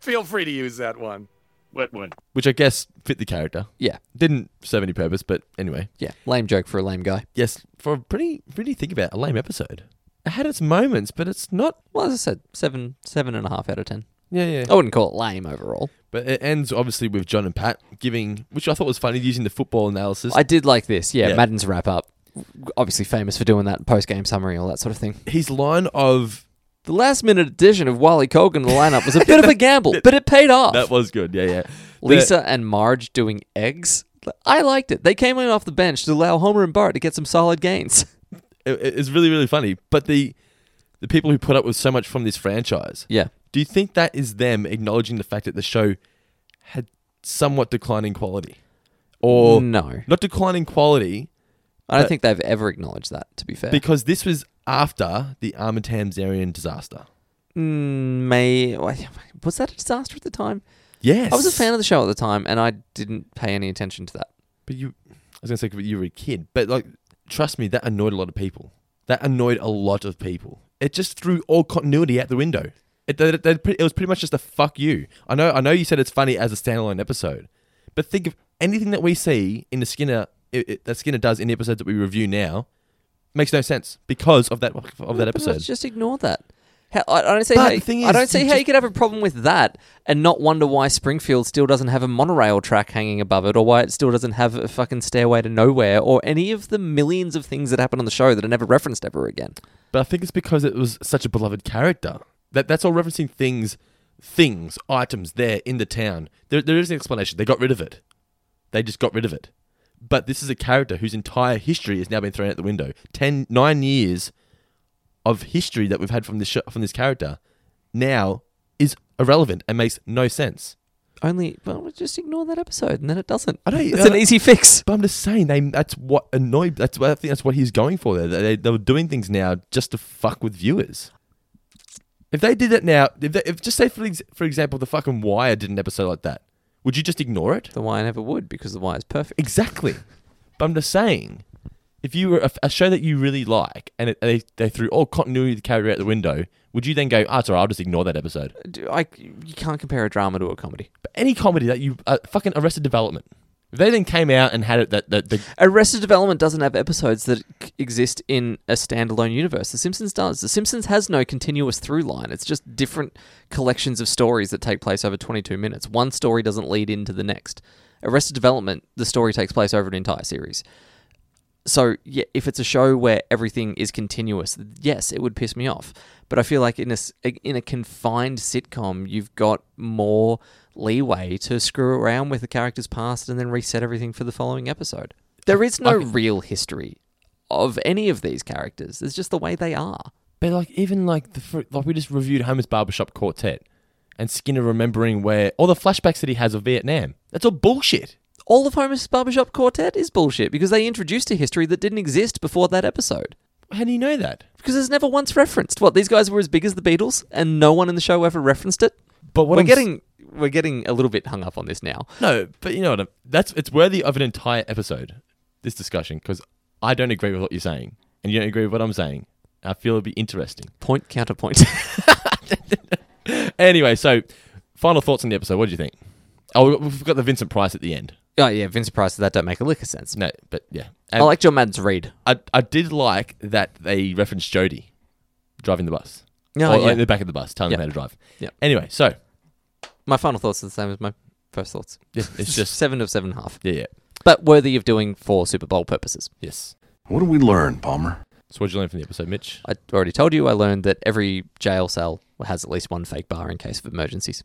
I: Feel free to use that one.
F: What one?
D: which I guess fit the character.
E: yeah,
D: Didn't serve any purpose, but anyway.
E: yeah. Lame joke for a lame guy.
D: Yes, for a pretty, really think about it, a lame episode. It had its moments, but it's not.
E: Well, as I said, seven, seven and a half out of ten.
D: Yeah, yeah.
E: I wouldn't call it lame overall.
D: But it ends obviously with John and Pat giving, which I thought was funny, using the football analysis.
E: I did like this. Yeah,
D: Yeah.
E: Madden's wrap up. Obviously famous for doing that post game summary, all that sort of thing.
D: His line of
E: The last minute addition of Wally Colgan to the lineup was a bit of a gamble, but it paid off.
D: that was good. Yeah, yeah.
E: Lisa and Marge doing eggs. I liked it. They came in off the bench to allow Homer and Bart to get some solid gains.
D: The- it- it's really, really funny. But the the people who put up with so much from this franchise,
E: Yeah.
D: do you think that is them acknowledging the fact that the show had somewhat declining quality, or
E: No.
D: not declining quality?
E: I don't
D: But-
E: think they've ever acknowledged that, to be fair.
D: Because this was after the Armitamzarian disaster.
E: Mm, May was that a disaster at the time?
D: Yes.
E: I was a fan of the show at the time, and I didn't pay any attention to that.
D: But you I was gonna say but you were a kid. But like trust me, that annoyed a lot of people. That annoyed a lot of people. It just threw all continuity out the window. It, they- they- they- it was pretty much just a fuck you. I know I know you said it's funny as a standalone episode, but think of anything that we see in the Skinner it, it- that Skinner does in the episodes that we review now makes no sense because of that of that
E: But let's
D: episode.
E: just ignore that. How, I, I don't see
D: But
E: how,
D: the thing
E: I
D: is,
E: don't see
D: you
E: how you
D: just-
E: could have a problem with that and not wonder why Springfield still doesn't have a monorail track hanging above it, or why it still doesn't have a fucking stairway to nowhere, or any of the millions of things that happen on the show that are never referenced ever again.
D: But I think it's because it was such a beloved character. That that's all referencing things, things, items there in the town. There, there is an explanation. They got rid of it. They just got rid of it. But this is a character whose entire history has now been thrown out the window. Ten, nine years of history that we've had from this sh- from this character now is irrelevant and makes no sense.
E: Only, but we just ignore that episode, and then it doesn't.
D: I don't.
E: It's an easy fix.
D: But I'm just saying, they, that's what annoyed. That's what I think. That's what he's going for. There, they, they were doing things now just to fuck with viewers. If they did it now, if, they, if just say for ex- for example, the fucking Wire did an episode like that, would you just ignore it?
E: The Wire never would because the Wire is perfect.
D: Exactly. but I'm just saying, if you were a, a show that you really like and it, they they threw all continuity to carry out the window, would you then go, "Ah, oh, sorry, I'll just ignore that episode"?
E: Do I, you can't compare a drama to a comedy.
D: But any comedy that you uh, fucking Arrested Development. If they then came out and had it that that the
E: Arrested Development doesn't have episodes that c- exist in a standalone universe. The Simpsons does. The Simpsons has no continuous through line. It's just different collections of stories that take place over 22 minutes. One story doesn't lead into the next. Arrested Development, the story takes place over an entire series. So, yeah, if it's a show where everything is continuous, yes, it would piss me off. But I feel like in a, s- in a confined sitcom, you've got more leeway to screw around with the character's past and then reset everything for the following episode. There is no real history of any of these characters. It's just the way they are.
D: But like even like the fr- like we just reviewed Homer's barbershop quartet, and Skinner remembering where all the flashbacks that he has of Vietnam. That's all bullshit.
E: All of Homer's barbershop quartet is bullshit because they introduced a history that didn't exist before that episode.
D: How do you know that?
E: Because it's never once referenced. What these guys were as big as the Beatles, and no one in the show ever referenced it.
D: But what
E: we're
D: I'm s-
E: getting we're getting a little bit hung up on this now.
D: No, but you know what? I'm, that's it's worthy of an entire episode. This discussion because I don't agree with what you're saying, and you don't agree with what I'm saying. I feel it'd be interesting.
E: Point counterpoint.
D: anyway, so final thoughts on the episode. What do you think? Oh, we've got the Vincent Price at the end.
E: oh yeah, Vincent Price. That don't make a lick of sense.
D: No, but yeah,
E: I like John Madden's read.
D: I, I did like that they referenced Jody driving the bus.
E: Oh,
D: Or, like,
E: yeah.
D: the back of the bus, telling
E: Yeah.
D: them how to drive.
E: Yeah.
D: Anyway, so
E: My final thoughts are the same as my first thoughts.
D: Yeah, it's just-
E: seven of seven and a half.
D: yeah, yeah,
E: But worthy of doing for Super Bowl purposes.
D: yes.
M: What did we learn, Palmer?
D: So what did you learn from the episode, Mitch?
E: I already told you I learned that every jail cell has at least one fake bar in case of emergencies.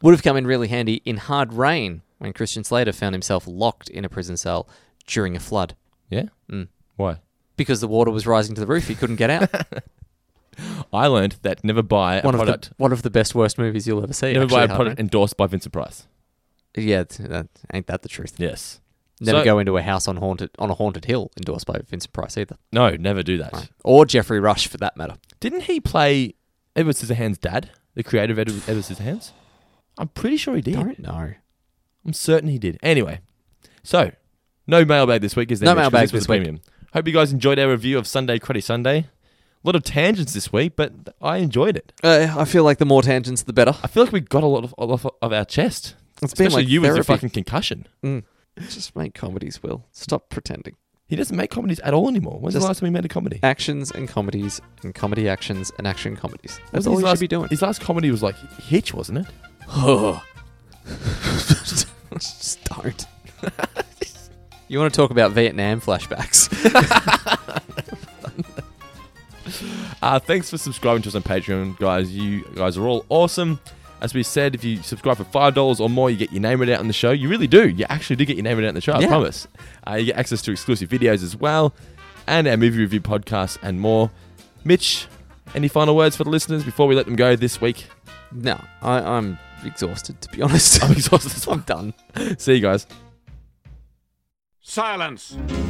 E: Would have come in really handy in hard rain when Christian Slater found himself locked in a prison cell during a flood.
D: Yeah.
E: Mm.
D: Why?
E: Because the water was rising to the roof, he couldn't get out.
D: I learned that never buy a
E: one of the,
D: product.
E: one of the best worst movies you'll ever see.
D: never
E: actually,
D: buy a
E: Hard
D: product
E: Rain.
D: endorsed by Vincent Price.
E: Yeah, th- that, ain't that the truth?
D: Yes.
E: Never
D: So-
E: go into a house on haunted on a haunted hill endorsed by Vincent Price either,
D: No, never do that.
E: or Jeffrey Rush for that matter.
D: Didn't he play Edward Scissorhands' dad, the creator of Edward, Edward Scissorhands? I'm pretty sure he did.
E: Don't know.
D: I'm certain he did. Anyway, so no mailbag this week is there?
E: No
D: Mitch, 'cause
E: mailbag
D: was
E: this
D: a
E: week.
D: Premium. Hope you guys enjoyed our review of Sunday Cruddy Sunday. A lot of tangents this week, but I enjoyed it.
E: Uh, I feel like the more tangents, the better.
D: I feel like we got a lot of, a lot of our chest.
E: It's been
D: Especially
E: like
D: you with your
E: therapy.
D: fucking concussion.
E: Mm. Just make comedies, Will. Stop pretending.
D: He doesn't make comedies at all anymore. When's
E: Just-
D: the last time he made a comedy?
E: Actions and comedies and comedy actions and action comedies. That's all
D: his
E: you
D: last,
E: should be doing.
D: His last comedy was like Hitch, wasn't it?
E: Just don't. you want to talk about Vietnam flashbacks?
D: Uh, thanks for subscribing to us on Patreon, guys. You guys are all awesome. As we said, if you subscribe for five dollars or more, you get your name read out on the show. You really do. You actually do get your name read out on the show. I
E: Yeah.
D: promise. Uh, you get access to exclusive videos as well, and our movie review podcast and more. Mitch, any final words for the listeners before we let them go this week?
E: no, I, I'm exhausted, to be honest.
D: I'm exhausted.
E: I'm done.
D: See you guys.
K: Silence!